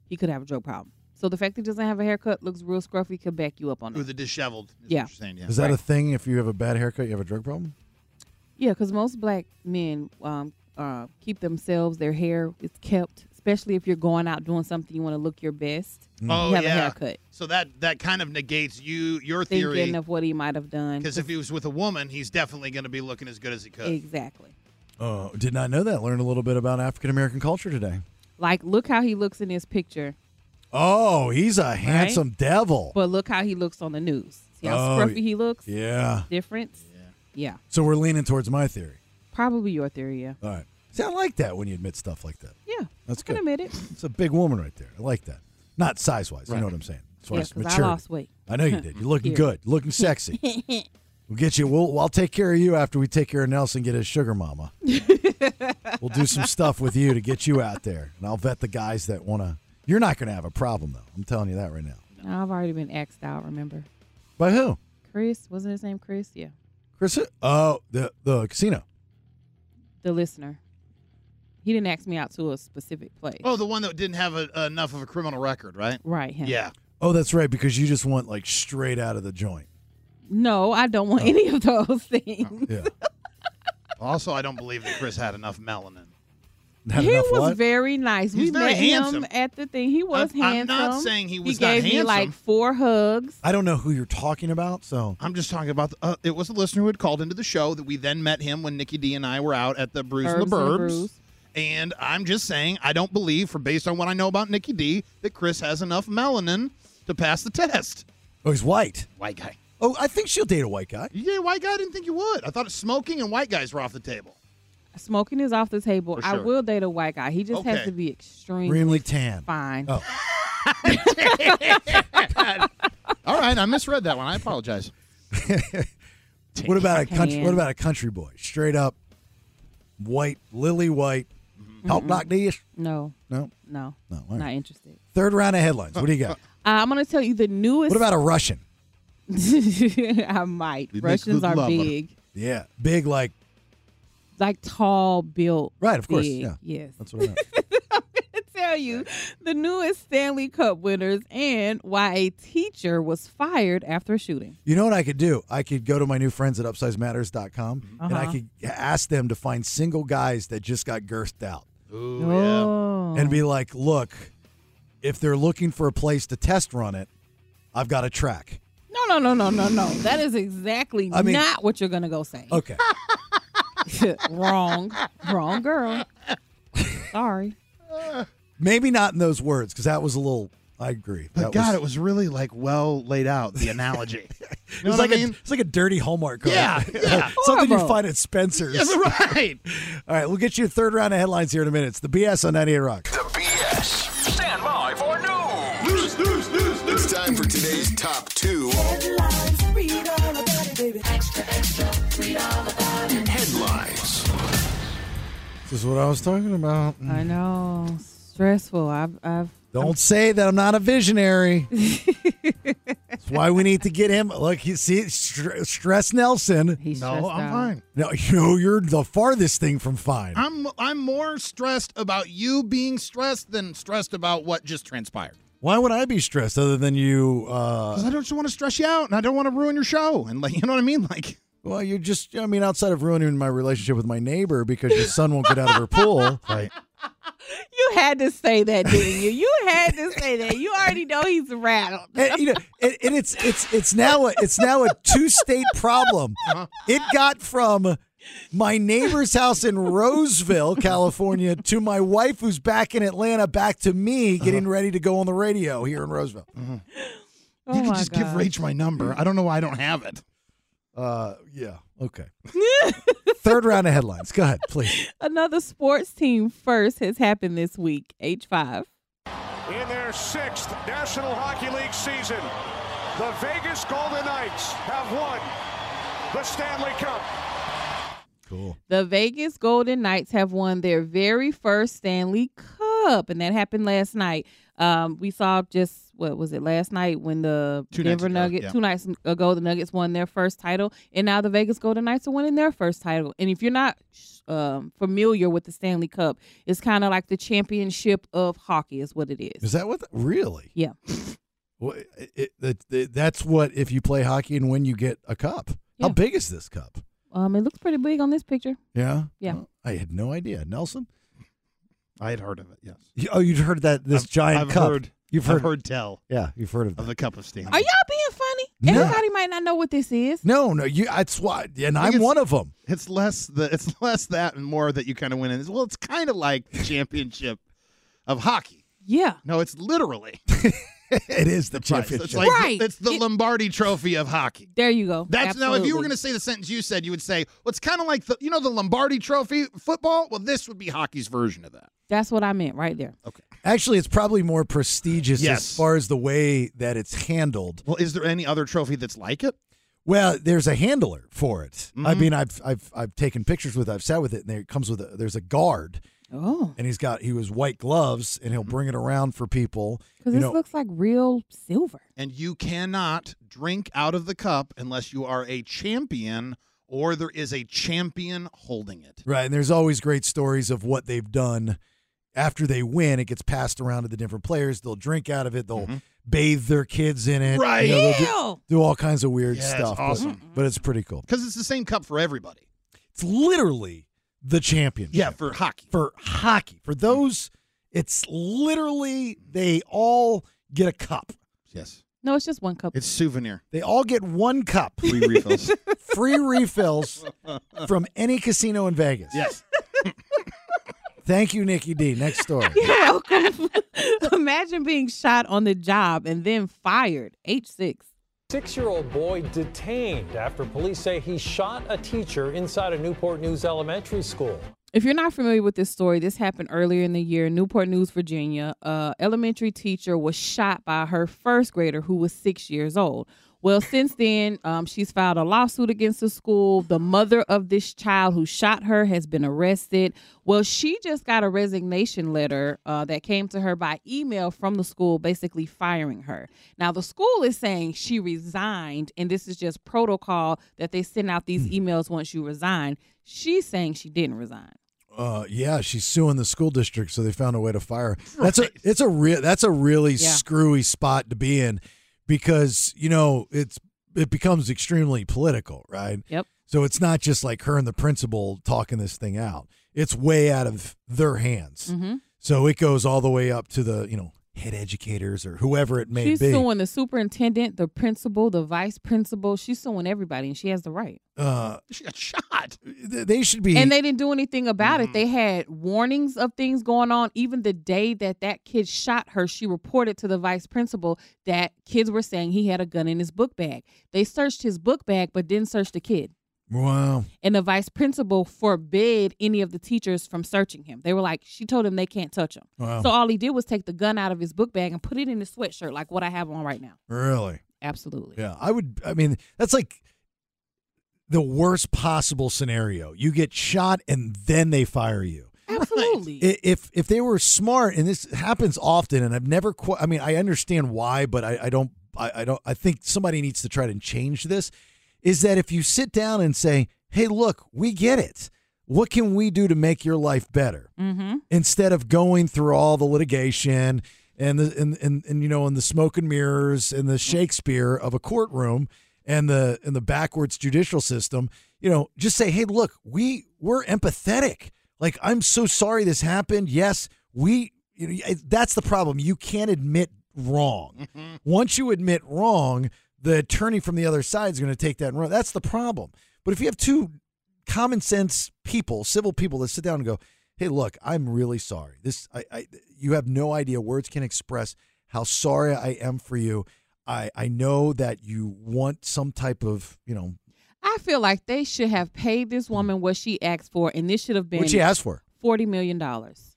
Speaker 9: he could have a drug problem. So the fact that he doesn't have a haircut looks real scruffy could back you up on
Speaker 10: With
Speaker 9: that.
Speaker 10: the disheveled. is what
Speaker 9: Yeah.
Speaker 10: you're saying, yeah.
Speaker 8: Is that a thing if you have a bad haircut, you have a drug problem?
Speaker 9: Yeah, because most black men um, uh, keep themselves their hair is kept, especially if you're going out doing something you want to look your best.
Speaker 8: Mm.
Speaker 10: Oh,
Speaker 9: you have
Speaker 10: yeah.
Speaker 9: a haircut.
Speaker 10: So that that kind of negates you your
Speaker 9: Thinking
Speaker 10: theory
Speaker 9: of what he might have done.
Speaker 10: because if he was with a woman, he's definitely going to be looking as good as he could.
Speaker 9: exactly.
Speaker 8: Oh, did not know that. Learned a little bit about African American culture today.
Speaker 9: Like look how he looks in this picture,
Speaker 8: Oh, he's a handsome devil.
Speaker 9: but look how he looks on the news. See how
Speaker 8: Oh,
Speaker 9: scruffy he looks?
Speaker 8: yeah.
Speaker 9: Difference? yeah.
Speaker 8: So we're leaning towards my theory.
Speaker 9: Probably your theory, yeah.
Speaker 8: All right. See, I like that when you admit stuff like that.
Speaker 9: Yeah.
Speaker 8: That's
Speaker 9: I can
Speaker 8: good.
Speaker 9: admit it.
Speaker 8: It's a big woman right there. I like that. Not size wise. You know what I'm saying? As far
Speaker 9: Yeah,
Speaker 8: as
Speaker 9: 'cause I
Speaker 8: maturity.
Speaker 9: lost weight.
Speaker 8: I know you did. You're looking
Speaker 9: Here.
Speaker 8: good. You're looking sexy. We'll get you. We'll, I'll take care of you after we take care of Nelson. Get his sugar mama. we'll do some stuff with you to get you out there, and I'll vet the guys that want to. You're not going to have a problem though. I'm telling you that right now.
Speaker 9: I've already been axed out, remember?
Speaker 8: By who?
Speaker 9: Chris, wasn't his name Chris? Yeah.
Speaker 8: Chris? Oh, the the casino.
Speaker 9: The listener. He didn't ask me out to a specific place.
Speaker 10: Oh, the one that didn't have a, enough of a criminal record, right?
Speaker 9: Right. Him.
Speaker 10: Yeah.
Speaker 8: Oh, that's right. Because you just want like straight out of the joint.
Speaker 9: No, I don't
Speaker 8: Oh.
Speaker 9: want any of those things.
Speaker 8: Yeah.
Speaker 10: Also, I don't believe that Chris had enough melanin.
Speaker 8: Not
Speaker 9: he
Speaker 8: enough
Speaker 9: was
Speaker 8: what?
Speaker 9: very nice. we
Speaker 10: He's very
Speaker 9: met
Speaker 10: handsome.
Speaker 9: him at the thing. He was
Speaker 10: I'm- I'm
Speaker 9: handsome.
Speaker 10: not saying he was
Speaker 9: He
Speaker 10: not
Speaker 9: gave me like
Speaker 10: handsome.
Speaker 9: four hugs.
Speaker 8: I don't know who you're talking about, so
Speaker 10: I'm just talking about the, uh, it was a listener who had called into the show that we then met him when Nikki D and I were out at the Brews and the
Speaker 9: Herbs and the
Speaker 10: Burbs.
Speaker 9: Brews.
Speaker 10: And I'm just saying, I don't believe, for based on what I know about Nikki D, that Chris has enough melanin to pass the test.
Speaker 8: Oh, he's white.
Speaker 10: White guy.
Speaker 8: Oh, I think she'll date a white guy.
Speaker 10: Yeah, white guy. I didn't think you would. I thought smoking and white guys were off the table.
Speaker 9: Smoking is off the table.
Speaker 10: For
Speaker 9: I
Speaker 10: sure.
Speaker 9: will date a white guy. He just
Speaker 10: Okay.
Speaker 9: has to be extremely
Speaker 8: Uh. Extremely tan.
Speaker 9: fine.
Speaker 8: Oh.
Speaker 10: All right, I misread that one. I apologize.
Speaker 8: What about a
Speaker 10: Take
Speaker 8: country?
Speaker 10: hand.
Speaker 8: What about a country boy? Straight up, white, lily white, talk
Speaker 9: Mm-mm.
Speaker 8: like this.
Speaker 9: No.
Speaker 8: No,
Speaker 9: No.
Speaker 8: No, all right.
Speaker 9: Not interested.
Speaker 8: Third round of headlines. What do you got?
Speaker 9: Uh, I'm gonna tell you the newest.
Speaker 8: What about a Russian?
Speaker 9: I might.
Speaker 8: It makes
Speaker 9: Russians
Speaker 8: good
Speaker 9: are
Speaker 8: lava.
Speaker 9: big,
Speaker 8: Yeah, big like
Speaker 9: like tall, built.
Speaker 8: right. Of course,
Speaker 9: big.
Speaker 8: yeah.
Speaker 9: Yes.
Speaker 8: that's what I meant.
Speaker 9: tell you the newest Stanley Cup winners and why a teacher was fired after a shooting.
Speaker 8: You know what I could do? I could go to my new friends at upsizematters.com and I
Speaker 9: Uh-huh.
Speaker 8: could ask them to find single guys that just got girthed out
Speaker 10: Ooh,
Speaker 9: Oh.
Speaker 8: and be like, look, if they're looking for a place to test run it, I've got a track.
Speaker 9: No, no, no, no, no, no. That is exactly
Speaker 8: I mean- Oh.
Speaker 9: not what you're gonna go say.
Speaker 8: Okay.
Speaker 9: wrong, wrong girl. Sorry.
Speaker 8: Maybe not in those words because that was a little, I agree.
Speaker 10: But
Speaker 8: that
Speaker 10: God, it was really like well laid out the analogy.
Speaker 8: was,
Speaker 10: You know
Speaker 8: it was
Speaker 10: what
Speaker 8: like
Speaker 10: I
Speaker 8: a, it's like a dirty Hallmark card.
Speaker 10: Yeah, yeah.
Speaker 8: Something you
Speaker 10: Horrible.
Speaker 8: find at Spencer's.
Speaker 10: Yes, right.
Speaker 8: All right, we'll get you a third round of headlines here in a minute. It's the BS on 98 Rock.
Speaker 3: Stand by for
Speaker 4: News,
Speaker 3: news.
Speaker 4: news, news, news. It's time for today's top two headlines.
Speaker 8: This is what I was talking about.
Speaker 9: I know. Stressful. I've, I've
Speaker 8: Don't say that I'm not a visionary. That's why we need to get him. Look, you see, Str- Stress Nelson.
Speaker 10: No, I'm fine.
Speaker 8: No, you, you're the farthest thing from fine.
Speaker 10: I'm I'm more stressed about you being stressed than stressed about what just transpired.
Speaker 8: Why would I be stressed other than you?
Speaker 10: 'Cause I
Speaker 8: Uh,
Speaker 10: don't just want to stress you out, and I don't want to ruin your show, and like you know what I mean. Like
Speaker 8: well, you're just, I mean, outside of ruining my relationship with my neighbor because your son won't get out of her pool. Right.
Speaker 9: You had to say that, didn't you? You had to say that. You already know he's rattled.
Speaker 8: And, you know, and, and it's it's it's now a, it's now a two state problem.
Speaker 10: uh-huh.
Speaker 8: It got from my neighbor's house in Roseville, California, to my wife who's back in Atlanta, back to me getting ready to go on the radio here in Roseville.
Speaker 10: you could just give Rach my number. I don't know why I don't have it.
Speaker 8: Uh, yeah. Okay. Third round of headlines. Go ahead, please.
Speaker 9: Another sports team first has happened this week. H five.
Speaker 21: in their sixth National Hockey League season. The Vegas Golden Knights have won the Stanley Cup.
Speaker 8: Cool.
Speaker 9: The Vegas Golden Knights have won their very first Stanley Cup, and that happened last night. Um, we saw just what was it last night when the
Speaker 22: Two nights
Speaker 9: Denver
Speaker 22: ago,
Speaker 9: Nuggets
Speaker 22: yeah.
Speaker 9: two nights ago the Nuggets won their first title, and now the Vegas Golden Knights are winning their first title. And if you're not um, familiar with the Stanley Cup, it's kind of like the championship of hockey, is what it is.
Speaker 8: Is that what? The, really?
Speaker 9: Yeah.
Speaker 8: Well, it, it, that- that's what if you play hockey and win, you get a cup.
Speaker 9: Yeah.
Speaker 8: How big is this cup?
Speaker 9: Um, it looks pretty big on this picture.
Speaker 10: Mm.
Speaker 8: Yeah.
Speaker 9: Yeah.
Speaker 8: I had no idea, Nelson.
Speaker 10: I had heard of it. Yes,
Speaker 8: You- Oh, you'd heard that this
Speaker 10: I've-
Speaker 8: giant
Speaker 10: I've
Speaker 8: cup.
Speaker 10: heard-
Speaker 8: you've
Speaker 10: I've
Speaker 8: heard,
Speaker 10: heard tell.
Speaker 8: Yeah, you've heard of,
Speaker 10: of the cup of Stanley.
Speaker 9: Are y'all being funny?
Speaker 8: No.
Speaker 9: Everybody might not know what this is.
Speaker 8: No, no, you. That's why, and
Speaker 10: I think
Speaker 8: I'm
Speaker 10: it's-
Speaker 8: one of them.
Speaker 10: It's less the it's less that and more that you kind of win. in. Well, it's kind of like the championship of hockey.
Speaker 9: Yeah.
Speaker 10: No, it's literally
Speaker 8: it is the,
Speaker 10: prize. It's
Speaker 8: championship.
Speaker 10: like
Speaker 9: Right.
Speaker 10: it's the Lombardi Trophy of hockey.
Speaker 9: There you go.
Speaker 10: That's now. If you were
Speaker 9: Absolutely.
Speaker 10: going to say the sentence you said, you would say, "Well, it's kind of like the you know the Lombardi Trophy football." Well, this would be hockey's version of that.
Speaker 9: That's what I meant right there.
Speaker 8: Actually, it's probably more prestigious
Speaker 10: Yes.
Speaker 8: as far as the way that it's handled.
Speaker 10: Well, is there any other trophy that's like it?
Speaker 8: Well, there's a handler for it. I
Speaker 10: Mhm.
Speaker 8: mean, I've I've I've taken pictures with. it, I've sat with it, and there it comes with a, there's a guard.
Speaker 9: Oh.
Speaker 8: And he's got he was white gloves, and
Speaker 10: Mm-hmm.
Speaker 8: he'll bring it around for people.
Speaker 9: Because
Speaker 8: you
Speaker 9: this
Speaker 8: know,
Speaker 9: looks like real silver.
Speaker 10: And you cannot drink out of the cup unless you are a champion or there is a champion holding it.
Speaker 8: Right, and there's always great stories of what they've done after they win. It gets passed around to the different players. They'll drink out of it. They'll bathe their kids in it.
Speaker 10: Mm-hmm. Right.
Speaker 8: they'll do,
Speaker 10: Ew.
Speaker 8: do all kinds of weird
Speaker 10: Yeah, it's
Speaker 8: stuff. but-
Speaker 10: awesome.
Speaker 8: but, it's pretty cool.
Speaker 10: Because it's the same cup for everybody.
Speaker 8: It's literally the championship
Speaker 10: Yeah, for hockey.
Speaker 8: for hockey. For those, it's literally they all get a cup.
Speaker 10: Yes,
Speaker 9: No, it's just one cup.
Speaker 10: it's souvenir.
Speaker 8: they all get one cup.
Speaker 10: Free refills.
Speaker 8: Free refills from any casino in Vegas.
Speaker 10: Yes.
Speaker 8: Thank you, Nikki D. Next story.
Speaker 9: You're welcome. Imagine being shot on the job and then fired. H6.
Speaker 23: Six year old boy detained after police say he shot a teacher inside a Newport News elementary school.
Speaker 9: If you're not familiar with this story, this happened earlier in the year in Newport News, Virginia. A elementary teacher was shot by her first grader who was six years old. Well, since then, um, she's filed a lawsuit against the school. The mother of this child who shot her has been arrested. Well, she just got a resignation letter uh, that came to her by email from the school, basically firing her. Now, the school is saying she resigned, and this is just protocol that they send out these
Speaker 8: Hmm.
Speaker 9: emails once you resign. She's saying she didn't resign.
Speaker 8: Uh, yeah, she's suing the school district, so they found a way to fire. Her. That's a it's a real that's a really
Speaker 9: Yeah.
Speaker 8: screwy spot to be in because you know it's it becomes extremely political, right?
Speaker 9: Yep.
Speaker 8: So it's not just like her and the principal talking this thing out. It's way out of their hands.
Speaker 9: Mhm.
Speaker 8: So it goes all the way up to the you know head educators or whoever it may
Speaker 9: She's
Speaker 8: be.
Speaker 9: suing the superintendent, the principal, the vice principal. She's suing everybody, and she has the right.
Speaker 8: uh,
Speaker 10: she got shot.
Speaker 8: They should be
Speaker 9: And they didn't do anything about it. They had warnings of things going on. Even the day that that kid shot her, she reported to the vice principal that kids were saying he had a gun in his book bag. They searched his book bag, but didn't search the kid.
Speaker 8: wow.
Speaker 9: And the vice principal forbid any of the teachers from searching him. They were like, she told him they can't touch him.
Speaker 8: Wow.
Speaker 9: So all he did was take the gun out of his book bag and put it in his sweatshirt, like what I have on right now.
Speaker 8: Really?
Speaker 9: Absolutely.
Speaker 8: Yeah, I would. I mean, that's like the worst possible scenario. You get shot and then they fire you.
Speaker 9: Absolutely.
Speaker 8: I- If if they were smart, and this happens often, and I've never quite. I mean, I understand why, but I, I don't. I, I don't. I think somebody needs to try to change this. Is that if you sit down and say, "Hey, look, we get it. What can we do to make your life better?"
Speaker 9: Mm-hmm.
Speaker 8: instead of going through all the litigation and the and, and, and you know and the smoke and mirrors and the Shakespeare of a courtroom and the and the backwards judicial system, you know, just say, hey, look, we we're empathetic. Like I'm so sorry this happened. Yes, we. You know, it- that's the problem. You can't admit wrong.
Speaker 10: Mm-hmm.
Speaker 8: Once you admit wrong, the attorney from the other side is going to take that and run. That's the problem. But if you have two common sense people, civil people that sit down and go, "Hey, look, I'm really sorry. This, I, I you have no idea. Words can express how sorry I am for you. I, I know that you want some type of, you know,
Speaker 9: I feel like they should have paid this woman what she asked for, and this should have been
Speaker 8: what you asked for.
Speaker 9: forty million dollars.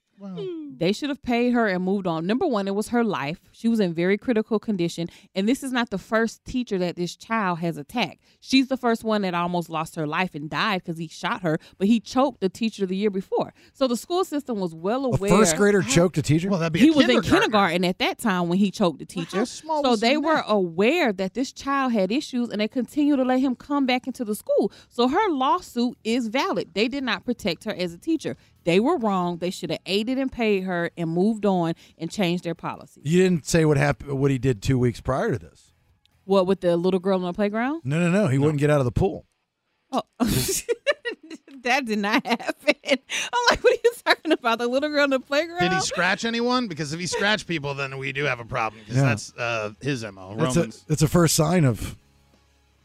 Speaker 9: They should have paid her and moved on. Number one, it was her life. She was in very critical condition, and this is not the first teacher that this child has attacked. She's the first one that almost lost her life and died because he shot her, but he choked the teacher the year before. So the school system was well
Speaker 8: A
Speaker 9: aware.
Speaker 8: first grader choked a teacher. Well, that'd
Speaker 9: He was in kindergarten at that time when he choked the teacher. so
Speaker 10: was
Speaker 9: they
Speaker 10: the
Speaker 9: were aware that this child had issues and they continued to let him come back into the school. So her lawsuit is valid. They did not protect her as a teacher. They were wrong. They should have aided and paid her and moved on and changed their policy.
Speaker 8: You didn't say what happened, what he did two weeks prior to this.
Speaker 9: What with the little girl on the playground?
Speaker 8: No, no, no. He wouldn't get out of the pool.
Speaker 9: Oh. that did not happen. I'm like, what are you talking about? The little girl on the playground?
Speaker 10: Did he scratch anyone? Because if he scratched people, then we do have a problem. Because
Speaker 8: Yeah.
Speaker 10: that's uh, his mo.
Speaker 8: That's a,
Speaker 10: Romans.
Speaker 8: that's a first sign of,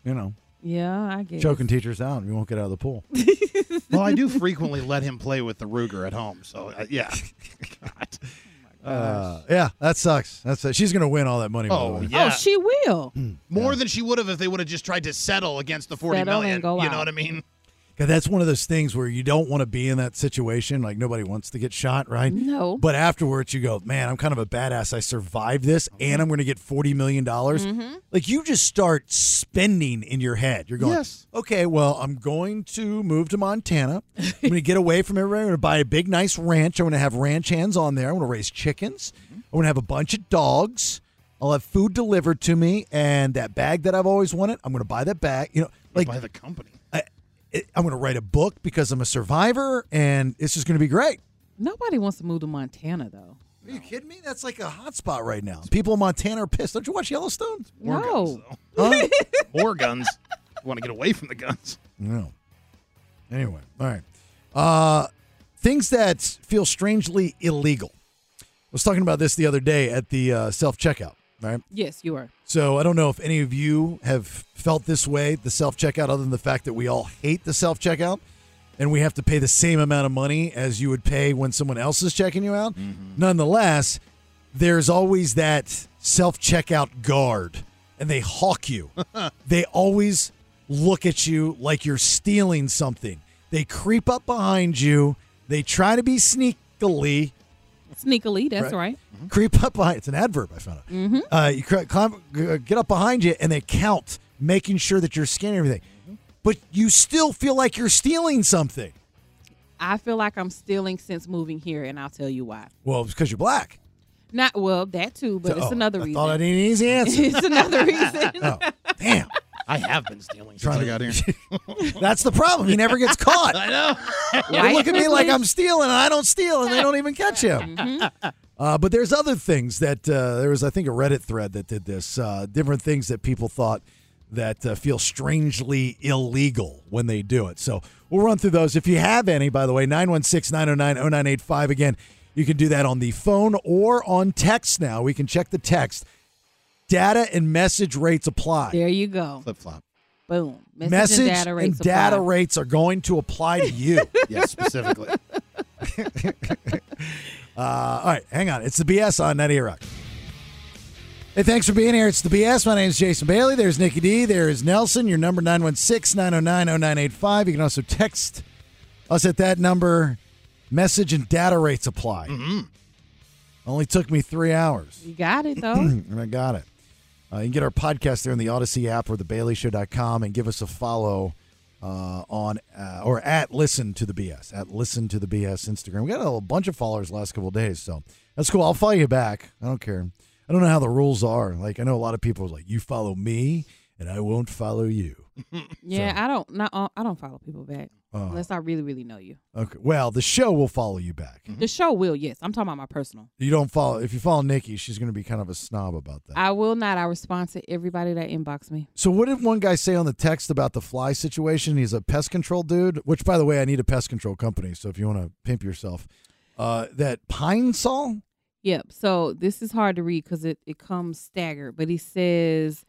Speaker 8: you know,
Speaker 9: yeah, I get it.
Speaker 8: choking teachers out. You won't get out of the pool.
Speaker 10: well, I do frequently let him play with the Ruger at home. So uh, yeah. Oh,
Speaker 8: Uh, yeah, that sucks. That's uh, she's gonna win all that money. by the
Speaker 10: Oh,
Speaker 8: way.
Speaker 10: yeah.
Speaker 9: Oh,
Speaker 10: Hmm.
Speaker 9: she will.
Speaker 10: More than she would have if they would have just tried to settle against the forty
Speaker 9: Settle
Speaker 10: million.
Speaker 9: and go
Speaker 10: you know
Speaker 9: out.
Speaker 10: what I mean?
Speaker 8: God, that's one of those things where you don't want to be in that situation. Like nobody wants to get shot, right?
Speaker 9: No.
Speaker 8: But afterwards, you go, man, I'm kind of a badass. I survived this, and I'm going to get forty million dollars. Like you just start spending in your head. You're going,
Speaker 10: Yes.
Speaker 8: okay, well, I'm going to move to Montana. I'm going to get away from everybody. I'm going to buy a big, nice ranch. I'm going to have ranch hands on there. I'm going to raise chickens. I'm going to have a bunch of dogs. I'll have food delivered to me, and that bag that I've always wanted. I'm going to buy that bag. You know, like
Speaker 10: By the company.
Speaker 8: I, it- I'm going to write a book because I'm a survivor, and it's just going to be great.
Speaker 9: Nobody wants to move to Montana, though.
Speaker 8: Are you kidding me? That's like a hot spot right now. People in Montana are pissed. Don't you watch Yellowstone?
Speaker 10: More
Speaker 9: No.
Speaker 8: Huh?
Speaker 10: More guns. want to get away from the guns.
Speaker 8: no. Anyway, all right. Uh, things that feel strangely illegal. I was talking about this the other day at the uh, self checkout, right?
Speaker 9: Yes, you are.
Speaker 8: So I don't know if any of you have felt this way, the self checkout, other than the fact that we all hate the self checkout and we have to pay the same amount of money as you would pay when someone else is checking you out. Nonetheless, there's always that self checkout guard and they hawk you. they always look at you like you're stealing something. They creep up behind you They try to be sneakily.
Speaker 20: Sneakily, that's right.
Speaker 8: Mm-hmm. Creep up behind. It's an adverb I found out.
Speaker 20: Mm-hmm.
Speaker 8: Uh, you cr- climb, g- uh, get up behind you, and they count, making sure that you're scanning everything.
Speaker 20: Mm-hmm.
Speaker 8: But you still feel like you're stealing something.
Speaker 20: I feel like I'm stealing since moving here, and I'll tell you why.
Speaker 8: Well, it's because you're black.
Speaker 20: Not well, that too, but
Speaker 8: So-
Speaker 20: it's another
Speaker 8: Oh, I
Speaker 20: reason.
Speaker 8: thought that ain't an easy answer.
Speaker 20: it's another reason.
Speaker 8: Oh, damn.
Speaker 10: I have been stealing
Speaker 8: Trying to-
Speaker 10: since I got here.
Speaker 8: That's the problem. He never gets caught.
Speaker 10: I know.
Speaker 8: They look at me like I'm stealing, and I don't steal, and they don't even catch him.
Speaker 20: Mm-hmm.
Speaker 8: Uh, but there's other things that uh, there was, I think, a Reddit thread that did this. Uh, different things that people thought that uh, feel strangely illegal when they do it. So we'll run through those. If you have any, by the way, 916 909 0985. Again, you can do that on the phone or on text now. We can check the text. Data and message rates apply.
Speaker 20: There you go.
Speaker 10: Flip flop.
Speaker 20: Boom. Message,
Speaker 8: Message
Speaker 20: and data rates.
Speaker 8: and data
Speaker 20: apply.
Speaker 8: rates are going to apply to you.
Speaker 10: yes, specifically.
Speaker 8: Uh, all right, hang on. It's the BS on 98 Rock. Hey, thanks for being here. It's the BS. My name is Jason Bailey. There's Nikki D. There is Nelson. Your number 916 909 0985. You can also text us at that number. Message and data rates apply. Only took me three hours.
Speaker 20: You got it though.
Speaker 8: and I got it. Uh, you can get our podcast there in the Odyssey app or thebaileyshow.com and give us a follow uh, on uh, or at Listen to the BS, at Listen to the BS Instagram. We got a little bunch of followers the last couple of days, so that's cool. I'll follow you back. I don't care. I don't know how the rules are. Like, I know a lot of people are like, you follow me and I won't follow you.
Speaker 20: yeah, I don't. Not, uh, I don't follow people back
Speaker 8: Oh.
Speaker 20: unless I really, really know you.
Speaker 8: Okay. Well, the show will follow you back.
Speaker 20: The show will. Yes, I'm talking about my personal.
Speaker 8: You don't follow. If you follow Nikki, she's going to be kind of a snob about that.
Speaker 20: I will not. I respond to everybody that inbox me.
Speaker 8: So what did one guy say on the text about the fly situation? He's a pest control dude, which by the way, I need a pest control company. So if you want to pimp yourself, uh, that pine saw.
Speaker 20: Yep. So this is hard to read because it, it comes staggered, but he says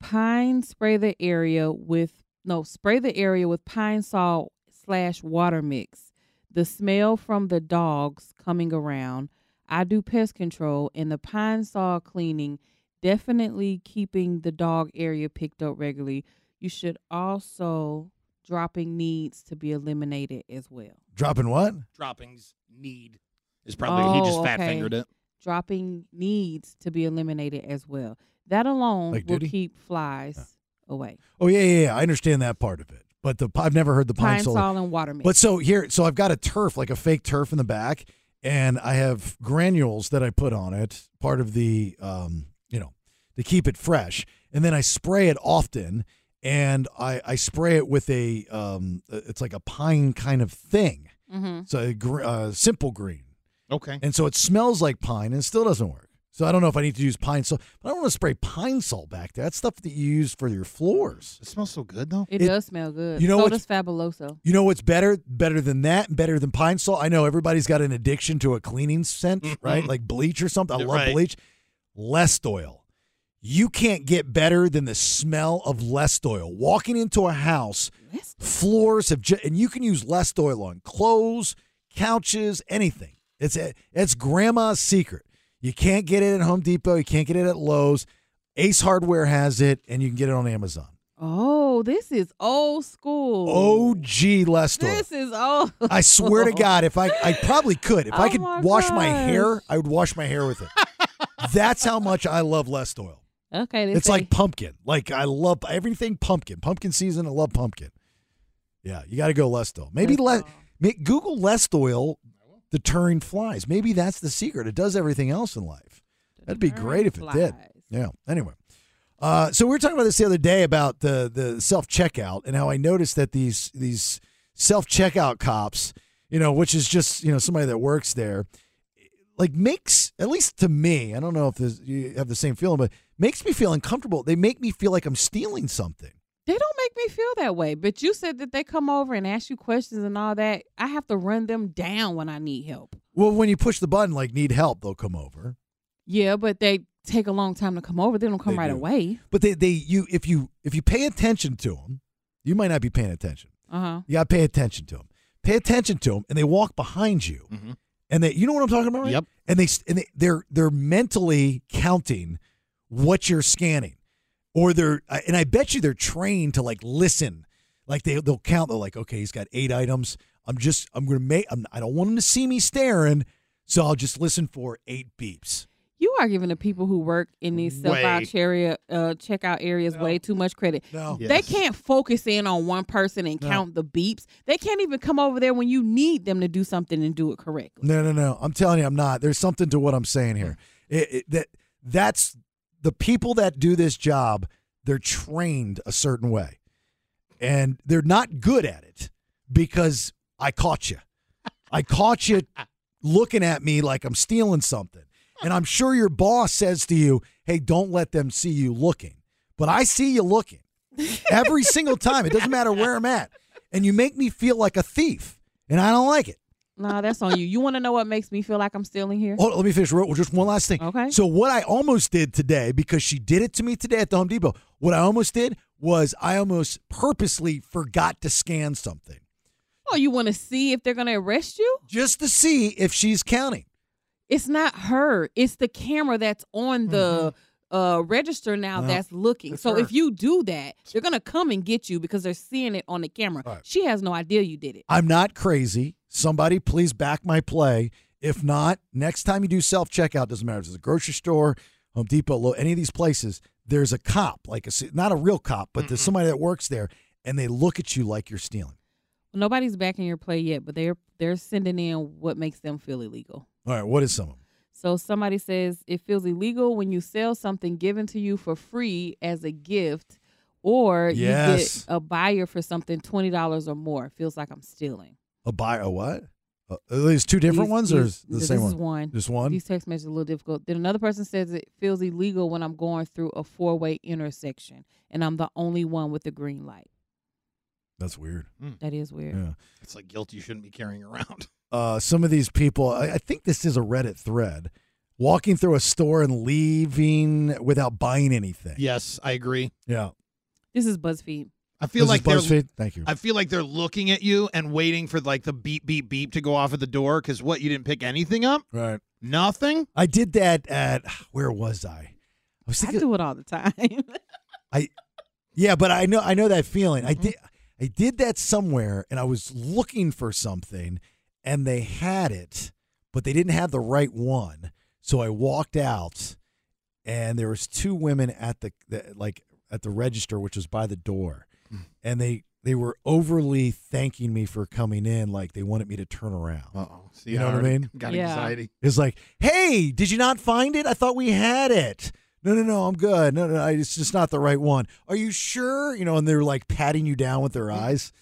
Speaker 20: pine spray the area with no spray the area with pine salt slash water mix. The smell from the dogs coming around. I do pest control and the pine saw cleaning, definitely keeping the dog area picked up regularly. You should also dropping needs to be eliminated as well.
Speaker 8: Dropping what?
Speaker 10: Droppings need is probably he just
Speaker 20: Oh,
Speaker 10: fat fingered
Speaker 20: okay.
Speaker 10: it.
Speaker 20: Dropping needs to be eliminated as well. That alone
Speaker 8: Like
Speaker 20: will
Speaker 8: duty?
Speaker 20: keep flies away.
Speaker 8: Oh yeah, yeah, yeah. I understand that part of it, but the I've never heard the pine,
Speaker 20: Pine
Speaker 8: saw.
Speaker 20: sol and water mix.
Speaker 8: But so here, so I've got a turf, like a fake turf in the back, and I have granules that I put on it, part of the, um, you know, to keep it fresh, and then I spray it often, and I I spray it with a, um, it's like a pine kind of thing.
Speaker 20: Mm-hmm.
Speaker 8: It's a gr- uh, simple green.
Speaker 10: Okay.
Speaker 8: And so it smells like pine and it still doesn't work. So I don't know if I need to use pine salt, but I don't want to spray pine salt back there. That's stuff that you use for your floors.
Speaker 10: It smells so good though.
Speaker 20: It,
Speaker 8: It-
Speaker 20: does smell good.
Speaker 8: you know
Speaker 20: so does
Speaker 8: what's-
Speaker 20: Fabuloso.
Speaker 8: You know what's better? Better than that? Better than pine salt? I know everybody's got an addiction to a cleaning scent, right? Like bleach or something. I love
Speaker 10: Right.
Speaker 8: bleach. Lest oil. You can't get better than the smell of lest oil. Walking into a house, floors have ju- and you can use lest oil on clothes, couches, anything. It's a, it's grandma's secret. You can't get it at Home Depot. You can't get it at Lowe's. Ace Hardware has it, and you can get it on Amazon.
Speaker 20: Oh, this is old school.
Speaker 8: OG lest oil.
Speaker 20: this is old.
Speaker 8: I swear to God, if I I probably could. If I
Speaker 20: Oh
Speaker 8: could
Speaker 20: my
Speaker 8: wash my
Speaker 20: gosh.
Speaker 8: hair, I would wash my hair with it. That's how much I love Lest oil.
Speaker 20: Okay, they
Speaker 8: It's
Speaker 20: say-
Speaker 8: like pumpkin. Like I love everything pumpkin. Pumpkin season, I love pumpkin. Yeah, you got to go Lest oil. Maybe Le- ma- Google Lest oil deterring flies. Maybe that's the secret. It does everything else in life. That'd be great if it did. Yeah. Anyway. Uh, so we were talking about this the other day about the the self checkout and how I noticed that these these self checkout cops, you know, which is just you know somebody that works there, like makes at least to me, I don't know if this, you have the same feeling, but makes me feel uncomfortable. They make me feel like I'm stealing something.
Speaker 20: They don't make me feel that way. But you said that they come over and ask you questions and all that. I have to run them down when I need help.
Speaker 8: Well, when you push the button, like need help, they'll come over.
Speaker 20: Yeah, but they take a long time to come over. They don't come
Speaker 8: They
Speaker 20: right
Speaker 8: do.
Speaker 20: away.
Speaker 8: But they they you if you if you pay attention to them, you might not be paying attention.
Speaker 20: Uh huh.
Speaker 8: You got to pay attention to them. Pay attention to them, and they walk behind you, and they, you know what I'm talking about, right? Yep. And they and they, they're they're mentally counting what you're scanning, or they're and I bet you they're trained to like listen, Like they they'll count. They're like, okay, he's got eight items. I'm just I'm gonna make. I'm, I don't want him to see me staring, so I'll just listen for eight beeps.
Speaker 20: You are giving the people who work in these self
Speaker 8: Way.
Speaker 20: out area, uh, checkout areas way too much credit.
Speaker 8: No.
Speaker 20: They
Speaker 8: Yes.
Speaker 20: can't focus in on one person and
Speaker 8: No.
Speaker 20: count the beeps. They can't even come over there when you need them to do something and do it correctly.
Speaker 8: No, no, no. I'm telling you, I'm not. There's something to what I'm saying here. It, it- that that's the people that do this job. They're trained a certain way, and they're not good at it because I caught you. I caught you looking at me like I'm stealing something, and I'm sure your boss says to you, "Hey, don't let them see you looking." But I see you looking every single time. It doesn't matter where I'm at, and you make me feel like a thief, and I don't like it.
Speaker 20: nah, that's on you. You want to know what makes me feel like I'm still in here?
Speaker 8: Hold on, let me finish. real- Just one last thing.
Speaker 20: Okay.
Speaker 8: So what I almost did today, because she did it to me today at the Home Depot, what I almost did was I almost purposely forgot to scan something
Speaker 20: Oh, you want to see if they're going to arrest you?
Speaker 8: just to see if she's counting.
Speaker 20: It's not her. It's the camera that's on the uh, register now
Speaker 8: No,
Speaker 20: that's looking.
Speaker 8: Mm-hmm. it's
Speaker 20: So
Speaker 8: her.
Speaker 20: if you do that, they're going to come and get you because they're seeing it on the camera. She has no idea you did it.
Speaker 8: I'm not crazy. Somebody please back my play. If not, next time you do self checkout, doesn't matter if it's a grocery store, Home Depot, Lowe- any of these places, there's a cop, like a se- not a real cop, but there's somebody that works there, and they look at you like you're stealing.
Speaker 20: Nobody's backing your play yet, but they're they're sending in what makes them feel illegal.
Speaker 8: All right, what is some of 'em?
Speaker 20: So somebody says it feels illegal when you sell something given to you for free as a gift, or
Speaker 8: Yes.
Speaker 20: you get a buyer for something twenty dollars or more. It feels like I'm stealing.
Speaker 8: A buy a what? Uh, are these two different
Speaker 20: These-
Speaker 8: ones or
Speaker 20: these-
Speaker 8: is the
Speaker 20: this
Speaker 8: same
Speaker 20: is
Speaker 8: one?
Speaker 20: one.
Speaker 8: This one.
Speaker 20: These text messages are a little difficult. Then another person says it feels illegal when I'm going through a four way intersection and I'm the only one with the green light.
Speaker 8: That's weird.
Speaker 20: That is weird.
Speaker 8: Yeah.
Speaker 10: It's like guilt you shouldn't be carrying around.
Speaker 8: Uh, some of these people. I, I think this is a Reddit thread. Walking through a store and leaving without buying anything.
Speaker 10: Yes, I agree.
Speaker 8: Yeah.
Speaker 20: This is BuzzFeed.
Speaker 10: I feel
Speaker 8: This
Speaker 10: like
Speaker 8: is
Speaker 10: they're
Speaker 8: BuzzFeed? Thank you.
Speaker 10: I feel like they're looking at you and waiting for like the beep beep beep to go off at the door because what you didn't pick anything up,
Speaker 8: right?
Speaker 10: Nothing.
Speaker 8: I did that at where was I? I was
Speaker 20: I do it all the time.
Speaker 8: I Yeah, but I know I know that feeling. I did I did that somewhere and I was looking for something and they had it, but they didn't have the right one. So I walked out and there was two women at the, the like at the register which was by the door. And they they were overly thanking me for coming in like they wanted me to turn around.
Speaker 10: Uh-oh. See,
Speaker 8: you
Speaker 10: I
Speaker 8: know what I
Speaker 10: already
Speaker 8: mean?
Speaker 10: got Yeah. anxiety.
Speaker 8: It's like, "Hey, did you not find it? I thought we had it." No, no, no, I'm good. No, no, I, it's just not the right one. Are you sure? You know, and they're like patting you down with their eyes.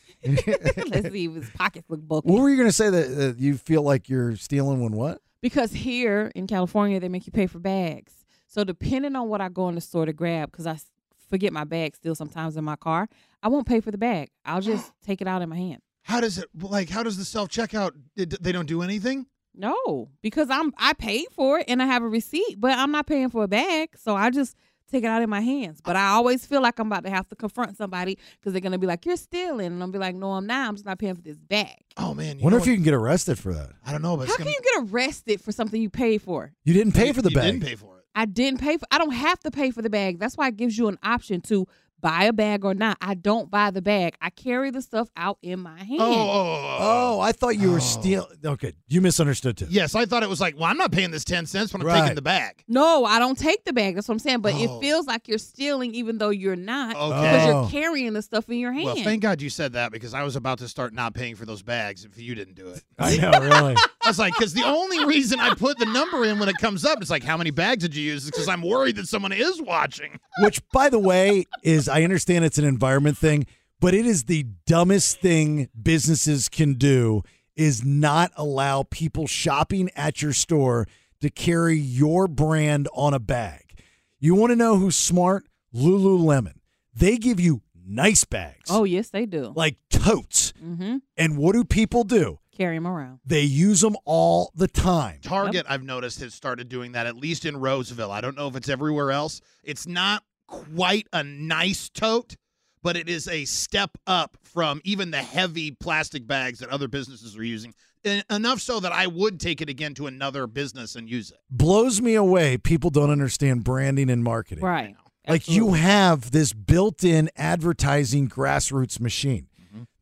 Speaker 20: Let's see if his pockets look bulky.
Speaker 8: what were you going to say that, that you feel like you're stealing when what?
Speaker 20: Because here in California, they make you pay for bags. So depending on what I go in the store to grab, because I s- forget my bag still sometimes in my car, I won't pay for the bag. I'll just take it out in my hand.
Speaker 10: How does it like? How does the self checkout? They don't do anything.
Speaker 20: No, because I'm I paid for it and I have a receipt, but I'm not paying for a bag, so I just take it out in my hands. But I always feel like I'm about to have to confront somebody because they're gonna be like, "You're stealing," and I'm be like, "No, I'm not. I'm just not paying for this bag."
Speaker 10: Oh man,
Speaker 8: Wonder if you can get arrested for that.
Speaker 10: I don't know, but
Speaker 20: How can you get arrested for something you paid for?
Speaker 8: You didn't pay for the
Speaker 10: you
Speaker 8: bag.
Speaker 10: didn't pay for it.
Speaker 20: I didn't pay for I don't have to pay for the bag. That's why it gives you an option to buy a bag or not. I don't buy the bag. I carry the stuff out in my
Speaker 10: Oh,
Speaker 20: hand.
Speaker 8: Oh, I thought you were stealing. Okay, you misunderstood too.
Speaker 10: Yes, I thought it was like, well, I'm not paying this ten cents, but I'm
Speaker 8: Right.
Speaker 10: taking the bag.
Speaker 20: No, I don't take the bag. That's what I'm saying. But
Speaker 10: Oh.
Speaker 20: it feels like you're stealing even though you're not.
Speaker 10: Okay.
Speaker 20: Because
Speaker 10: Oh.
Speaker 20: you're carrying the stuff in your hand.
Speaker 10: Well, thank God you said that because I was about to start not paying for those bags if you didn't do it.
Speaker 8: I know, really.
Speaker 10: I was like, because the only reason I put the number in when it comes up, it's like, how many bags did you use? Because I'm worried that someone is watching.
Speaker 8: Which, by the way, is I understand it's an environment thing, but it is the dumbest thing businesses can do is not allow people shopping at your store to carry your brand on a bag. You want to know who's smart? Lululemon. They give you nice bags,
Speaker 20: Oh, yes, they do.
Speaker 8: like totes.
Speaker 20: mm-hmm.
Speaker 8: And what do people do?
Speaker 20: Carry them around.
Speaker 8: They use them all the time.
Speaker 10: Target, I've noticed, has started doing that, at least in Roseville. I don't know if it's everywhere else. It's not quite a nice tote, but it is a step up from even the heavy plastic bags that other businesses are using. En- Enough so that I would take it again to another business and use it.
Speaker 8: blows me away. People don't understand branding and marketing.
Speaker 20: Right.
Speaker 8: Like you have this built-in advertising grassroots machine.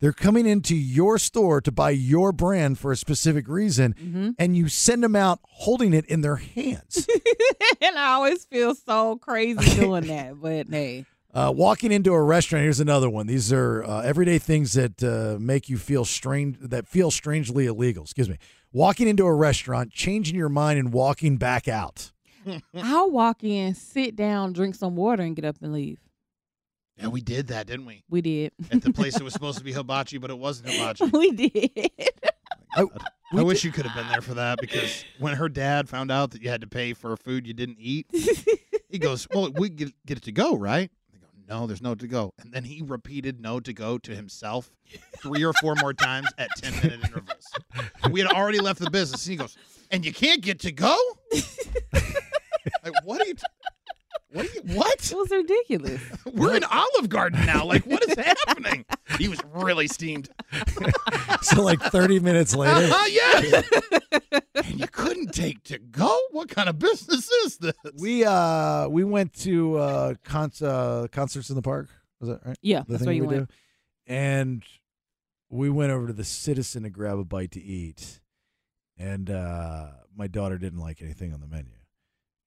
Speaker 8: They're coming into your store to buy your brand for a specific reason, and you send them out holding it in their hands.
Speaker 20: Mm-hmm.
Speaker 9: and I always feel so crazy doing that. But hey,
Speaker 8: Uh, walking into a restaurant. Here's another one. These are uh, everyday things that uh, make you feel strange. That feel strangely illegal. Excuse me. Walking into a restaurant, changing your mind, and walking back out.
Speaker 9: I'll walk in, sit down, drink some water, and get up and leave.
Speaker 10: Yeah, we did that, didn't we?
Speaker 9: We did.
Speaker 10: At the place that was supposed to be hibachi, but it wasn't hibachi.
Speaker 9: we did.
Speaker 10: I wish you could have been there for that because when her dad found out that you had to pay for food you didn't eat, he goes, "Well, we get, get it to go, right?" I go, "No, there's no to go." And then he repeated "no to go" to himself three or four more times at ten minute intervals. We had already left the business, and he goes, "And you can't get to go?" like, what are you? T- what? Are you, what? It
Speaker 9: was ridiculous.
Speaker 10: We're in Olive Garden now. Like, what is happening? He was really steamed.
Speaker 8: so like 30 minutes later.
Speaker 10: Uh-huh, yes. and you couldn't take to go. What kind of business is this?
Speaker 8: We uh we went to uh, con- uh concerts in the park. Was that right?
Speaker 9: Yeah,
Speaker 8: the
Speaker 9: that's
Speaker 8: thing
Speaker 9: where you
Speaker 8: we
Speaker 9: went.
Speaker 8: do. And we went over to the Citizen to grab a bite to eat, and uh my daughter didn't like anything on the menu,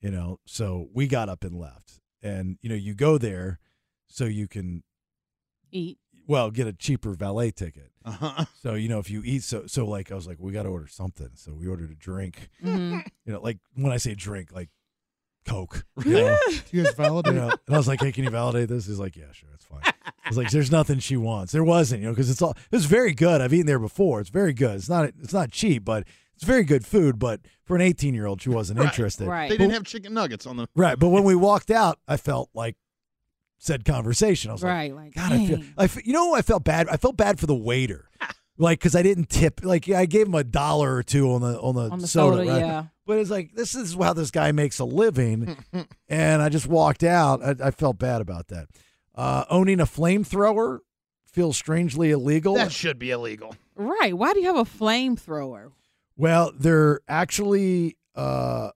Speaker 8: you know. So we got up and left. And you know, you go there so you can
Speaker 9: Eat.
Speaker 8: well get a cheaper valet ticket.
Speaker 10: Uh-huh.
Speaker 8: So you know if you eat so so like I was like we got to order something. So we ordered a drink.
Speaker 9: Mm-hmm.
Speaker 8: You know, like when I say drink, like Coke. You know?
Speaker 10: you guys validate?
Speaker 8: You know, and I was like, hey, can you validate this? He's like, yeah, sure, it's fine. I was like, there's nothing she wants. There wasn't, you know, because it's all it was very good. I've eaten there before. It's very good. It's not it's not cheap, but it's very good food. But for an 18 year old, she wasn't interested. But-
Speaker 10: They didn't have chicken nuggets on the.
Speaker 8: Right, but when we walked out, I felt like said conversation. I was
Speaker 9: Right,
Speaker 8: like,
Speaker 9: like,
Speaker 8: God, I feel, I fe- you know, I felt bad. I felt bad for the waiter, like because I didn't tip. Like yeah, I gave him a dollar or two on the on the,
Speaker 9: On the
Speaker 8: soda,
Speaker 9: soda,
Speaker 8: right?
Speaker 9: yeah.
Speaker 8: But it's like this is how this guy makes a
Speaker 10: Mm.
Speaker 8: living, and I just walked out. I, I felt bad about that. Uh, owning a flamethrower feels strangely illegal.
Speaker 10: That should be illegal.
Speaker 9: Right. Why do you have a flamethrower?
Speaker 8: Well, they're actually uh,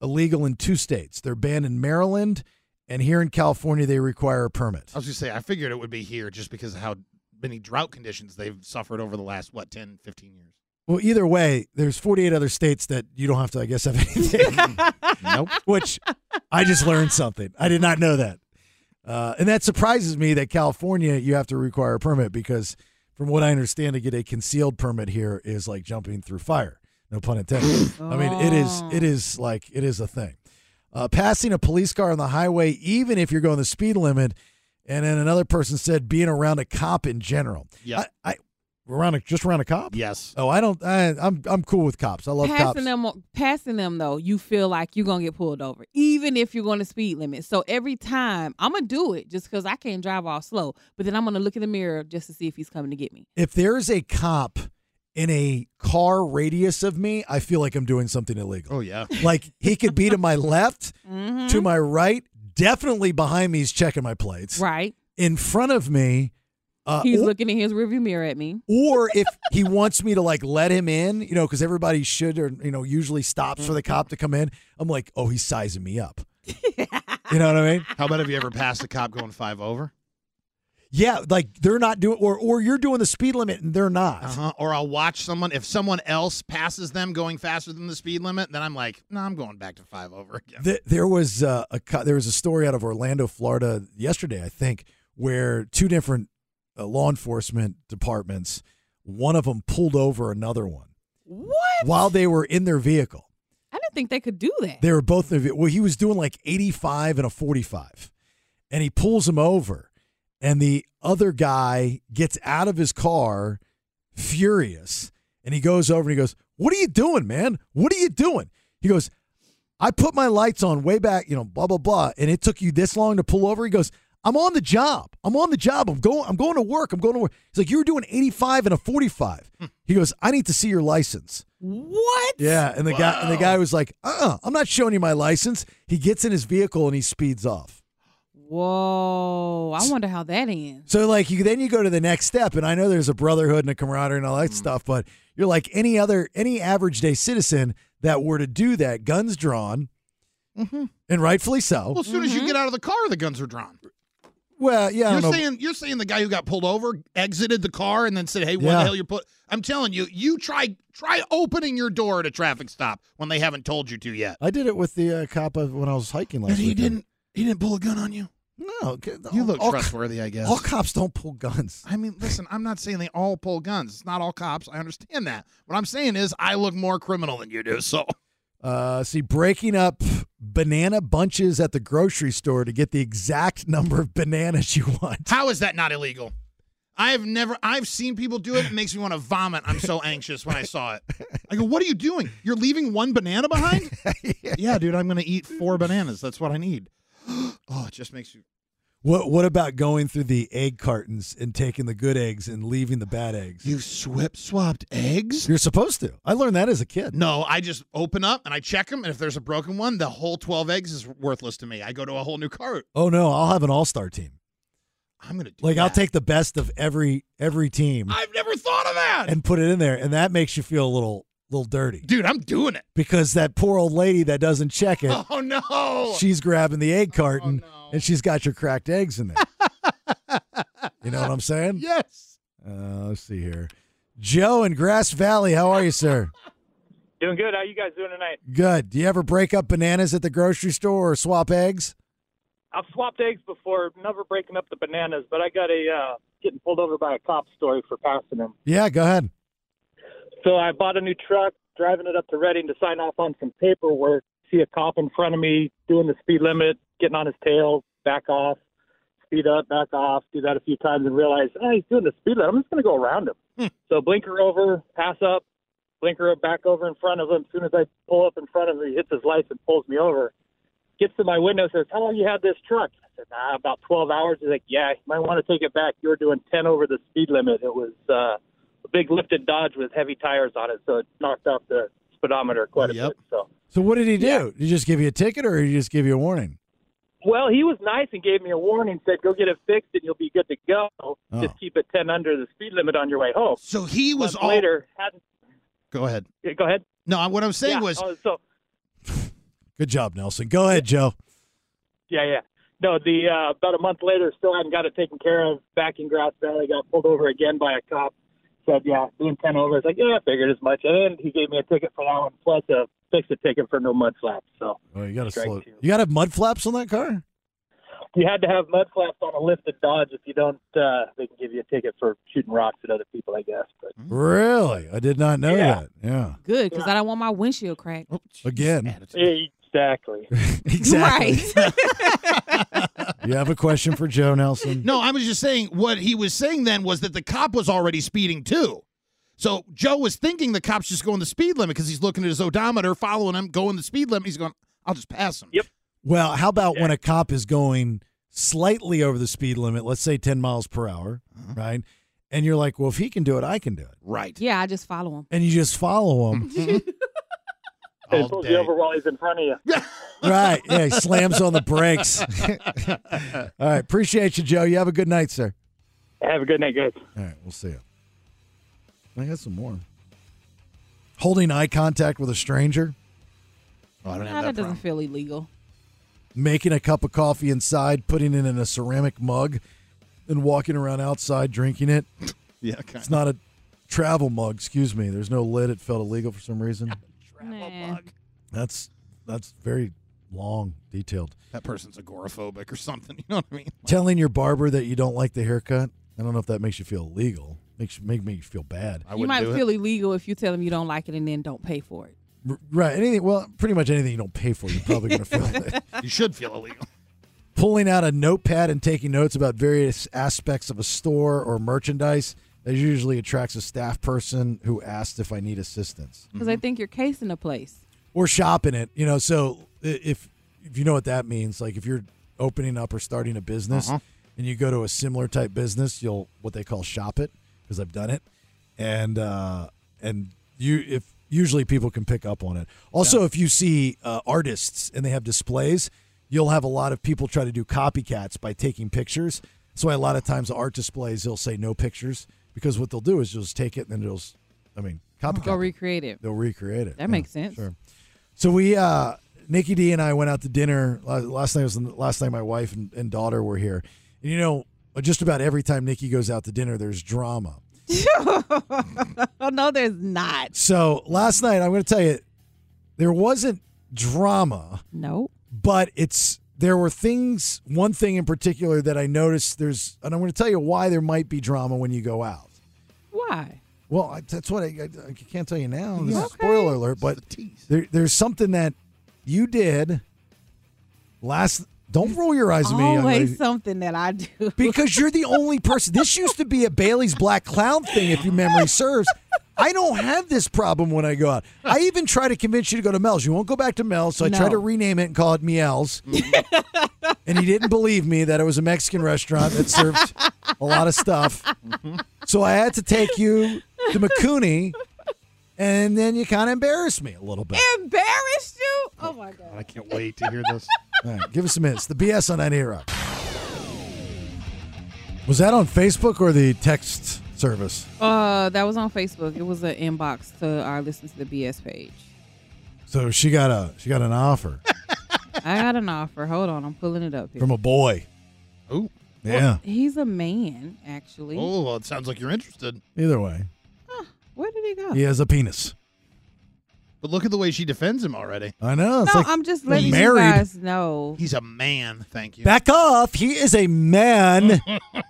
Speaker 8: illegal in two states. They're banned in Maryland, and here in California, they require a permit.
Speaker 10: I was gonna say, I figured it would be here just because of how many drought conditions they've suffered over the last what 10, 15 years.
Speaker 8: Well, either way, there's 48 other states that you don't have to, I guess, have anything.
Speaker 10: nope.
Speaker 8: Which I just learned something. I did not know that. Uh, and that surprises me that California, you have to require a permit because, from what I understand, to get a concealed permit here is like jumping through fire. No pun intended. I mean, it is,
Speaker 9: Oh.
Speaker 8: it is like, it is a thing. Uh, passing a police car on the highway, even if you're going the speed limit. And then another person said being around a cop in general.
Speaker 10: Yeah.
Speaker 8: I, I around a, just around a cop.
Speaker 10: Yes.
Speaker 8: Oh, I don't. I, I'm I'm cool with cops. I love
Speaker 9: passing
Speaker 8: cops.
Speaker 9: them, on- passing them though, you feel like you're gonna get pulled over, even if you're going to speed limit. So every time I'm gonna do it just because I can't drive all slow, but then I'm gonna look in the mirror just to see if he's coming to get me.
Speaker 8: If there is a cop in a car radius of me, I feel like I'm doing something illegal.
Speaker 10: Oh yeah.
Speaker 8: Like he could be to my left,
Speaker 9: Mhm.
Speaker 8: to my right, definitely behind me. He's checking my plates.
Speaker 9: Right.
Speaker 8: In front of me, uh,
Speaker 9: he's
Speaker 8: or,
Speaker 9: looking in his rearview mirror at me.
Speaker 8: or if he wants me to like let him in, you know, because everybody should or you know usually stops for the cop to come in. I'm like, oh, he's sizing me up. you know what I mean?
Speaker 10: How about have you ever passed a cop going five over?
Speaker 8: Yeah, like they're not doing, or or you're doing the speed limit and they're not.
Speaker 10: Uh-huh. Or I'll watch someone if someone else passes them going faster than the speed limit, then I'm like, no, I'm going back to five over again.
Speaker 8: Th- there was uh, a co- there was a story out of Orlando, Florida, yesterday, I think, where two different uh, law enforcement departments, one of them pulled over another one
Speaker 9: What?
Speaker 8: while they were in their vehicle.
Speaker 9: I didn't think they could do that.
Speaker 8: They were both in their ve- well, he was doing like 85 and a 45, and he pulls him over, and the other guy gets out of his car, furious, and he goes over and he goes, "What are you doing, man? What are you doing?" He goes. I put my lights on way back, you know, blah blah blah, and it took you this long to pull over. He goes, "I'm on the job. I'm on the job. I'm going. I'm going to work. I'm going to work." He's like, "You were doing 85 and a 45." He goes, "I need to see your license."
Speaker 9: What?
Speaker 8: Yeah, and the guy and the guy was like, "Uh, uh I'm not showing you my license." He gets in his vehicle and he speeds off.
Speaker 9: Whoa! I wonder how that ends.
Speaker 8: So like you then you go to the next step, and I know there's a brotherhood and a camaraderie and all
Speaker 10: Hmm.
Speaker 8: that stuff, but you're like any other any average day citizen that were to do that, guns
Speaker 10: Mm-hmm.
Speaker 8: drawn, and rightfully so.
Speaker 10: Well, as soon as you get out of the car, the guns are drawn.
Speaker 8: Well, yeah, I
Speaker 10: You're
Speaker 8: don't know.
Speaker 10: saying you're saying the guy who got pulled over exited the car and then said, "Hey, what
Speaker 8: Yeah.
Speaker 10: the hell you're put?" I'm telling you, you try try opening your door at a traffic stop when they haven't told you to yet.
Speaker 8: I did it with the uh, cop of when I was hiking last.
Speaker 10: And he
Speaker 8: weekend.
Speaker 10: didn't he didn't pull a gun on you.
Speaker 8: No, g-
Speaker 10: You look
Speaker 8: all-
Speaker 10: trustworthy, I guess.
Speaker 8: All cops don't pull guns.
Speaker 10: I mean, listen, I'm not saying they all pull guns. It's not all cops. I understand that. What I'm saying is, I look more criminal than you do. So
Speaker 8: Uh, see, breaking up banana bunches at the grocery store to get the exact number of bananas you want.
Speaker 10: how is that not illegal? I've never. I've seen people do it. It makes me want to vomit. I'm so anxious when I saw it. I go, "What are you doing? You're leaving one banana behind?" yeah, dude. I'm gonna eat four bananas. That's what I need. oh, it just makes you.
Speaker 8: What What about going through the egg cartons and taking the good eggs and leaving the bad eggs?
Speaker 10: You swip swapped eggs.
Speaker 8: You're supposed to. I learned that as a kid.
Speaker 10: No, I just open up and I check them, and if there's a broken one, the whole twelve eggs is worthless to me. I go to a whole new cart.
Speaker 8: Oh no, I'll have an all star team.
Speaker 10: I'm gonna do
Speaker 8: Like I'll
Speaker 10: that.
Speaker 8: take the best of every every team
Speaker 10: I've never thought of that,
Speaker 8: and put it in there, and that makes you feel a little little dirty
Speaker 10: dude. I'm doing it.
Speaker 8: because that poor old lady that doesn't check it.
Speaker 10: Oh no!
Speaker 8: she's grabbing the egg carton and she's got your cracked eggs in there. you know what I'm saying?
Speaker 10: Yes.
Speaker 8: Uh, let's see here. Joe in Grass Valley, how are you, sir?
Speaker 1: Doing good. How you guys doing tonight?
Speaker 8: Good. Do you ever break up bananas at the grocery store or swap eggs?
Speaker 1: I've swapped eggs before, never breaking up the bananas, but I got a uh, getting pulled over by a cop story for passing him.
Speaker 8: Yeah, go ahead.
Speaker 1: So I bought a new truck, driving it up to Reading to sign off on some paperwork. See a cop in front of me doing the speed limit, getting on his tail, back off, speed up, back off, do that a few times and realize, oh, he's doing the speed limit. I'm just going to go around him. so blinker over, pass up, blinker up, back over in front of him. As soon as I pull up in front of him, he hits his lights and pulls me over. Gets to my window, says, how long you had this truck? I said, ah, about 12 hours. He's like, yeah, you might want to take it back. You were doing 10 over the speed limit. It was uh, a big lifted Dodge with heavy tires on it, so it knocked off the speedometer quite a bit. So
Speaker 8: So what did he do? Did he just give you a ticket or did he just give you a warning?
Speaker 1: Well, he was nice and gave me a warning. Said, "Go get it fixed, and you'll be good to go.
Speaker 8: Oh.
Speaker 1: Just keep it ten under the speed limit on your way home."
Speaker 10: So he was all-
Speaker 1: later. Hadn't,
Speaker 10: Go ahead.
Speaker 1: yeah, go ahead.
Speaker 10: No, what I was saying
Speaker 1: Yeah,
Speaker 10: was
Speaker 1: oh, so
Speaker 8: Good job, Nelson. Go ahead, Joe.
Speaker 1: yeah, yeah. No, the uh, about a month later, still hadn't got it taken care of. Back in Grass Valley, got pulled over again by a cop. Said, "Yeah, doing ten over." It's like, "Yeah, I figured as much." And he gave me a ticket for that one, plus a fix a ticket for no mud flaps. So
Speaker 8: Oh, you got to
Speaker 1: Strike
Speaker 8: slow. You got to have mud flaps on that car?
Speaker 1: you had to have mud flaps on a lifted Dodge. If you don't, uh, they can give you a ticket for shooting rocks at other people, I guess. But
Speaker 8: Really? I did not know that. Yeah.
Speaker 9: Good, because I don't want my windshield cracked.
Speaker 8: Again,
Speaker 1: Exactly.
Speaker 8: exactly.
Speaker 9: Right.
Speaker 8: You have a question for Joe Nelson?
Speaker 10: No, I was just saying what he was saying then was that the cop was already speeding too. So Joe was thinking the cop's just going the speed limit because he's looking at his odometer, following him, going the speed limit. He's going, I'll just pass him. Yep.
Speaker 8: Well, how about when a cop is going slightly over the speed limit, let's say 10 miles per hour, right? And you're like, well, if he can do it, I can do it.
Speaker 10: Right.
Speaker 9: yeah, I just follow him.
Speaker 8: And you just follow him.
Speaker 1: They pulls you over while he's in front of you.
Speaker 8: right. Yeah. He slams on the brakes. All right. Appreciate you, Joe. You have a good night, sir.
Speaker 1: Have a good night, guys.
Speaker 8: All right. We'll see you. I got some more. Holding eye contact with a stranger,
Speaker 10: Oh, I
Speaker 9: Nah, that doesn't feel illegal.
Speaker 8: making a cup of coffee inside, putting it in a ceramic mug, and walking around outside drinking it.
Speaker 10: Yeah.
Speaker 8: It's not a travel mug, excuse me. There's no lid. It felt illegal for some reason.
Speaker 9: Nah.
Speaker 8: That's that's very long, detailed.
Speaker 10: That person's agoraphobic or something. You know what I mean?
Speaker 8: Telling your barber that you don't like the haircut. I don't know if that makes you feel illegal. Makes make me feel bad.
Speaker 9: You might feel illegal if you tell him you don't like it and then don't pay for it.
Speaker 8: R- right. Anything. Well, pretty much anything you don't pay for, you're probably gonna feel it.
Speaker 10: You should feel illegal.
Speaker 8: Pulling out a notepad and taking notes about various aspects of a store or merchandise. That usually attracts a staff person who asks if I need assistance.
Speaker 9: Because they think you're casing the place.
Speaker 8: or shopping it. You know, so i- if if you know what that means, like if you're opening up or starting a business
Speaker 10: Uh-huh.
Speaker 8: and you go to a similar type business, you'll what they call shop it because I've done it, and uh, and you if usually people can pick up on it. Also, if you see uh, artists and they have displays, you'll have a lot of people try to do copycats by taking pictures. That's why a lot of times the art displays they'll say no pictures because what they'll do is just take it and then it'll, s- I mean, copycat.
Speaker 20: Oh,
Speaker 9: Go recreate it.
Speaker 8: They'll recreate it.
Speaker 9: That makes sense.
Speaker 8: Sure. So we, uh, Nikki D and I went out to dinner la- last night. Was the last night my wife and, and daughter were here, And you know, just about every time Nikki goes out to dinner, there's drama.
Speaker 20: Oh, no, there's not.
Speaker 8: So last night, I'm going to tell you, there wasn't drama.
Speaker 20: No.
Speaker 8: But it's there were things. One thing in particular that I noticed there's, and I'm going to tell you why there might be drama when you go out.
Speaker 20: Why?
Speaker 8: Well, I, that's what I, I, I can't tell you now. This is spoiler alert, but there, there's something that you did last. Don't roll your eyes at me. young lady.
Speaker 20: Always something that I do.
Speaker 8: because you're the only person. This used to be a Bailey's Black Clown thing, if your memory serves. I don't have this problem when I go out. I even try to convince you to go to Mel's. You won't go back to Mel's, so I try
Speaker 20: No.
Speaker 8: to rename it and call it Miel's. and he didn't believe me that it was a Mexican restaurant that served a lot of stuff. So I had to take you to Makuni, and then you kind of embarrassed me a little bit.
Speaker 20: Embarrassed you? Oh my god.
Speaker 10: I can't wait to hear this.
Speaker 8: All right, give us a minute. It's the BS on 98 Rock. Was that on Facebook or the text service?
Speaker 20: Uh, that was on Facebook. It was an inbox to our listen to the BS page.
Speaker 8: So she got a she got an offer
Speaker 20: I got an offer. Hold on, I'm pulling it up here.
Speaker 8: from a boy.
Speaker 10: Oh.
Speaker 8: Yeah.
Speaker 20: He's a man, actually.
Speaker 10: Oh, well, it sounds like you're interested.
Speaker 8: Either way,
Speaker 20: Where did he go?
Speaker 8: he has a penis.
Speaker 10: But look at the way she defends him already.
Speaker 8: I know.
Speaker 20: No,
Speaker 8: It's like
Speaker 20: I'm just
Speaker 8: he's
Speaker 20: letting
Speaker 8: married.
Speaker 20: you guys know.
Speaker 10: He's a man, thank you.
Speaker 8: Back off. He is a man,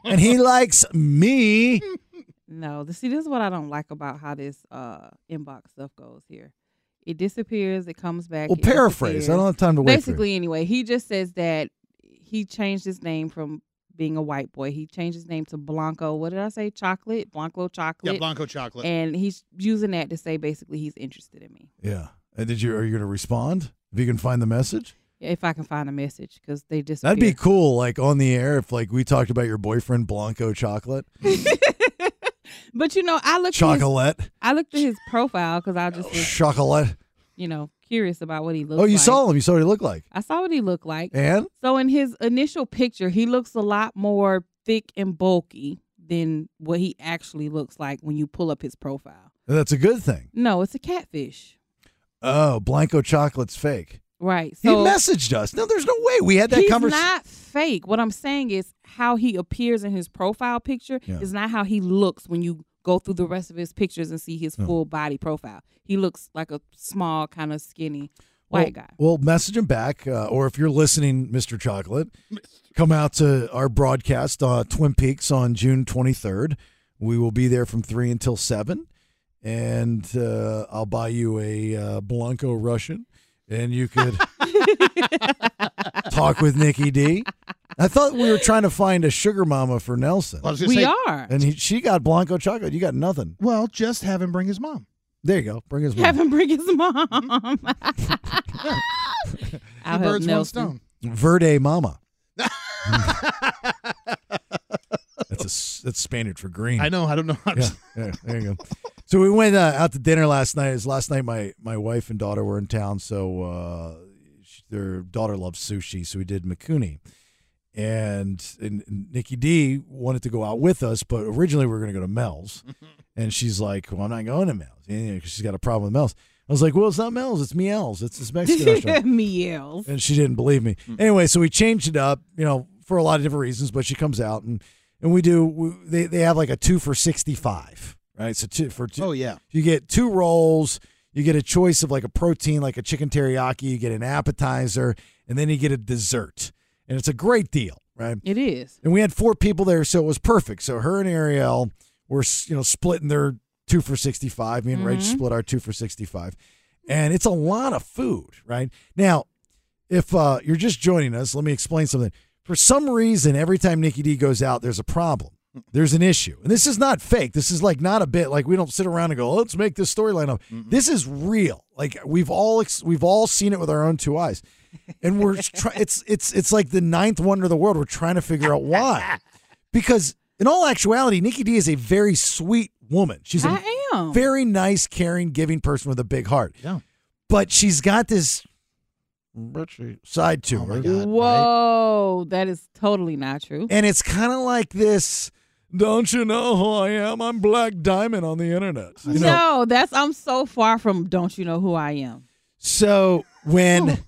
Speaker 8: and he likes me.
Speaker 20: No, th- see, this is what I don't like about how this uh inbox stuff goes here. It disappears, it comes back.
Speaker 8: Well,
Speaker 20: it
Speaker 8: paraphrase. I
Speaker 20: disappears.
Speaker 8: don't have time to wait for it.
Speaker 20: Basically, anyway, he just says that he changed his name from being a white boy. He changed his name to Blanco. What did I say? Chocolate, Blanco chocolate.
Speaker 10: Blanco Chocolate.
Speaker 20: And he's using that to say basically he's interested in me.
Speaker 8: Yeah. And did you are you going to respond if you can find the message?
Speaker 20: If I can find a message, because they just
Speaker 8: That'd be cool. Like on the air, if like we talked about your boyfriend Blanco Chocolate,
Speaker 20: But you know, I looked At his,
Speaker 8: Chocolate,
Speaker 20: I looked at his profile because I just was,
Speaker 8: Chocolate.
Speaker 20: you know curious about what he looked.
Speaker 8: Oh, you
Speaker 20: like.
Speaker 8: saw him. You saw what he looked like.
Speaker 20: I saw what he looked like.
Speaker 8: And?
Speaker 20: So in his initial picture, he looks a lot more thick and bulky than what he actually looks like when you pull up his profile.
Speaker 8: That's a good thing.
Speaker 20: No, it's a catfish.
Speaker 8: Oh, Blanco Chocolate's fake.
Speaker 20: Right. Uh. So
Speaker 8: he messaged us. No, there's no way we had that
Speaker 20: he's
Speaker 8: conversation.
Speaker 20: not fake. What I'm saying is how he appears in his profile picture
Speaker 8: Yeah.
Speaker 20: is not how he looks when you go through the rest of his pictures and see his
Speaker 8: Oh.
Speaker 20: full body profile. He looks like a small, kind of skinny white guy.
Speaker 8: Well, message him back, uh, or if you're listening, Mr. Chocolate, come out to our broadcast uh, Twin Peaks on June 23rd. We will be there from three until seven, and uh, I'll buy you a uh, Blanco Russian, and you could talk with Nikki D. I thought we were trying to find a sugar mama for Nelson.
Speaker 10: I was gonna We say- are.
Speaker 8: and he, she got Blanco chocolate. You got nothing.
Speaker 10: Well, just have him bring his mom.
Speaker 8: There you go. Bring his mom.
Speaker 20: Have him bring his mom. I'll
Speaker 10: Two
Speaker 20: help Nelson.
Speaker 10: birds, one stone.
Speaker 8: Verde Mama. that's a that's Spaniard for green.
Speaker 10: I know. I don't know. How to
Speaker 8: Yeah, yeah, there you go. So we went uh, out to dinner last night. It was last night my my wife and daughter were in town, so uh, sh their daughter loves sushi, so we did Makuni. And, and Nikki D wanted to go out with us, but originally we were going to go to Mel's, and she's like, "Well, I'm not going to Mel's because she's got a problem with Mel's." I was like, "Well, it's not Mel's, it's Miel's. It's this Mexican restaurant."
Speaker 20: me yells.
Speaker 8: and she didn't believe me.
Speaker 10: Hmm.
Speaker 8: Anyway, so we changed it up, you know, for a lot of different reasons. But she comes out and and we do. We, they they have like a two for sixty five, right? So two for two.
Speaker 10: Oh, yeah.
Speaker 8: you get two rolls. You get a choice of like a protein, like a chicken teriyaki. You get an appetizer, and then you get a dessert, and it's a great deal, right?
Speaker 20: It is.
Speaker 8: And we had four people there, so it was perfect. So her and Ariel were you know splitting their two for sixty five. Me and Rach
Speaker 10: Mhm.
Speaker 8: split our two for sixty five, and it's a lot of food, right? Now, if uh, you're just joining us, let me explain something. For some reason, every time Nikki D goes out, there's a problem. There's an issue, and this is not fake. This is like not a bit. Like we don't sit around and go, "Oh, "Let's make this storyline up." This is real. Like we've all ex- we've all seen it with our own two eyes and we're try- it's it's it's like the ninth wonder of the world. We're trying to figure out why, because in all actuality, Nikki D is a very sweet woman. She's a
Speaker 20: I am.
Speaker 8: very nice, caring, giving person with a big heart.
Speaker 10: Yeah.
Speaker 8: but she's got this side to her,
Speaker 20: Whoa, that is totally not true.
Speaker 8: and it's kind of like this. Don't you know who I am? I'm Black Diamond on the internet. You know?
Speaker 20: no, that's I'm so far from don't you know who I am.
Speaker 10: Oh,
Speaker 8: So when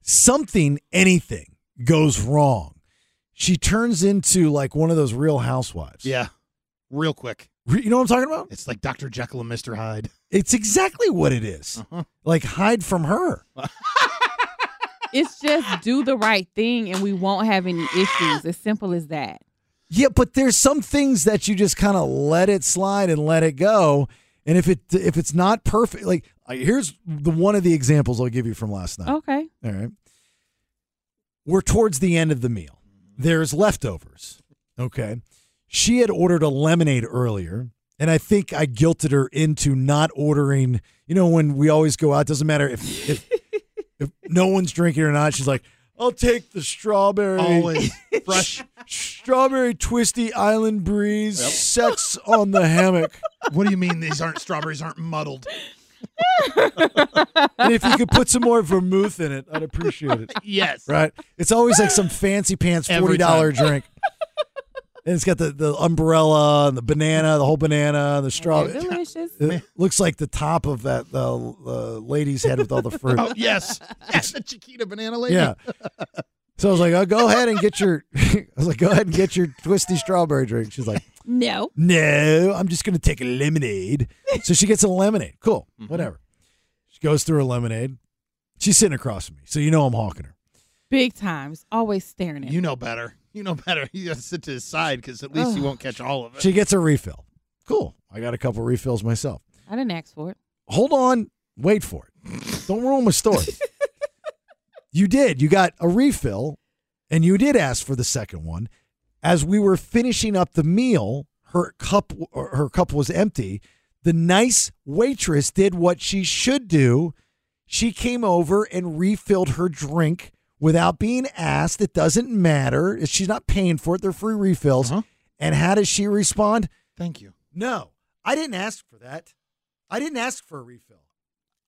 Speaker 8: something, anything goes wrong, she turns into like one of those real housewives.
Speaker 10: Yeah. Real quick.
Speaker 8: Re- You know what I'm talking about?
Speaker 10: It's like Dr. Jekyll and Mr. Hyde.
Speaker 8: It's exactly what it is.
Speaker 10: Uh-huh.
Speaker 8: Like hide from her.
Speaker 20: It's just do the right thing and we won't have any issues. As simple as that.
Speaker 8: Yeah, but there's some things that you just kind of let it slide and let it go. And if it if it's not perfect, like uh, here's the one of the examples I'll give you from last night.
Speaker 20: Okay.
Speaker 8: All right. We're towards the end of the meal. There's leftovers. Okay. She had ordered a lemonade earlier, and I think I guilted her into not ordering. You know, when we always go out, doesn't matter if if, if no one's drinking or not. She's like, "I'll take the strawberry,
Speaker 10: Always fresh.
Speaker 8: strawberry twisty island breeze, sex on the hammock."
Speaker 10: What do you mean these aren't strawberries aren't muddled?
Speaker 8: And if you could put some more vermouth in it, I'd appreciate it.
Speaker 10: Yes.
Speaker 8: Right? It's always like some fancy pants
Speaker 10: Every
Speaker 8: forty dollar
Speaker 10: time.
Speaker 8: drink. And it's got the, the umbrella and the banana, the whole banana, and the straw.
Speaker 20: They're delicious.
Speaker 8: It looks like the top of that uh, uh, lady's head with all the fruit.
Speaker 10: Oh, yes. Yes, the Chiquita banana lady.
Speaker 8: Yeah. So I was like, oh, go ahead and get your. I was like, go ahead and get your twisty strawberry drink. She's like,
Speaker 20: No.
Speaker 8: no, I'm just gonna take a lemonade. So she gets a lemonade. Cool, whatever. She goes through a lemonade. She's sitting across from me, so you know I'm hawking her.
Speaker 20: Big times. Always staring at
Speaker 10: You know better. You know better. You got to sit to his side because at least you won't catch all of it.
Speaker 8: She gets a refill. Cool. I got a couple refills myself.
Speaker 20: I didn't ask for it.
Speaker 8: Hold on. Wait for it. Don't ruin my story. you did. You got a refill and you did ask for the second one. As we were finishing up the meal, her cup or her cup was empty. The nice waitress did what she should do. She came over and refilled her drink without being asked. It doesn't matter. She's not paying for it. They're free refills. And how does she respond?
Speaker 10: Thank you.
Speaker 8: No, I didn't ask for that. I didn't ask for a refill.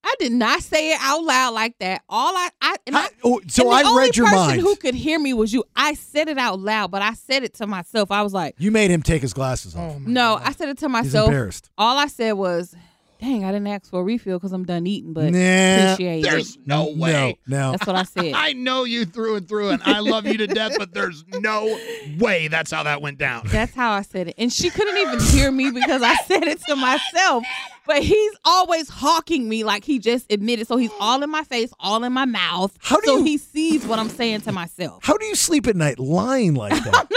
Speaker 20: I did not say it out loud like that. All I, I, and I
Speaker 8: Oh, so
Speaker 20: and the
Speaker 8: I
Speaker 20: only
Speaker 8: read your
Speaker 20: person
Speaker 8: mind.
Speaker 20: Who could hear me was you. I said it out loud, but I said it to myself. I was like,
Speaker 8: You made him take his glasses
Speaker 10: Oh,
Speaker 8: off.
Speaker 20: no, I said it to Oh, myself.
Speaker 8: embarrassed.
Speaker 20: All I said was, dang, I didn't ask for a refill because I'm done eating, but
Speaker 8: Nah,
Speaker 20: appreciate
Speaker 10: There's
Speaker 20: it.
Speaker 10: no way.
Speaker 8: No, no.
Speaker 20: That's what I said.
Speaker 10: I know you through and through, and I love you to death, but there's no way that's how that went down.
Speaker 20: That's how I said it. And she couldn't even hear me because I said it to myself. But he's always hawking me like he just admitted. So he's all in my face, all in my mouth.
Speaker 8: How do
Speaker 20: so
Speaker 8: you-
Speaker 20: he sees what I'm saying to myself.
Speaker 8: How do you sleep at night lying like that?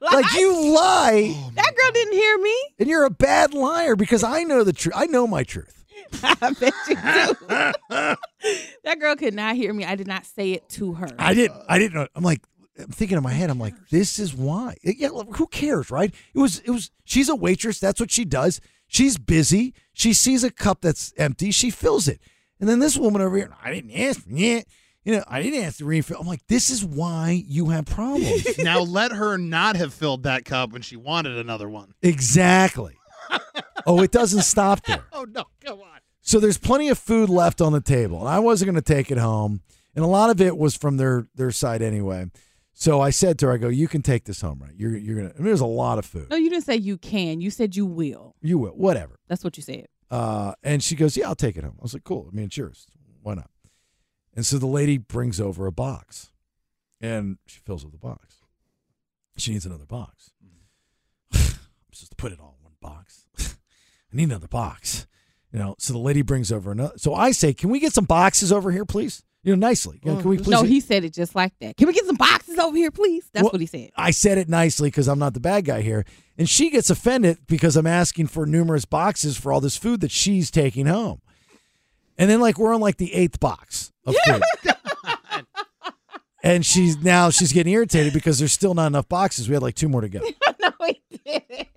Speaker 8: like you lie,
Speaker 10: Oh,
Speaker 20: That girl didn't hear me.
Speaker 8: and you're a bad liar because I know the truth. I know my truth.
Speaker 20: I bet you do. that girl could not hear me. I did not say it to her.
Speaker 8: I didn't. I didn't. know. I'm like, I'm thinking in my head. I'm like, this is why. Yeah, look, who cares, right? It was. It was. She's a waitress. That's what she does. She's busy. She sees a cup that's empty. She fills it. And then this woman over here. I didn't ask. Yeah, you know, I didn't ask to refill. I'm like, this is why you have problems.
Speaker 10: now let her not have filled that cup when she wanted another one.
Speaker 8: exactly. Oh, it doesn't stop there.
Speaker 10: Oh no, come on.
Speaker 8: So there's plenty of food left on the table, and I wasn't going to take it home, and a lot of it was from their their side anyway. So I said to her, I go, "You can take this home, right? You're you're gonna." I mean, there's a lot of food.
Speaker 20: No, you didn't say you can. You said you will.
Speaker 8: You will, whatever.
Speaker 20: That's what you said.
Speaker 8: Uh, and she goes, "Yeah, I'll take it home." I was like, "Cool. I mean, it's yours. Why not?" And so the lady brings over a box, and she fills up the box. She needs another box. I'm supposed to put it all in one box. I need another box. You know, so the lady brings over another. So I say, "Can we get some boxes over here, please?" You know, nicely. You know, can we please?
Speaker 20: Oh, no, he said it just like that. Can we get some boxes over here, please? That's
Speaker 8: Well-
Speaker 20: what he said.
Speaker 8: I said it nicely because I'm not the bad guy here. And she gets offended because I'm asking for numerous boxes for all this food that she's taking home. And then like we're on like the eighth box of food. and she's now she's getting irritated because there's still not enough boxes. We had like two more to go.
Speaker 20: no, he didn't.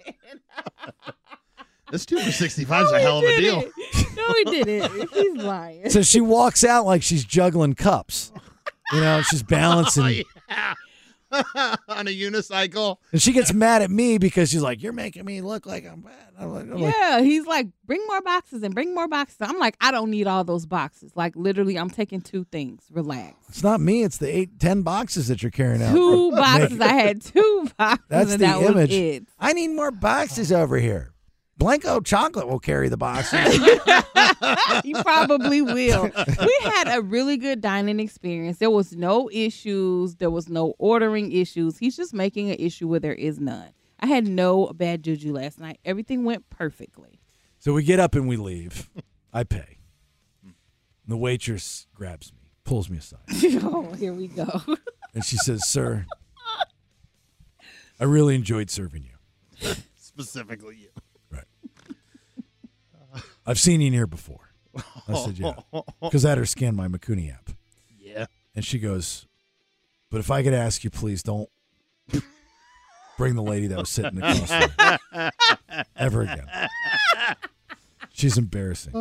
Speaker 10: This two for sixty five is
Speaker 20: No,
Speaker 10: a
Speaker 20: he
Speaker 10: hell of a deal.
Speaker 20: didn't. No, he didn't. He's lying.
Speaker 8: So she walks out like she's juggling cups. You know, she's balancing.
Speaker 10: Oh, yeah. On a unicycle.
Speaker 8: And she gets mad at me because she's like, You're making me look like I'm bad. I'm like, I'm like,
Speaker 20: Yeah, he's like, bring more boxes and bring more boxes. I'm like, I don't need all those boxes. Like, literally, I'm taking two things. Relax.
Speaker 8: it's not me, it's the eight, ten boxes that you're carrying out.
Speaker 20: Two boxes. I had two boxes.
Speaker 8: That's
Speaker 20: and
Speaker 8: the
Speaker 20: that
Speaker 8: image.
Speaker 20: Was it.
Speaker 8: I need more boxes over here. Blanco Chocolate will carry the box.
Speaker 20: you probably will. We had a really good dining experience. There was no issues. There was no ordering issues. He's just making an issue where there is none. I had no bad juju last night. Everything went perfectly.
Speaker 8: So we get up and we leave. I pay. The waitress grabs me, pulls me aside,
Speaker 20: oh, here we go.
Speaker 8: and she says, Sir, I really enjoyed serving you.
Speaker 10: Specifically, you.
Speaker 8: I've seen you in here before. I said, Yeah. Because I had her scan my Makuni app.
Speaker 10: Yeah.
Speaker 8: And she goes, But if I could ask you, please don't bring the lady that was sitting across from me ever again. She's embarrassing.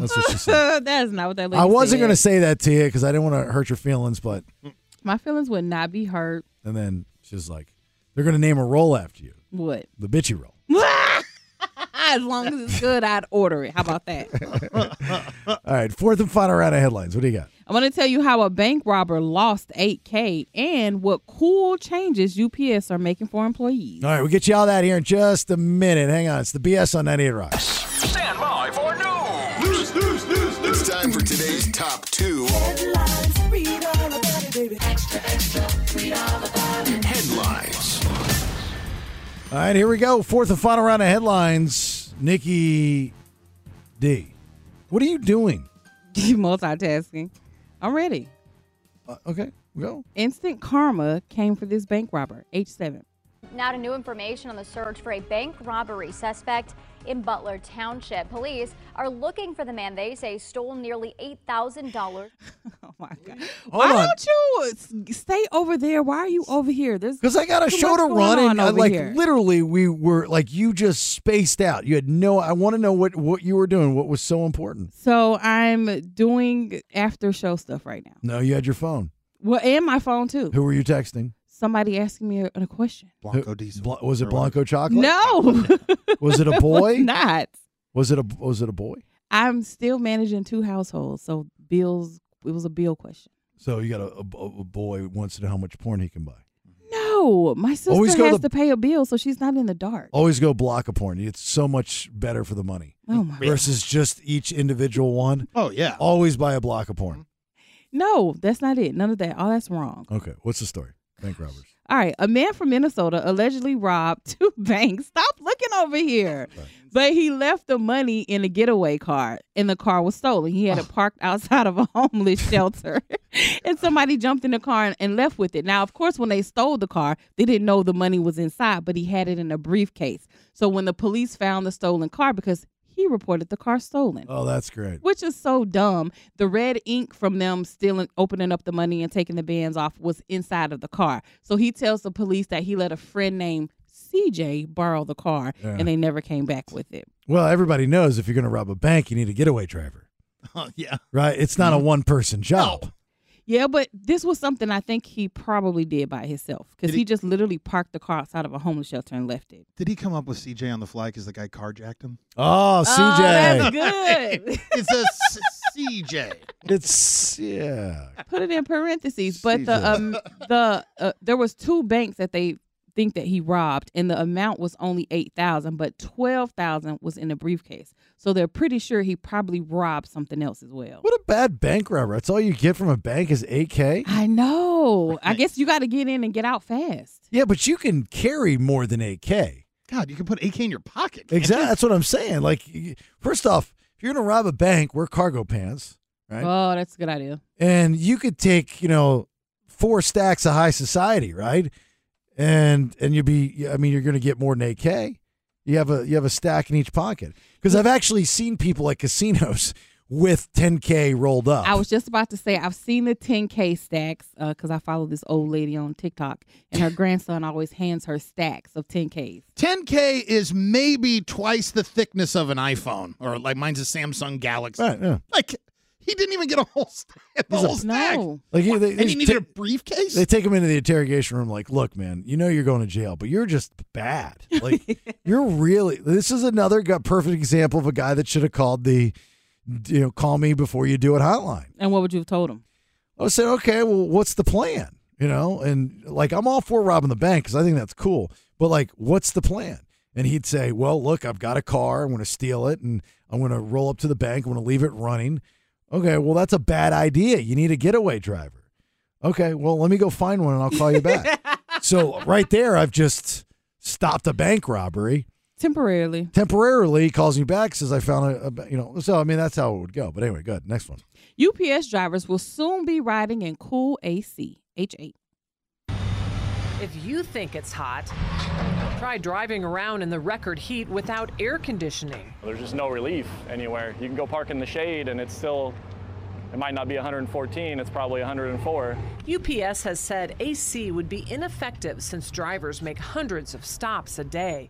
Speaker 8: That's what she said.
Speaker 20: that is not what that lady
Speaker 8: I
Speaker 20: said.
Speaker 8: wasn't going to say that to you because I didn't want to hurt your feelings, but.
Speaker 20: My feelings would not be hurt.
Speaker 8: And then she's like, They're going to name a roll after you,
Speaker 20: What? Ah,
Speaker 8: the bitchy roll.
Speaker 20: as long as it's good, I'd order it. How about that?
Speaker 8: All right, fourth and final round of headlines. What do you got?
Speaker 20: I want to tell you how a bank robber lost 8K and what cool changes UPS are making for employees.
Speaker 8: All right, we'll get you all that here in just a minute. Hang on. It's the BS on 98 Rock.
Speaker 3: Stand by for news.
Speaker 4: News, news, news. It's time for today's top two headlines.
Speaker 8: All right, here we go. Fourth and final round of headlines. Nikki D. What are you doing?
Speaker 20: Multitasking. I'm ready.
Speaker 8: Uh, okay, go.
Speaker 20: Instant karma came for this bank robber, H7.
Speaker 9: Now to new information on the search for a bank robbery suspect in Butler Township. Police are looking for the man they say stole nearly $8,000.
Speaker 20: Why
Speaker 8: on.
Speaker 20: don't you s- stay over there? Why are you over here?
Speaker 8: Because I got a show to run, and I, like literally, we were like you just spaced out. You had no. I want to know what what you were doing. What was so important?
Speaker 20: So I'm doing after show stuff right now.
Speaker 8: No, you had your phone.
Speaker 20: Well, and my phone too.
Speaker 8: Who were you texting?
Speaker 20: Somebody asking me a, a question.
Speaker 8: Blanco Diesel. was it Blanco Chocolate?
Speaker 20: No,
Speaker 8: Was it a
Speaker 20: It was
Speaker 8: boy?
Speaker 20: not.
Speaker 8: Was it a was it a boy?
Speaker 20: I'm still managing two households, so bills. It was a bill question.
Speaker 8: So you got a, a, a boy wants to know how much porn he can buy.
Speaker 20: No, my sister
Speaker 8: Always go
Speaker 20: has
Speaker 8: the- Oh,
Speaker 20: to pay a bill, so she's not in the dark.
Speaker 8: Always go block a porn. It's so much better for the money.
Speaker 20: Oh, my
Speaker 8: Versus just each individual one.
Speaker 10: Oh yeah.
Speaker 8: Always buy a block of porn.
Speaker 20: No, that's not it. None of that. All that's wrong.
Speaker 8: Okay, what's the story? Bank robbers.
Speaker 20: All right, a man from Minnesota allegedly robbed two banks. Stop looking over here. But he left the money in a getaway car, and the car was stolen. He had it parked outside of a homeless shelter, and somebody jumped in the car and, and left with it. Now, of course, when they stole the car, they didn't know the money was inside, but he had it in a briefcase. So when the police found the stolen car, because he reported the car stolen.
Speaker 8: Oh, that's great.
Speaker 20: Which is so dumb. The red ink from them stealing, opening up the money and taking the bands off was inside of the car. So he tells the police that he let a friend named CJ borrow the car
Speaker 8: Yeah.
Speaker 20: and they never came back with it.
Speaker 8: Well, everybody knows if you're going to rob a bank, you need a getaway driver,
Speaker 10: Oh yeah.
Speaker 8: right? It's not a one person job.
Speaker 20: Yeah, but this was something I think he probably did by himself because
Speaker 10: Did
Speaker 20: he,
Speaker 10: he-
Speaker 20: just literally parked the car outside of a homeless shelter and left it.
Speaker 10: Did he come up with CJ on the fly because the guy carjacked him?
Speaker 8: Oh, CJ.
Speaker 20: Good.
Speaker 10: it's a s- CJ.
Speaker 8: It's yeah.
Speaker 20: Put it in parentheses, but the um the uh, there was two banks that they think that he robbed and the amount was only 8,000 but 12,000 was in a briefcase. So they're pretty sure he probably robbed something else as well.
Speaker 8: What a bad bank robber. That's all you get from a bank is 8K?
Speaker 20: I know. I guess you got to get in and get out fast.
Speaker 8: Yeah, but you can carry more than 8K.
Speaker 10: God, you can put AK in your pocket.
Speaker 8: Exactly. That's what I'm saying. Like, y- first off, if you're going to rob a bank, wear cargo pants, right?
Speaker 20: Oh, that's a good idea.
Speaker 8: and you could take, you know, four stacks of high society, right? And and you'd be, I mean, you're going to get more than 8K. You have a you have a stack in each pocket because I've actually seen people at casinos with 10K rolled up.
Speaker 20: I was just about to say I've seen the 10k stacks because I follow this old lady on TikTok, and her grandson always hands her stacks of 10ks.
Speaker 10: 10K is maybe twice the thickness of an iPhone, or like mine's a Samsung Galaxy.
Speaker 8: Right, yeah.
Speaker 10: Like he didn't even get a whole stack. The
Speaker 8: He's a-
Speaker 10: whole stack.
Speaker 8: Like you- they,
Speaker 10: And
Speaker 8: they
Speaker 10: he
Speaker 8: just
Speaker 10: needed
Speaker 8: ta-
Speaker 10: a briefcase?
Speaker 8: They take him into the interrogation room. Like, look, man, you know you're going to jail, but you're just bad. Like, you're really. This is another gu- perfect example of a guy that should have called the, you know, call me before you do it hotline.
Speaker 20: And what would you have told him?
Speaker 8: I said, okay, well, what's the plan? You know, and like I'm all for robbing the bank because I think that's cool, but like, what's the plan? And he'd say, Well, look, I've got a car. I'm going to steal it and I'm going to roll up to the bank. I'm going to leave it running. Okay, well, that's a bad idea. You need a getaway driver. Okay, well, let me go find one and I'll call you back. so, right there, I've just stopped a bank robbery.
Speaker 20: Temporarily.
Speaker 8: Temporarily, he calls me back, says, I found a, a, you know, so I mean, that's how it would go. But anyway, good. Next one.
Speaker 20: UPS drivers will soon be riding in cool AC. H8.
Speaker 9: If you think it's hot, try driving around in the record heat without air conditioning.
Speaker 3: There's just no relief anywhere. You can go park in the shade and it's still, it might not be 114, it's probably 104.
Speaker 9: UPS has said AC would be ineffective since drivers make hundreds of stops a day.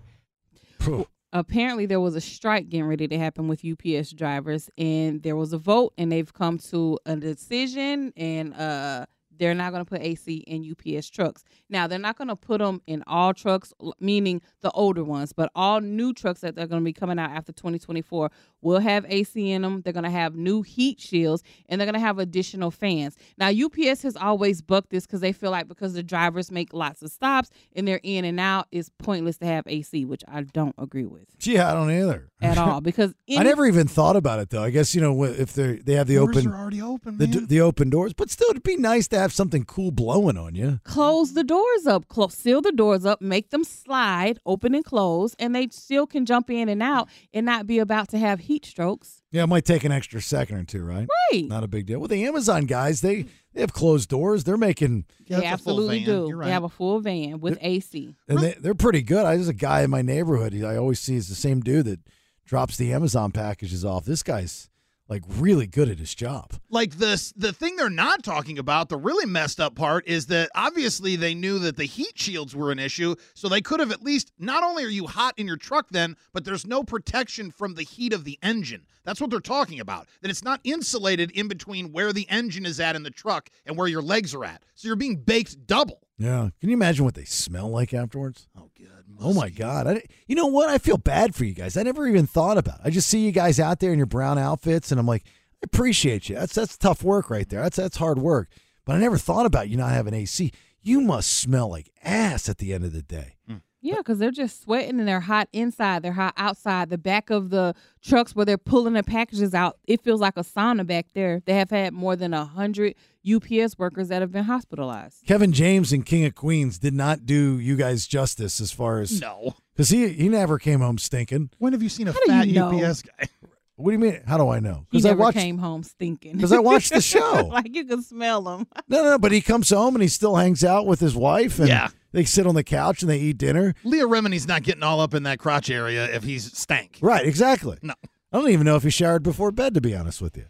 Speaker 20: apparently there was a strike getting ready to happen with UPS drivers, and there was a vote, and they've come to a decision, and uh, they're not going to put AC in UPS trucks. Now they're not going to put them in all trucks, l- meaning the older ones, but all new trucks that they're going to be coming out after 2024 will have AC in them. They're going to have new heat shields, and they're going to have additional fans. Now UPS has always bucked this because they feel like because the drivers make lots of stops and they're in and out, it's pointless to have AC, which I don't agree with.
Speaker 8: Gee, I don't either.
Speaker 20: At all, because
Speaker 8: I
Speaker 20: any-
Speaker 8: never even thought about it though. I guess you know wh- if they they have the
Speaker 10: Doors
Speaker 8: open
Speaker 10: are already open,
Speaker 8: the, d- the open doors, but still it'd be nice to have something cool blowing on you.
Speaker 20: close the doors up, close, seal the doors up, make them slide, open and close, and they still can jump in and out and not be about to have heat strokes.
Speaker 8: Yeah, it might take an extra second or two, right?
Speaker 20: Right.
Speaker 8: Not a big deal. Well, the Amazon guys, they they have closed doors. They're making
Speaker 20: they absolutely do. They have a full van with AC.
Speaker 8: and they, they're pretty good. I there's a guy in my neighborhood. he- I always see is the same dude that drops the Amazon packages off. This guy's like really good at his job.
Speaker 10: Like this, the thing they're not talking about, the really messed up part is that obviously they knew that the heat shields were an issue, so they could have at least. Not only are you hot in your truck then, but there's no protection from the heat of the engine. That's what they're talking about. That it's not insulated in between where the engine is at in the truck and where your legs are at, so you're being baked double.
Speaker 8: Yeah. Can you imagine what they smell like afterwards? Oh, good. Oh, my God. I, di- you know what? I feel bad for you guys. I never even thought about it. I just see you guys out there in your brown outfits, and I'm like, I appreciate you. That's that's tough work right there. That's that's hard work. But I never thought about you not having AC. You must smell like ass at the end of the day.
Speaker 20: Mm-hmm. Yeah, because they're just sweating and they're hot inside, they're hot outside. The back of the trucks where they're pulling the packages out, it feels like a sauna back there. They have had more than a hundred UPS workers that have been hospitalized.
Speaker 8: Kevin James and King of Queens did not do you guys justice as far as
Speaker 10: No.
Speaker 8: because he he never came home stinking.
Speaker 10: When have you seen a
Speaker 8: do
Speaker 10: fat
Speaker 8: you know?
Speaker 10: UPS guy?
Speaker 8: What do you mean? How do I know?
Speaker 20: He
Speaker 8: I
Speaker 20: never
Speaker 8: watched.
Speaker 20: came home stinking.
Speaker 8: 'Cause I watched the show.
Speaker 20: like you could smell them.
Speaker 8: No, no, no, but he comes home and he still hangs out with his wife, and
Speaker 10: Yeah.
Speaker 8: they sit on the couch and they eat dinner.
Speaker 10: Leah Remini's not getting all up in that crotch area if he's stank.
Speaker 8: Right, exactly.
Speaker 10: No.
Speaker 8: I don't even know if he showered before bed, to be honest with you.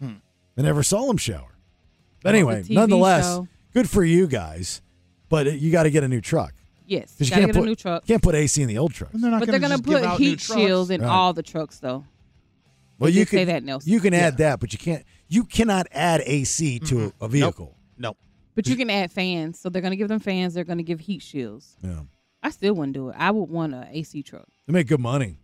Speaker 10: Hmm.
Speaker 8: I never saw him shower. But
Speaker 10: Well,
Speaker 8: anyway,
Speaker 10: the TV
Speaker 8: nonetheless,
Speaker 10: show.
Speaker 8: good for you guys, but you got to get a new truck.
Speaker 20: Yes,
Speaker 8: 'Cause
Speaker 20: gotta
Speaker 8: you can't
Speaker 20: get a
Speaker 8: put,
Speaker 20: new truck.
Speaker 8: can't put AC in the old truck.
Speaker 20: but they're gonna put heat shields in
Speaker 8: Right.
Speaker 20: all the trucks, though.
Speaker 8: Well,
Speaker 20: They
Speaker 8: you
Speaker 20: did say
Speaker 8: can
Speaker 20: that, Nelson.
Speaker 8: You can add that, but you can't. You cannot add AC to a vehicle.
Speaker 10: Nope.
Speaker 20: But you can add fans, so they're gonna give them fans. They're gonna give heat shields.
Speaker 8: Yeah.
Speaker 20: I still wouldn't do it. I would want an AC truck.
Speaker 8: They make good money.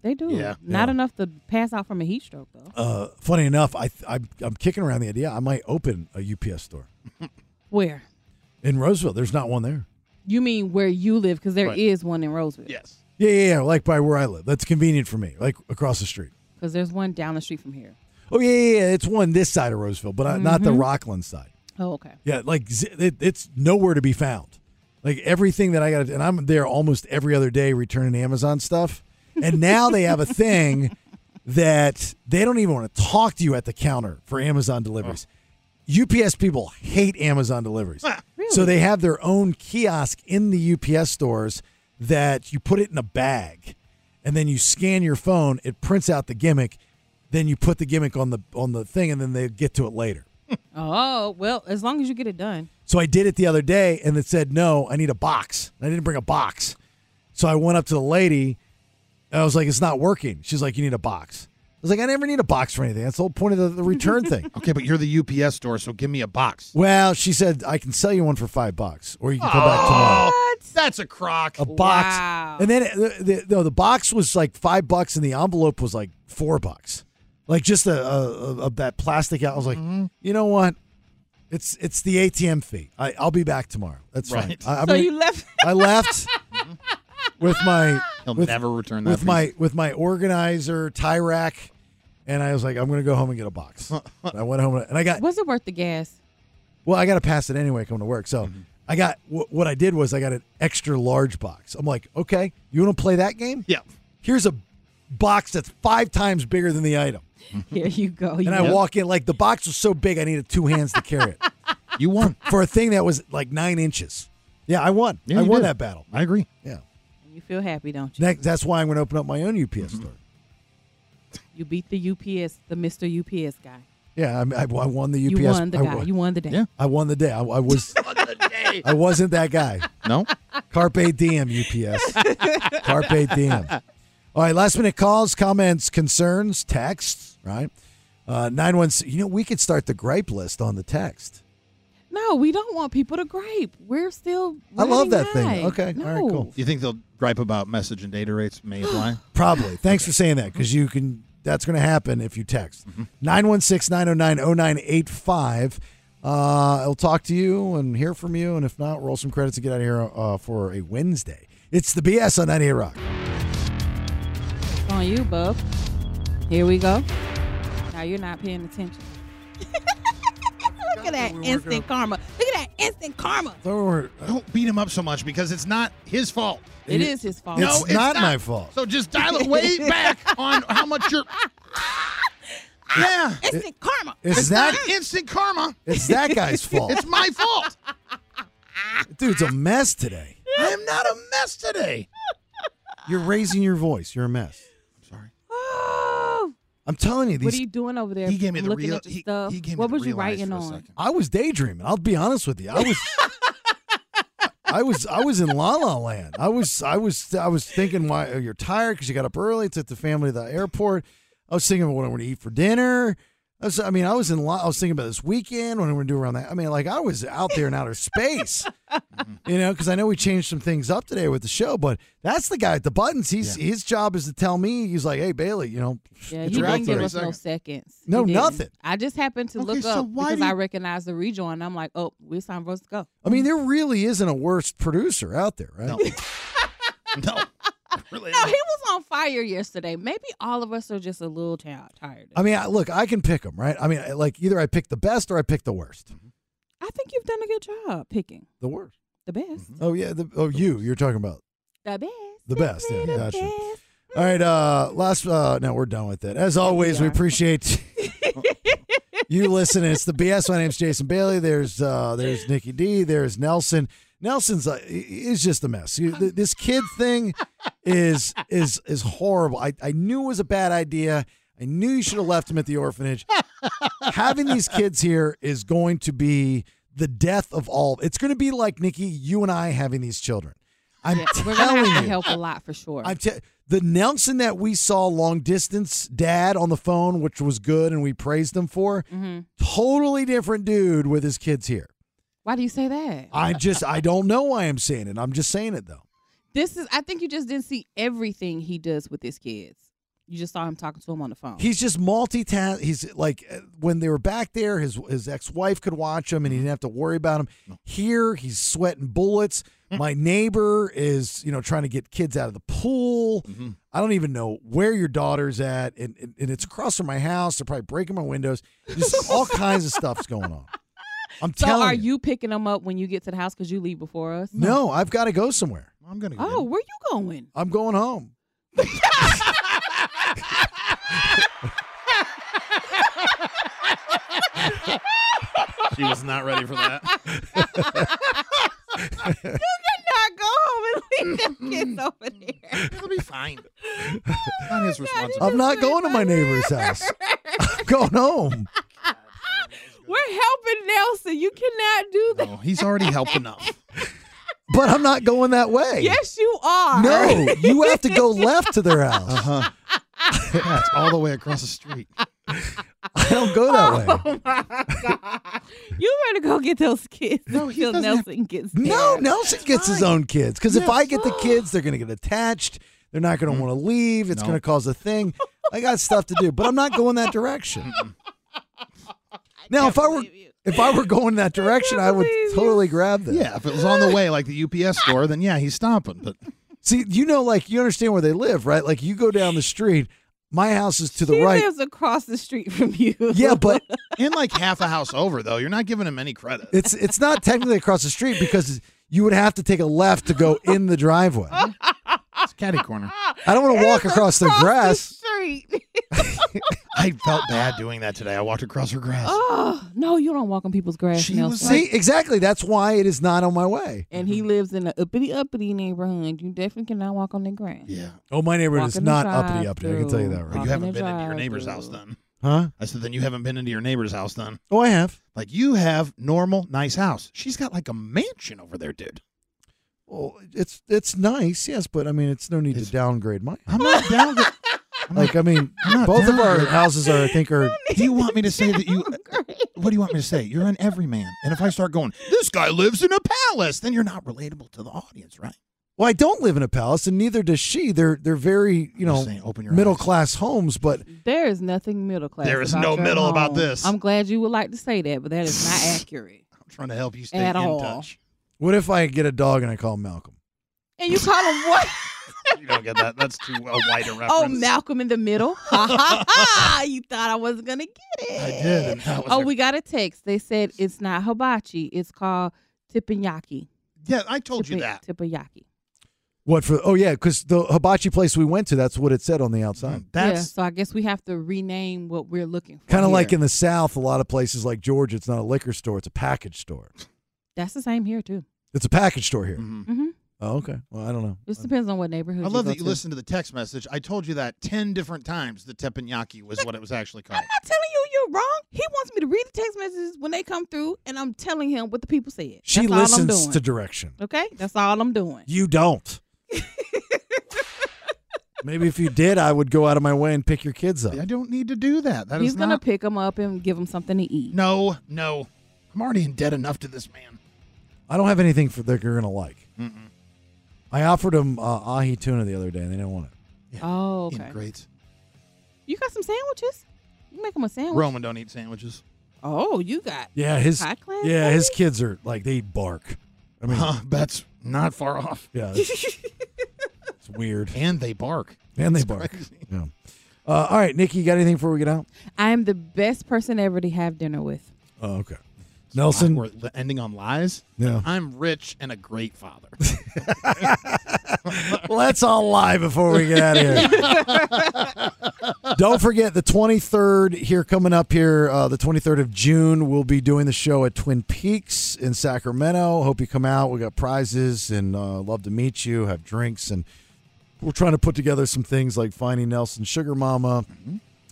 Speaker 20: They do.
Speaker 8: Yeah.
Speaker 20: Not
Speaker 8: Yeah.
Speaker 20: enough to pass out from a heat stroke, though.
Speaker 8: Uh, funny enough, I I'm, I'm kicking around the idea. I might open a UPS store
Speaker 20: Where?
Speaker 8: in Roseville. There's not one there.
Speaker 20: You mean where you live? Because there is
Speaker 8: Right.
Speaker 20: one in Roseville.
Speaker 10: Yes.
Speaker 8: Yeah, yeah, yeah. Like by where I live. That's convenient for me. Like across the street.
Speaker 20: Because there's one down the street from here.
Speaker 8: Oh yeah, yeah, yeah. It's one this side of Roseville, but uh not the
Speaker 20: Mhm.
Speaker 8: Rockland side.
Speaker 20: Oh, okay.
Speaker 8: Yeah, like z- it, it's nowhere to be found. Like everything that I got, and I'm there almost every other day returning Amazon stuff. And now they have a thing that they don't even want to talk to you at the counter for Amazon deliveries. UPS people hate Amazon deliveries. So they have their own kiosk in the UPS stores that you put it in a bag and then you scan your phone, it prints out the gimmick, then you put the gimmick on the on the thing and then they get to it later.
Speaker 20: Oh well, as long as you get it done.
Speaker 8: So I did it the other day, and it said, "No, I need a box." I didn't bring a box, so I went up to the lady, and I was like, "It's not working." She's like, "You need a box." I was like, "I never need a box for anything. That's the whole point of the, the return thing."
Speaker 10: Okay, but you're the UPS store, so give me a box.
Speaker 8: Well, she said, "I can sell you one for five bucks, or you can come back tomorrow."
Speaker 10: That's a crock.
Speaker 8: A box, and then the, the, no, the box was like five bucks, and the envelope was like four bucks, like just a, a, a, a- that plastic out. I was like, you know what? It's it's the ATM fee. I, I'll be back tomorrow. That's
Speaker 10: Right.
Speaker 8: fine. I, I'm
Speaker 20: so
Speaker 8: gonna-
Speaker 20: you left.
Speaker 8: I left. with my
Speaker 10: He'll
Speaker 8: with,
Speaker 10: never return that
Speaker 8: with my
Speaker 10: piece.
Speaker 8: with my organizer tie rack, and I was like, I'm gonna go home and get a box. And I went home and I got
Speaker 20: Was it worth the gas?
Speaker 8: well, I got to pass it anyway coming to work. So
Speaker 10: Mm-hmm.
Speaker 8: I got wh- what I did was I got an extra large box. I'm like, okay, you want to play that game?
Speaker 10: Yeah.
Speaker 8: Here's a box that's five times bigger than the item.
Speaker 20: Here you go.
Speaker 8: And I
Speaker 10: Yep.
Speaker 8: walk in like the box was so big I needed two hands to carry it.
Speaker 10: You won
Speaker 8: for a thing that was like nine inches. Yeah, I won.
Speaker 10: Yeah,
Speaker 8: I
Speaker 10: you
Speaker 8: won
Speaker 10: did.
Speaker 8: that battle.
Speaker 10: I agree.
Speaker 8: Yeah.
Speaker 20: You feel happy, don't you?
Speaker 8: Next, that's why I'm going to open up my own UPS store.
Speaker 20: You beat the UPS, the Mr. UPS guy.
Speaker 8: Yeah, I, I, I won the
Speaker 20: You
Speaker 8: UPS.
Speaker 20: won the
Speaker 8: I
Speaker 20: guy. You won the day. Yeah.
Speaker 8: I won the day. I, I was. I wasn't that guy.
Speaker 10: No.
Speaker 8: Carpe diem, UPS. Carpe diem. All right, last minute calls, comments, concerns, texts. Right. Uh, nine one. You know, we could start the gripe list on the text.
Speaker 20: No, we don't want people to gripe. We're still.
Speaker 8: I
Speaker 20: riding
Speaker 8: love that thing.
Speaker 20: high.
Speaker 8: Okay,
Speaker 20: No.
Speaker 8: all right, cool.
Speaker 10: You think they'll gripe about message and data rates may apply?
Speaker 8: Probably. Thanks for saying that because you can. That's going to happen if you text 916 909 0985. Uh, I'll talk to you and hear from you. And if not, roll some credits to get out of here uh, for a Wednesday. It's the BS on 98 Rock.
Speaker 20: It's on you, bub. Here we go. Now you're not paying attention. Look at that instant karma. Look at that instant karma.
Speaker 10: Don't beat him up so much because it's not his fault.
Speaker 20: It is his fault.
Speaker 10: No,
Speaker 20: It's
Speaker 10: it's
Speaker 8: not my fault.
Speaker 10: So just dial it way back on how much you're. Yeah.
Speaker 20: Instant karma.
Speaker 8: It's that-
Speaker 10: not instant karma?
Speaker 8: It's that guy's fault.
Speaker 10: It's my fault.
Speaker 8: Dude's a mess today.
Speaker 10: I am not a mess today.
Speaker 8: You're raising your voice. You're a mess.
Speaker 20: Oh,
Speaker 8: I'm telling you,
Speaker 20: what are
Speaker 8: these.
Speaker 20: you doing over there?
Speaker 10: He gave me the
Speaker 20: looking
Speaker 10: real-
Speaker 20: at your
Speaker 10: he-
Speaker 20: stuff.
Speaker 10: he gave me
Speaker 20: what
Speaker 10: the
Speaker 20: was you
Speaker 10: realize
Speaker 20: writing
Speaker 10: for a
Speaker 20: on?
Speaker 10: second.
Speaker 8: I was daydreaming. I'll be honest with you. I was. I was I was in La La Land. I was I was I was thinking why oh, you're tired because you got up early, took the family to the airport. I was thinking about what I want to eat for dinner. I, was, I mean, I was in La, I was thinking about this weekend, what I'm going to do around that. I mean, like I was out there in outer space, you know, because I know we changed some things up today with the show. But that's the guy at the buttons. He's his job is to tell me. He's like, hey Bailey, you know,
Speaker 20: Yeah,
Speaker 8: it's
Speaker 20: he
Speaker 8: around
Speaker 20: didn't give
Speaker 8: 30
Speaker 20: us no
Speaker 8: seconds."
Speaker 20: seconds.
Speaker 8: No,
Speaker 20: He didn't.
Speaker 8: nothing.
Speaker 20: I just happened to
Speaker 10: Okay,
Speaker 20: look
Speaker 10: so
Speaker 20: up
Speaker 10: why
Speaker 20: because
Speaker 10: do
Speaker 20: I
Speaker 10: you-
Speaker 20: recognized the rejoin. I'm like, oh, it's time for us to go.
Speaker 8: I mean, there really isn't a worse producer out there, right?
Speaker 10: No.
Speaker 20: No, he was on fire yesterday. Maybe all of us are just a little tired. tired.
Speaker 8: I mean, I, look, I can pick them, right? I mean, I- like either I pick the best or I pick the worst.
Speaker 20: I think you've done a good job picking
Speaker 8: The worst.
Speaker 20: the best.
Speaker 8: Oh yeah. The, oh, you. You're talking about
Speaker 20: The best.
Speaker 8: the best. Yeah,
Speaker 20: the
Speaker 8: gotcha.
Speaker 20: best.
Speaker 8: All right. Uh, last. Uh, no, we're done with it. As always, we, appreciate you listening. It's the BS. My name's Jason Bailey. There's uh, there's Nikki D. There's Nelson. Nelson's uh, is just a mess. You, th- this kid thing is is is horrible. I, I knew it was a bad idea. I knew you should have left him at the orphanage. Having these kids here is going to be the death of all. It's going to be like Nikki, you and I having these children. I'm
Speaker 20: Yeah,
Speaker 8: telling
Speaker 20: we're gonna have to
Speaker 8: you.
Speaker 20: help a lot for sure.
Speaker 8: I'm te- the Nelson that we saw long distance dad on the phone, which was good, and we praised him for.
Speaker 20: Mm-hmm.
Speaker 8: Totally different dude with his kids here.
Speaker 20: Why do you say that?
Speaker 8: I just I don't know why I'm saying it. I'm just saying it though.
Speaker 20: This is. I think you just didn't see everything he does with his kids. You just saw him talking to him on the phone.
Speaker 8: He's just multitask. He's like uh, when they were back there, his his ex wife could watch him, and he didn't have to worry about him. Here, he's sweating bullets. My neighbor is, you know, trying to get kids out of the pool.
Speaker 10: Mm-hmm.
Speaker 8: I don't even know where your daughter's at, and, and, and it's across from my house. They're probably breaking my windows. Just all kinds of stuff's going on. I'm
Speaker 20: so
Speaker 8: telling
Speaker 20: are you. picking him up when you get to the house because you leave before us?
Speaker 8: No, I've got to go somewhere.
Speaker 10: I'm gonna.
Speaker 20: Oh, where you going?
Speaker 8: I'm going home.
Speaker 10: She was not ready for that.
Speaker 20: you cannot go home and leave them kids over there.
Speaker 10: It'll be fine. Not his responsibility.
Speaker 8: I'm not going to my neighbor's house. I'm going home.
Speaker 20: We're helping Nelson. You cannot do that.
Speaker 10: No, he's already helped enough.
Speaker 8: But I'm not going that way.
Speaker 20: Yes, you are.
Speaker 8: No, you have to go left to their house.
Speaker 10: Uh huh. Yeah, it's all the way across the street.
Speaker 8: I don't go that way.
Speaker 20: Oh my god! You better go get those kids until
Speaker 10: doesn't have-
Speaker 20: Nelson gets there.
Speaker 8: No, Nelson gets his own kids because if
Speaker 20: Yeah.
Speaker 8: I get the kids, they're going to get attached. They're not going to want to leave. It's
Speaker 10: No.
Speaker 8: going to cause a thing. I got stuff to do, but I'm not going that direction. now, if I were if I were going that direction, I, would totally grab this.
Speaker 10: Yeah, if it was on the way, like the UPS store, then yeah, he's stopping. But
Speaker 8: See, you know, like you understand where they live, right? Like you go down the street. My house is to the
Speaker 20: she
Speaker 8: right.
Speaker 20: lives across the street from you.
Speaker 8: Yeah, but
Speaker 10: in like half a house over though, you're not giving him any credit.
Speaker 8: It's it's not technically across the street because you would have to take a left to go in the driveway.
Speaker 10: It's catty corner.
Speaker 8: I don't want to walk across the grass.
Speaker 10: I felt bad doing that today. I walked across her grass.
Speaker 20: Oh no, you don't walk on people's grass. Nelson.
Speaker 8: See, exactly. That's why it is not on my way.
Speaker 20: and
Speaker 10: Mm-hmm.
Speaker 20: he lives in an uppity uppity neighborhood. You definitely cannot walk on the grass.
Speaker 10: Yeah.
Speaker 8: Oh, my neighborhood is
Speaker 20: Walking
Speaker 8: not
Speaker 20: the
Speaker 8: uppity uppity. I can tell you that
Speaker 10: Or
Speaker 8: right.
Speaker 10: you haven't been into your neighbor's house then.
Speaker 8: Huh?
Speaker 10: I said, then you haven't been into your neighbor's house then.
Speaker 8: Oh, I have.
Speaker 10: Like you have normal, nice house. She's got like a mansion over there, dude.
Speaker 8: Well, it's it's nice, yes, but I mean, it's no need to downgrade my.
Speaker 10: I'm not down.
Speaker 8: Like, I mean, both of our houses are, I think, are.
Speaker 10: Do you want me to say that you? What do you want me to say? You're an everyman, and if I start going, this guy lives in a palace, then you're not relatable to the audience, right?
Speaker 8: Well, I don't live in a palace, and neither does she. They're they're very you know middle class homes, but
Speaker 20: There is nothing middle class.
Speaker 8: There is
Speaker 20: about
Speaker 8: no
Speaker 20: your
Speaker 8: middle about
Speaker 20: home.
Speaker 8: this.
Speaker 20: I'm glad you would like to say that, but that is not accurate.
Speaker 10: I'm trying to help you
Speaker 20: stay At in all. touch.
Speaker 8: What if I get a dog and I call him Malcolm?
Speaker 20: And you call him what?
Speaker 10: You don't get that. That's too uh, wide a reference.
Speaker 20: oh, Malcolm in the middle. Ha ha ha! You thought I wasn't gonna get it.
Speaker 10: I did. And that was
Speaker 20: Oh,
Speaker 10: a-
Speaker 20: we got a text. They said it's not hibachi. It's called teppanyaki.
Speaker 10: Yeah, I told you that.
Speaker 20: Teppanyaki.
Speaker 8: What for? Oh yeah, because the hibachi place we went to, that's what it said on the outside.
Speaker 20: yeah, so I guess we have to rename what we're looking for.
Speaker 8: kind of
Speaker 20: here.
Speaker 8: like in the South. A lot of places like Georgia, it's not a liquor store; it's a package store.
Speaker 20: That's the same here too.
Speaker 8: It's a package store here.
Speaker 10: Mm-hmm.
Speaker 20: Mhm.
Speaker 8: Oh, okay. Well, I don't know.
Speaker 20: This depends on what neighborhood.
Speaker 10: I love
Speaker 20: go
Speaker 10: that you
Speaker 20: to.
Speaker 10: listened to the text message. I told you that ten different times. The teppanyaki was what it was actually called.
Speaker 20: I'm not telling you you're wrong. He wants me to read the text messages when they come through, and I'm telling him what the people said.
Speaker 8: She
Speaker 20: That's all I'm
Speaker 8: listens
Speaker 20: doing.
Speaker 8: to direction.
Speaker 20: Okay, that's all I'm doing.
Speaker 8: You don't. Maybe if you did, I would go out of my way and pick your kids up.
Speaker 10: I don't need to do that. That is
Speaker 20: He's gonna
Speaker 10: not-
Speaker 20: pick him up and give him something to eat.
Speaker 10: No, no. I'm already in debt enough to this man.
Speaker 8: I don't have anything for that you're gonna like. I offered them uh, ahi tuna the other day, and they didn't want it.
Speaker 20: Oh, okay.
Speaker 10: Great.
Speaker 20: You got some sandwiches? You make him a sandwich.
Speaker 10: Roman don't eat sandwiches.
Speaker 20: Oh, you got
Speaker 8: Yeah, his
Speaker 20: high class.
Speaker 8: yeah, his kids are like they bark. I mean,
Speaker 10: Huh, that's not far off.
Speaker 8: Yeah, it's, it's weird.
Speaker 10: And they bark.
Speaker 8: And they
Speaker 10: It's
Speaker 8: bark.
Speaker 10: crazy.
Speaker 8: Yeah. Uh, all right, Nikki, you got anything before we get out?
Speaker 20: I am the best person ever to have dinner with.
Speaker 8: Oh, okay. Nelson,
Speaker 10: We're li- ending on lies.
Speaker 8: Yeah.
Speaker 10: I'm rich and a great father.
Speaker 8: let's all lie before we get out of here. Don't forget the 23rd here coming up here, uh, the 23rd of June. We'll be doing the show at Twin Peaks in Sacramento. Hope you come out. We got prizes and uh, love to meet you, have drinks. And we're trying to put together some things like Finding Nelson Sugar Mama,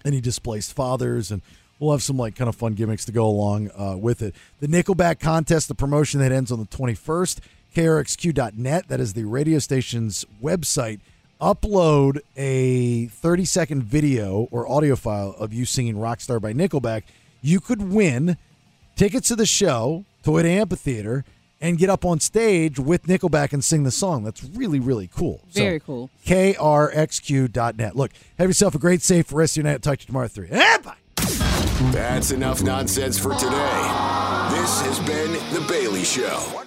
Speaker 8: any displaced fathers, and we'll have some like kind of fun gimmicks to go along uh, with it. The Nickelback contest, the promotion that ends on the 21st, krxq.net, that is the radio station's website upload a 30 second video or audio file of you singing Rockstar by Nickelback, you could win tickets to the show, Toyota Amphitheater, and get up on stage with Nickelback and sing the song. That's really, really cool.
Speaker 20: Very cool.
Speaker 8: KRXQ.net. Look, have yourself a great, safe rest of your night. talk to you tomorrow at 3. Eh, bye.
Speaker 4: That's enough nonsense for today. This has been The Bailey Show.